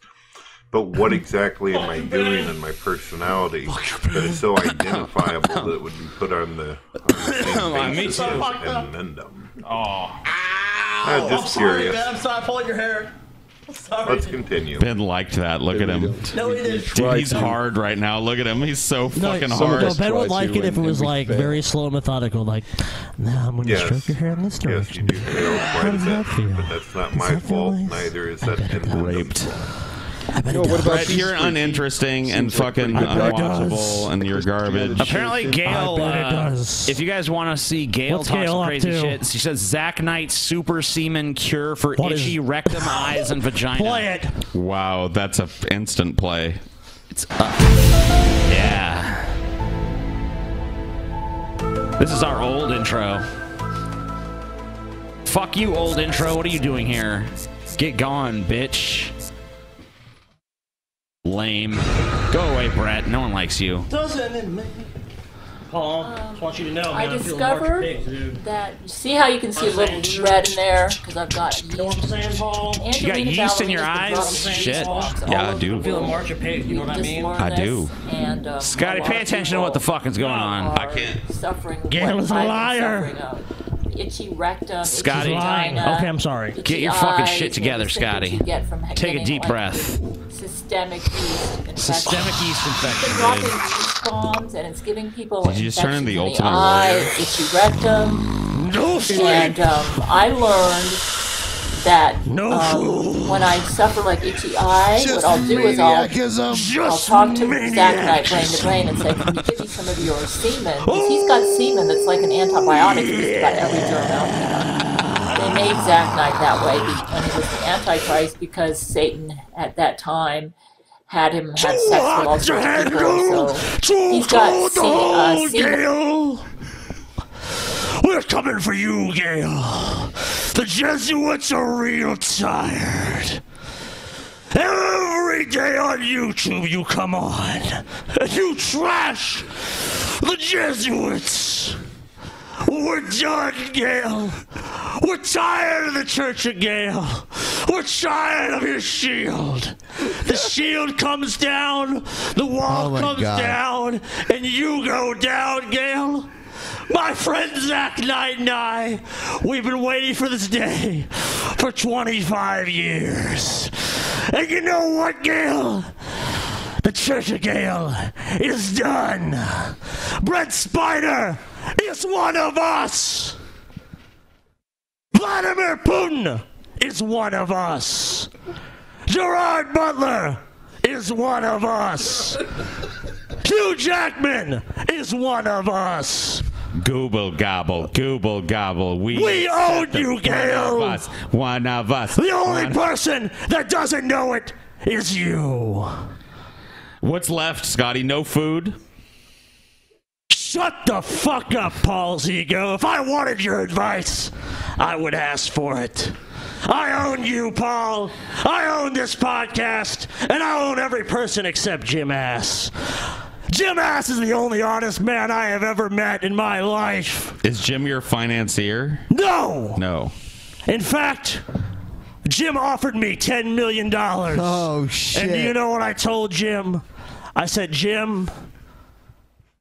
S25: But what exactly am I doing in my personality that is so identifiable that it would be put on the, on
S14: *laughs*
S25: the same
S14: Me
S25: basis
S14: too.
S25: as
S14: Fucked up.
S25: amendum? Oh, I'm just curious.
S14: I'm sorry, pulling your hair. I'm sorry.
S25: Let's continue.
S8: Ben liked that. Look at him.
S14: No, he didn't.
S8: Dude, he's hard right now. Look at him. He's so fucking hard.
S6: No, Ben would like it if it was *laughs* like very slow and methodical, like, now I'm going to
S8: Yes.
S6: stroke your hair in this direction.
S25: Failed quite a bit, but that's not my fault. Neither is that raped.
S8: Yo,
S25: what about these
S8: you're
S25: three?
S8: uninteresting and fucking
S25: pretty good.
S8: unwatchable, and you're garbage.
S7: Apparently, Gail. Uh, if you guys want to see Gail
S8: What's
S7: talk
S8: Gail
S7: some
S8: up
S7: crazy
S8: to?
S7: shit, she says Zack Knight's super semen cure for
S8: What is-
S7: itchy rectum, eyes,
S8: *laughs*
S7: and
S6: *laughs*
S7: vagina. Play it.
S8: Wow, that's a f- instant play.
S7: It's up.
S6: uh,
S7: Yeah. This is our old intro. Fuck you, old intro. What are you doing here? Get gone, bitch. Lame. Go away, Brett. No one likes you.
S6: Doesn't it make? Paul, just want you to know.
S27: I
S6: man, I'm feeling
S27: discovered
S6: Arctic pig, dude.
S27: that see how you can see a little red in there because I've got yeast.
S6: You got
S27: Angelina
S6: yeast in
S27: Jolie
S6: your
S27: has been
S6: eyes?
S27: dropping things
S7: Shit.
S27: all
S7: Yeah, I
S27: over the
S7: do.
S27: world.
S7: Feeling March
S6: of Pig, you know what I
S27: We just
S6: mean?
S27: learned
S7: I do.
S27: this, And, um,
S7: Scotty,
S27: a lot
S7: pay
S27: of
S7: attention to what the fuck is going on.
S27: people are Suffering.
S7: Gail
S27: what
S7: is a
S27: I've been
S7: liar.
S27: suffering of. Itchy rectum.
S7: Scotty.
S27: itchy vagina,
S7: Okay, I'm sorry.
S27: itchy
S7: Get your fucking
S27: eyes,
S7: shit
S27: you know,
S7: together,
S27: the things that
S7: Scotty.
S27: you get from
S7: Take a
S27: getting,
S7: deep
S27: like,
S7: breath.
S27: Systemic yeast infection.
S7: Systemic yeast infection,
S27: They're dropping
S7: dude.
S27: yeast bombs, and it's giving people
S7: Did you just turn in the
S27: infections in
S7: Ultimate
S27: eyes,
S7: Warrior?
S27: itchy rectum.
S7: No
S27: And
S7: sleep.
S27: um, I learned that
S2: No
S27: um, when I suffer like itchy eye,
S2: Just
S27: what I'll do is I'll,
S2: maniacism.
S27: I'll
S2: Just
S27: talk to Zach and I brain
S2: maniacism.
S27: to brain and say, can you give me some of your semen? Because he's got semen that's like an antibiotic in just about every germ out there. They made Zach Knight that way be- when he was the Antichrist because Satan at that time had him have sex with all sorts of people. So he's got se- uh, semen.
S6: Gail. We're coming for you, Gail. The Jesuits are real tired. Every day on YouTube, you come on and you trash the Jesuits. We're done, Gail. We're tired of the Church of Gail. We're tired of your shield. The shield comes down, the
S3: Oh
S6: wall
S3: my
S6: comes
S3: God.
S6: down, and you go down, Gail. My friend Zach Knight and I, we've been waiting for this day for 25 years. And you know what, Gail? The Church of Gale is done. Brett Spider is one of us. Vladimir Putin is one of us. Gerard Butler is one of us. Hugh Jackman is one of us.
S28: Google gobble, Google gobble. We,
S6: We own you, Gail.
S28: One of us. One of us.
S6: The only
S28: one-
S6: person that doesn't know it is you.
S8: What's left, Scotty? No food.
S6: Shut the fuck up, Paul's ego. If I wanted your advice, I would ask for it. I own you, Paul. I own this podcast, and I own every person except Jim Ass. Jim Ass is the only honest man I have ever met in my life.
S8: Is Jim your financier?
S6: No!
S8: No.
S6: In fact, Jim offered me $10 million. Oh, shit. And do you know what I told Jim? I said, Jim,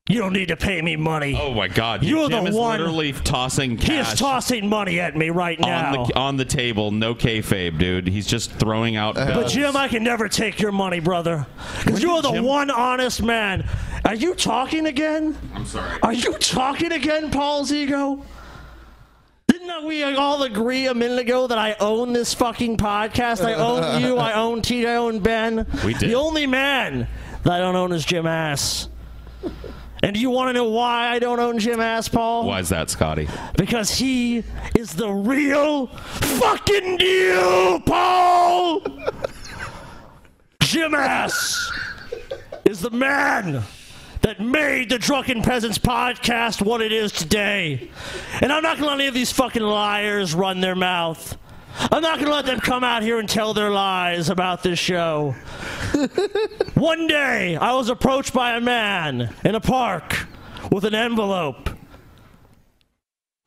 S6: you don't need to pay me money.
S8: Oh my God!
S6: You're
S8: Jim
S6: the
S8: is
S6: one-
S8: literally tossing
S6: He is
S8: cash
S6: tossing money at me right
S8: on
S6: now.
S8: the on the table. No kayfabe, dude. He's just throwing out.
S6: But
S8: bills.
S6: Jim, I can never take your money, brother. Because you're the one honest man. Are you talking again?
S8: I'm sorry.
S6: Are you talking again, Paul's ego? Didn't that we all agree a minute ago that I own this fucking podcast?
S8: *laughs*
S6: I own you, I own T, I own Ben.
S8: We did.
S6: The only man that I don't own is Jim Ass. And do you want to know why I don't own Jim Ass, Paul?
S8: Why is that, Scotty?
S6: Because he is the real fucking deal, Paul! Jim Ass is the man that made the Drunken Peasants podcast what it is today. And I'm not gonna let any of these fucking liars run their mouth. I'm not gonna let them come out here and tell their lies about this show. *laughs* One day, I was approached by a man in a park with an envelope.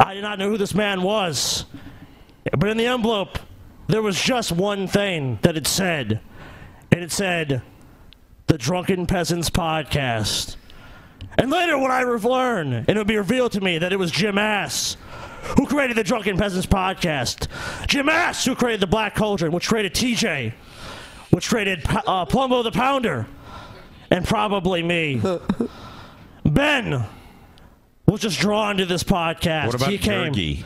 S6: I did not know who this man was. But in the envelope, there was just one thing that it said. And it said, The Drunken Peasants Podcast. And later, when I would learn, and it would be revealed to me that it was Jim Ass who created the Drunken Peasants Podcast. Jim Ass who created the Black Cauldron, which created TJ, which created uh, Plumbo the Pounder, and probably me. ben was just drawn to this podcast.
S8: What about
S6: he came.
S8: Jerky?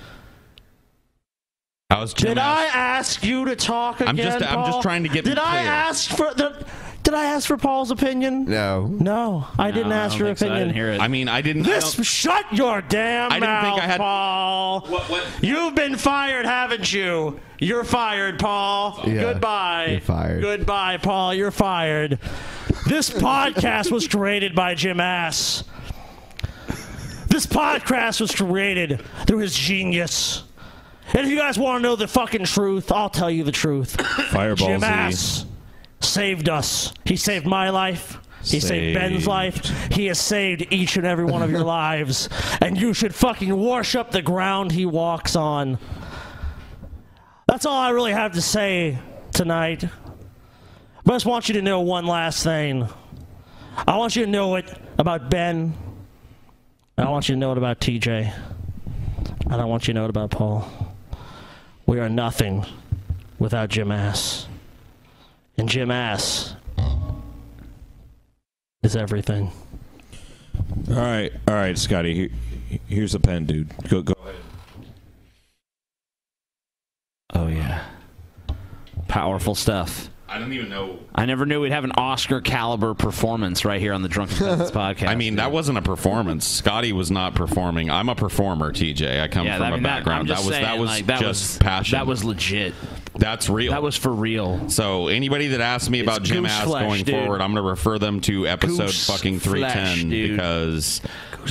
S8: I was
S6: Did
S8: Jim
S6: I
S8: Ash.
S6: ask you to talk again?
S8: I'm just- I'm just
S6: Paul?
S8: trying to get
S6: Did I
S8: clear.
S6: ask for the? Did I ask for Paul's opinion?
S8: No.
S6: No, I didn't
S8: No, I
S6: ask
S8: don't
S6: your
S8: think so. I
S6: opinion.
S8: didn't hear it. I mean, I didn't- I
S6: This
S8: don't-
S6: shut your damn
S8: I didn't
S6: mouth,
S8: think I had-
S6: Paul. You've been fired, haven't you? You're fired, Paul.
S3: Yeah,
S6: Goodbye.
S3: you're fired.
S6: Goodbye, Paul. You're fired. This podcast was created by Jim Ass. This podcast was created through his genius. And if you guys want to know the fucking truth, I'll tell you the truth.
S9: Fireball
S6: Jim
S9: Z.
S6: Ass saved us. He saved my life. He saved. Ben's
S9: Saved.
S6: life. He has saved each and every one of your lives. And you should fucking worship the ground he walks on. That's all I really have to say tonight. But I just want you to know one last thing. I want you to know it about Ben. And I want you to know it about TJ. And I want you to know it about Paul. We are nothing without Jim Ass. And Jim Ass is everything.
S9: All right, all right, Scotty. Here, here's a pen, dude. Go, go ahead.
S7: Oh yeah, powerful stuff.
S8: I don't even know.
S7: I never knew we'd have an Oscar caliber performance right here on the
S8: *laughs*
S7: Drunken Peasants podcast.
S8: I mean, that wasn't a performance. Scotty was not performing. I'm a performer, TJ. I come
S7: Yeah,
S8: from
S7: I mean,
S8: a
S7: that- I'm
S8: background.
S7: just
S8: was that
S7: saying,
S8: was
S7: like, that
S8: just
S7: was-
S8: passion.
S7: that was legit.
S8: That's real. That
S7: was for real.
S8: So anybody that asks me about
S7: It's
S8: Jim
S7: goose
S8: Ass
S7: flesh,
S8: going
S7: dude.
S8: forward, I'm going to refer them to episode
S7: Goose
S8: fucking
S7: flesh,
S8: 310
S7: dude.
S8: because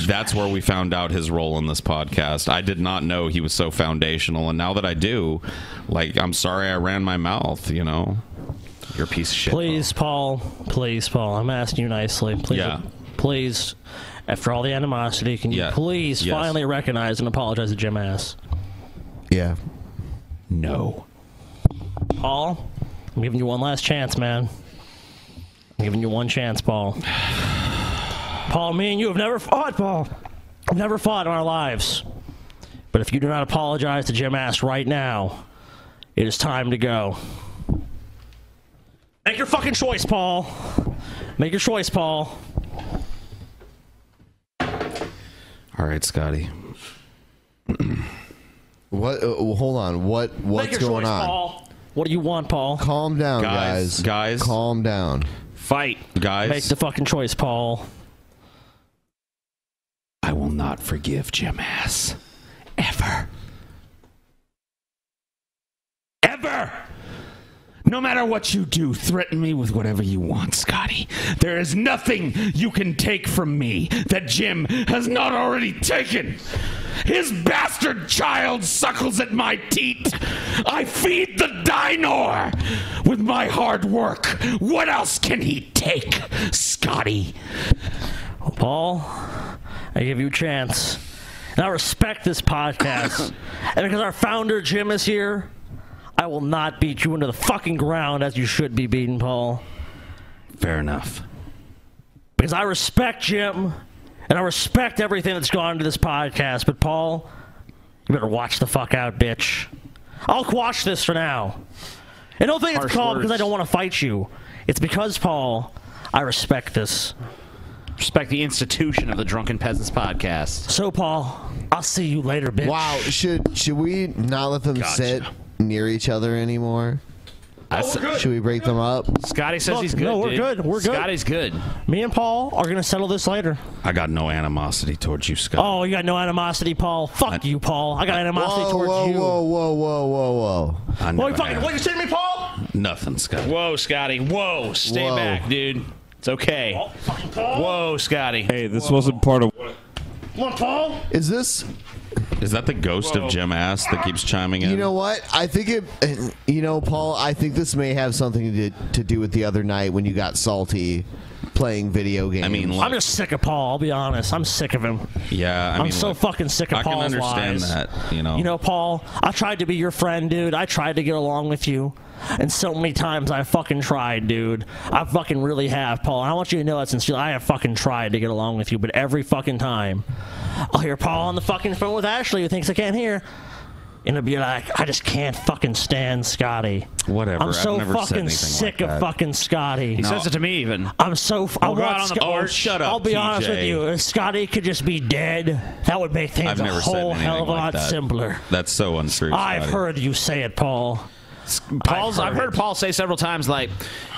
S8: that's where we found out his role in this podcast. I did not know he was so foundational, and now that I do, like, I'm sorry I ran my mouth. You know, you're a piece of shit.
S6: Please, Paul. Please, Paul. I'm asking you nicely. Please.
S8: Yeah.
S6: Please, after all the animosity, can you
S8: Yeah.
S6: please
S8: Yes.
S6: finally recognize and apologize to Jim Ass?
S3: Yeah.
S8: No.
S6: Paul, I'm giving you one last chance, man. I'm giving you one chance, Paul. *sighs* Paul, me and you have never fought, Paul. We've never fought in our lives. But if you do not apologize to Jim Ass right now, it is time to go. Make your fucking choice, Paul. Make your choice, Paul.
S8: All right, Scotty.
S3: What? Uh, well, hold on. What? What's
S6: your
S3: going
S6: choice,
S3: on?
S6: Paul. What do you want, Paul?
S3: Calm down,
S8: Guys,
S3: guys.
S8: guys.
S3: Calm down.
S8: Fight, guys.
S6: Make the fucking choice, Paul.
S7: I will not forgive Jim Ass. Ever. Ever. No matter what you do, threaten me with whatever you want, Scotty. There is nothing you can take from me that Jim has not already taken.
S2: His bastard child suckles at my teat. I feed the dinosaur with my hard work. What else can he take, Scotty?
S6: Paul, I give you a chance. And I respect this
S7: *coughs*
S6: podcast. and because our founder, Jim, is here, I will not beat you into the fucking ground as you should be beaten, Paul.
S7: Fair enough.
S6: Because I respect Jim and I respect everything that's gone into this podcast. But, Paul, you better watch the fuck out, bitch. I'll watch this for now. And don't think it's called because I don't want to fight you. It's because, Paul, I respect this.
S7: Respect the institution of the Drunken Peasants podcast.
S6: So, Paul, I'll see you later, bitch.
S3: Wow. Should should we not let them sit near each other anymore? should we break them up?
S7: Scotty
S6: Look, No, we're good. We're good.
S7: good.
S6: Me and Paul are gonna settle this later.
S8: I got no animosity towards you, Scotty.
S6: Oh, you got no animosity, Paul. Fuck you, Paul. Oh, I got animosity
S3: whoa,
S6: towards
S3: whoa,
S6: you.
S3: Whoa, whoa, whoa, whoa, whoa.
S8: I
S6: What you fucking? What you sitting me, Paul?
S8: Nothing, Scotty.
S7: Whoa, Scotty. Whoa. Stay
S3: Whoa.
S7: back, dude. It's okay.
S8: Oh,
S7: Whoa, Scotty.
S9: Hey, this wasn't part of.
S6: What, Paul?
S3: Is this?
S8: Is that the ghost of Jim Ass that keeps chiming in?
S3: You know what? I think it. You know, Paul. I think this may have something to to do with the other night when you got salty playing video games. I mean,
S6: I'm just sick of Paul. I'll be honest. I'm sick of him.
S8: yeah, I
S6: am
S8: mean,
S6: so
S8: look,
S6: fucking sick of
S8: I can
S6: Paul's
S8: understand
S6: lies.
S8: that. You know,
S6: You know, Paul, I tried to be your friend, dude. I tried to get along with you. And so many times I fucking tried, dude. I fucking really have, Paul. And I want you to know that sincerely. I have fucking tried to get along with you, but every fucking time I'll hear Paul on the fucking phone with Ashley who thinks I can't hear. and it'll be like, I just can't fucking stand Scotty.
S7: Whatever.
S6: I'm
S7: I've
S6: so
S7: never said
S6: fucking
S7: anything like
S6: sick
S7: that.
S6: of fucking Scotty.
S7: He says it to me even.
S6: I'm so. F- I
S7: We'll go
S6: want
S7: out on the
S6: Sc-
S7: board.
S8: Oh,
S7: Shut up,
S6: I'll be
S7: TJ.
S6: honest with you. If Scotty could just be dead, that would make things
S8: I've
S6: a
S8: never said
S6: whole
S8: anything
S6: hell of a
S8: like
S6: lot
S8: that.
S6: simpler.
S8: That's so untrue.
S6: I've
S8: Scotty.
S6: heard you say it, Paul.
S7: Paul's. I've heard Paul say several times like,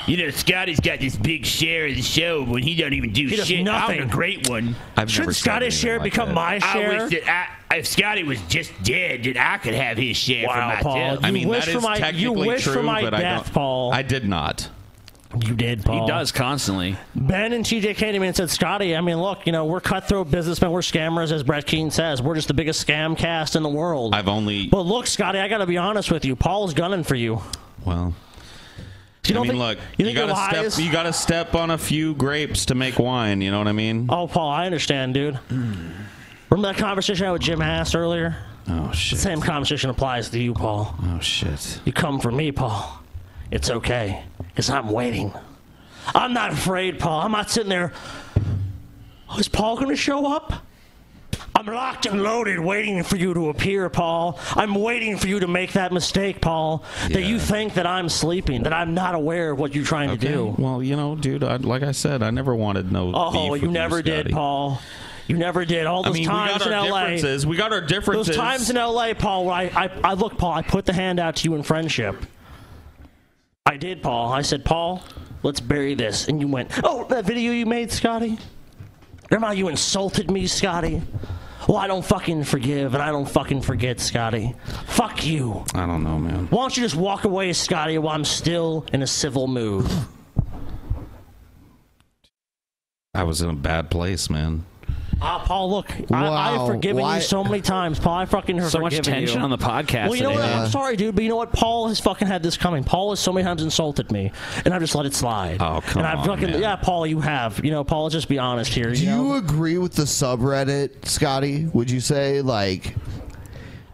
S2: You know, Scotty's got this big share of the show when he don't even do
S7: He does
S2: shit.
S7: nothing.
S2: I'm a great one.
S7: I've Shouldn't never said Scotty's anything share like become that. my
S2: I
S7: share?
S2: wish that I, if Scotty was just dead, that I could have his share for
S6: Wow,
S2: myself.
S6: Paul, you wish for my- you wish for my death, Paul.
S8: I did not.
S6: You did, Paul.
S7: does constantly.
S6: Ben and TJ Candyman said, Scotty, I mean, look, you know, we're cutthroat businessmen. We're scammers, as Brett Keene says. We're just the biggest scam cast in the world.
S8: I've only.
S6: But look, Scotty, I got to be honest with you. Paul's gunning for you.
S8: Well.
S6: You
S8: I
S6: don't
S8: mean,
S6: think-
S8: look,
S6: you
S8: you,
S6: think
S8: gotta
S6: they're
S8: step.
S6: lies?
S8: You gotta step on a few grapes to make wine. You know what I mean?
S6: Oh, Paul, I understand, dude. Remember that conversation I had with Jim Hass earlier?
S8: Oh, shit.
S6: The same conversation applies to you, Paul.
S8: Oh, shit.
S6: You come for me, Paul. It's okay, because I'm waiting. I'm not afraid, Paul. I'm not sitting there. "Oh, Is Paul going to show up? I'm locked and loaded, waiting for you to appear, Paul. I'm waiting for you to make that mistake, Paul, that you think that I'm sleeping, that I'm not aware of what you're trying to do.
S8: Well, you know, dude. I, like I said, I never wanted no. beef
S6: Oh,
S8: with
S6: you never did,
S8: Scotty.
S6: Paul. You never did. All
S8: I
S6: those
S8: mean, we got
S6: times
S8: our
S6: in LA.
S8: differences. We got our differences.
S6: Those times in LA, Paul, where I, I, I look, Paul, I put the hand out to you in friendship. I did, Paul. I said, Paul, let's bury this. And you went, Oh, that video you made, Scotty? Remember how you insulted me, Scotty? Well, I don't fucking forgive and I don't fucking forget, Scotty. Fuck you.
S8: I don't know, man.
S6: Why don't you just walk away, Scotty, while I'm still in a civil mood?
S8: I was in a bad place, man.
S6: Ah, Paul, look, I,
S8: Wow,
S6: I've forgiven
S8: why-
S6: you so many times, Paul. I fucking have
S7: So much
S6: forgiven
S7: tension
S6: you.
S7: on the podcast
S6: Well, you know
S7: today,
S6: what?
S7: huh?
S6: I'm sorry, dude, but you know what? Paul has fucking had this coming. Paul has so many times insulted me, and I've just let it slide. Oh
S8: come
S6: and I've
S8: on,
S6: fucking,
S8: man.
S6: Yeah, Paul, you have. You know, Paul, let's just be honest here.
S3: Do
S6: you know?
S3: you agree with the subreddit, Scotty? Would you say like?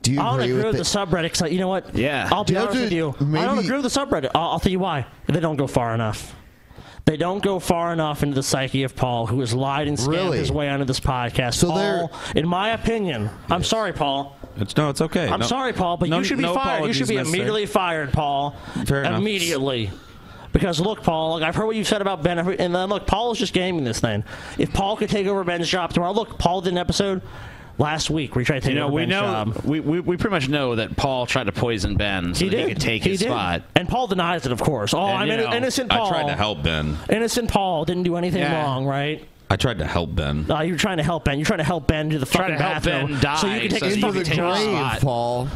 S3: Do you
S6: I don't
S3: agree,
S6: agree with
S3: with
S6: the subreddit. 'cause I- you know what?
S3: Yeah.
S6: I'll be
S3: Dude,
S6: honest with you. I don't
S3: maybe-
S6: agree with the subreddit. I'll, I'll tell you why. They don't go far enough. They don't go far enough into the psyche of Paul, who has lied and scammed
S3: Really?
S6: his way onto this podcast.
S3: So they're-
S6: Paul, in my opinion, I'm sorry, Paul.
S8: It's no, it's okay.
S6: I'm
S8: No-
S6: sorry, Paul, but
S8: no-
S6: you should be
S8: no
S6: fired. You should be
S8: apologies necessary.
S6: immediately fired, Paul.
S8: Fair enough.
S6: immediately. Because look, Paul, like, I've heard what you've said about Ben, I've heard- and then look, Paul is just gaming this thing. If Paul could take over Ben's job tomorrow, look, Paul did an episode last week where he tried to take
S7: You know,
S6: over
S7: we
S6: Ben's job.
S7: know we, we, we pretty much know that Paul tried to poison Ben so
S6: He
S7: that
S6: did.
S7: he could take
S6: He
S7: his
S6: did.
S7: spot.
S6: And Paul denies it, of course. Oh, I'm
S7: you
S6: inno- innocent
S8: I
S6: Paul.
S8: tried to help Ben.
S6: Innocent Paul didn't do anything
S8: Yeah.
S6: wrong, right?
S8: I tried to help Ben.
S6: Uh, you're trying to help Ben. You're trying to help Ben do the
S7: Trying
S6: fucking
S7: to help
S6: bathroom
S7: Ben die
S6: so you can take
S7: so
S6: his
S7: that you
S6: fucking
S7: can take his
S6: job.
S7: spot.
S3: Paul?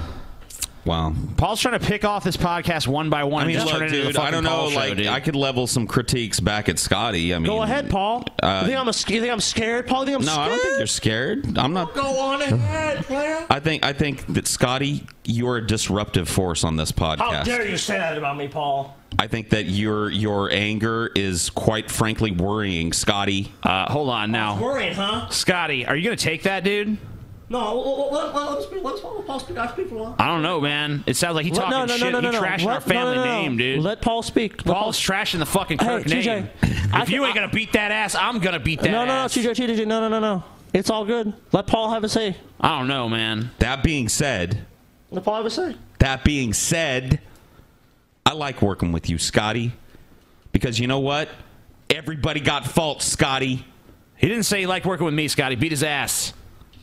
S8: Wow.
S7: Paul's trying to pick off this podcast one by one.
S8: I mean,
S7: and just turn
S8: look,
S7: it into
S8: dude.
S7: the
S8: I don't
S7: fucking
S8: know.
S7: Paul show,
S8: Like,
S7: dude.
S8: I could level some critiques back at Scotty. I mean,
S6: Go ahead, Paul.
S8: Uh,
S6: you, think I'm a, you think I'm scared, Paul? You think I'm
S8: no,
S6: scared?
S8: I don't think you're scared. I'm not.
S6: Go on ahead, player.
S8: I think I think that Scotty, you're a disruptive force on this
S6: How
S8: podcast.
S6: dare you say that about me, Paul?
S8: I think that your your anger is quite frankly worrying, Scotty.
S7: Uh, hold on now.
S6: Worried, huh?
S7: Scotty, are you gonna take that, dude?
S6: No, let, let, let, let's be, let's, Paul speak. I speak for long.
S7: I don't know, man. It sounds like he talking
S6: Let- no, no, no,
S7: shit.
S6: no, no,
S7: he
S6: no.
S7: trashing our
S6: Let- no,
S7: family
S6: no, no.
S7: name, dude.
S6: Let Paul speak. Let Paul-
S7: Paul's trashing the fucking
S6: Hey,
S7: Kirk
S6: TJ,
S7: name. If you ain't gonna beat that ass, I'm gonna beat that
S6: no, no, no,
S7: ass.
S6: TJ, TJ, no, no, no, no. It's all good. Let Paul have a say.
S7: I don't know, man.
S8: That being said,
S6: Let Paul have a say.
S8: That being said, I like working with you, Scotty, because you know what? Everybody got faults, Scotty.
S7: He didn't say he liked working with me, Scotty. Beat his ass.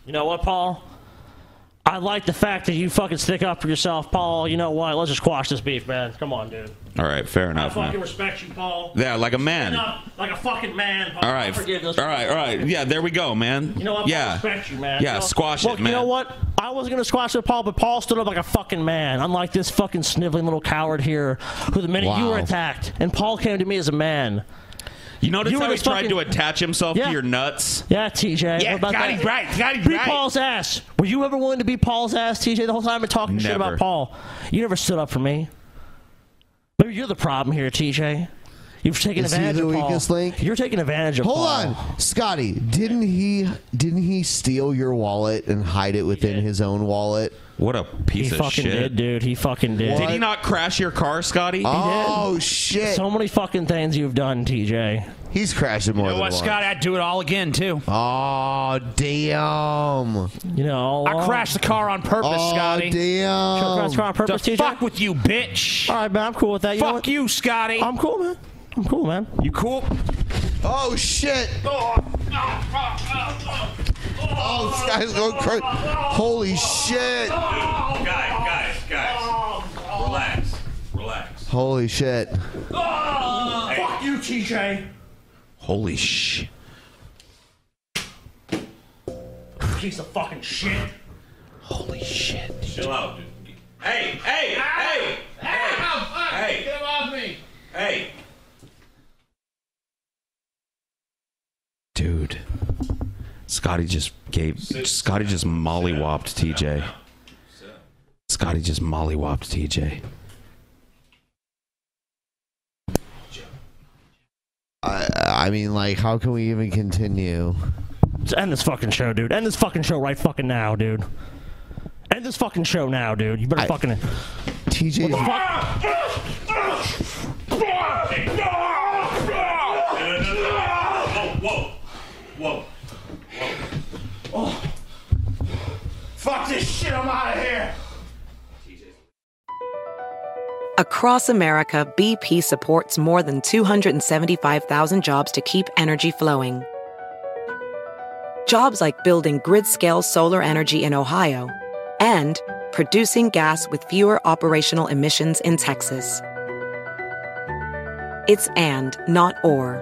S6: You know what, Paul? I like the fact that you fucking stick up for yourself, Paul. You know what? Let's just quash this beef, man. Come on, dude.
S8: All right, fair
S6: I
S8: enough,
S6: fucking
S8: man.
S6: respect you, Paul.
S8: Yeah, like a man.
S6: Stand up like a fucking man, Paul.
S8: All right,
S6: I forgive
S8: all
S6: this.
S8: right, all right. Yeah, there we go, man.
S6: You know what?
S8: Yeah,
S6: I respect you, man.
S8: Yeah,
S6: You know-
S8: squash
S6: Look,
S8: it, man.
S6: You know what? I wasn't gonna squash it, Paul, but Paul stood up like a fucking man, unlike this fucking sniveling little coward here, who the minute you
S8: Wow.
S6: were attacked, and Paul came to me as a man.
S8: You notice
S6: You were
S8: how he
S6: the
S8: tried to attach himself
S6: Yeah.
S8: to your nuts?
S6: Yeah, TJ.
S8: Yeah,
S6: what about
S8: Scotty's
S6: that?
S8: right, Scotty's
S6: Be
S8: right.
S6: Paul's ass. Were you ever willing to be Paul's ass, TJ? The whole time I've been talking shit
S8: Never.
S6: about Paul, you never stood up for me. Maybe you're the problem here, TJ. You've taken
S3: Is he
S6: advantage
S3: the
S6: of Paul.
S3: weakest
S6: link? You're taking advantage of
S3: Hold
S6: Paul.
S3: on, Scotty. Didn't he? Didn't he steal your wallet and hide it within his own wallet?
S8: What a piece
S6: he
S8: of
S6: fucking
S8: shit.
S6: did, dude. He fucking did.
S8: Did he not crash your car, Scotty?
S6: Oh,
S3: Oh,
S6: shit! So many fucking things you've done, TJ.
S3: He's crashing more
S7: You know what, Scott? I'd do it all again too.
S3: Oh damn!
S6: You know,
S7: I crashed the car on purpose,
S3: Oh,
S7: Scotty.
S3: damn.
S6: Should I crash the car on purpose,
S7: The
S6: TJ?
S7: fuck with you, bitch.
S6: All right, man. I'm cool with that. You know
S7: fuck
S6: what?
S7: you, Scotty.
S6: I'm cool, man. I'm cool, man.
S7: You cool?
S3: Oh shit!
S7: Oh,
S3: this guy's Oh, going crazy! Holy shit!
S2: Guys, guys, guys. Relax. Relax.
S3: Holy shit!
S6: Uh,
S2: Fuck
S7: you, TJ.
S3: Holy shit!
S6: Piece of fucking shit.
S2: Holy shit. Chill out, dude. Hey, hey, hey! Hey! hey. Get off me! Hey!
S8: Dude. Scotty just gave. Scotty just mollywopped TJ. Scotty just mollywopped TJ.
S3: I, I mean, like, how can we even continue?
S6: Let's end this fucking show, dude. End this fucking show right fucking now, dude. End this fucking show now, dude. You better fucking. What
S3: TJ.
S6: the fuck?
S2: Whoa, whoa, whoa.
S29: Oh. Fuck this shit, I'm out of here.
S30: Across America, BP supports more than 275,000 jobs to keep energy flowing. Jobs like building grid scale solar energy in Ohio and producing gas with fewer operational emissions in Texas. It's and, not or.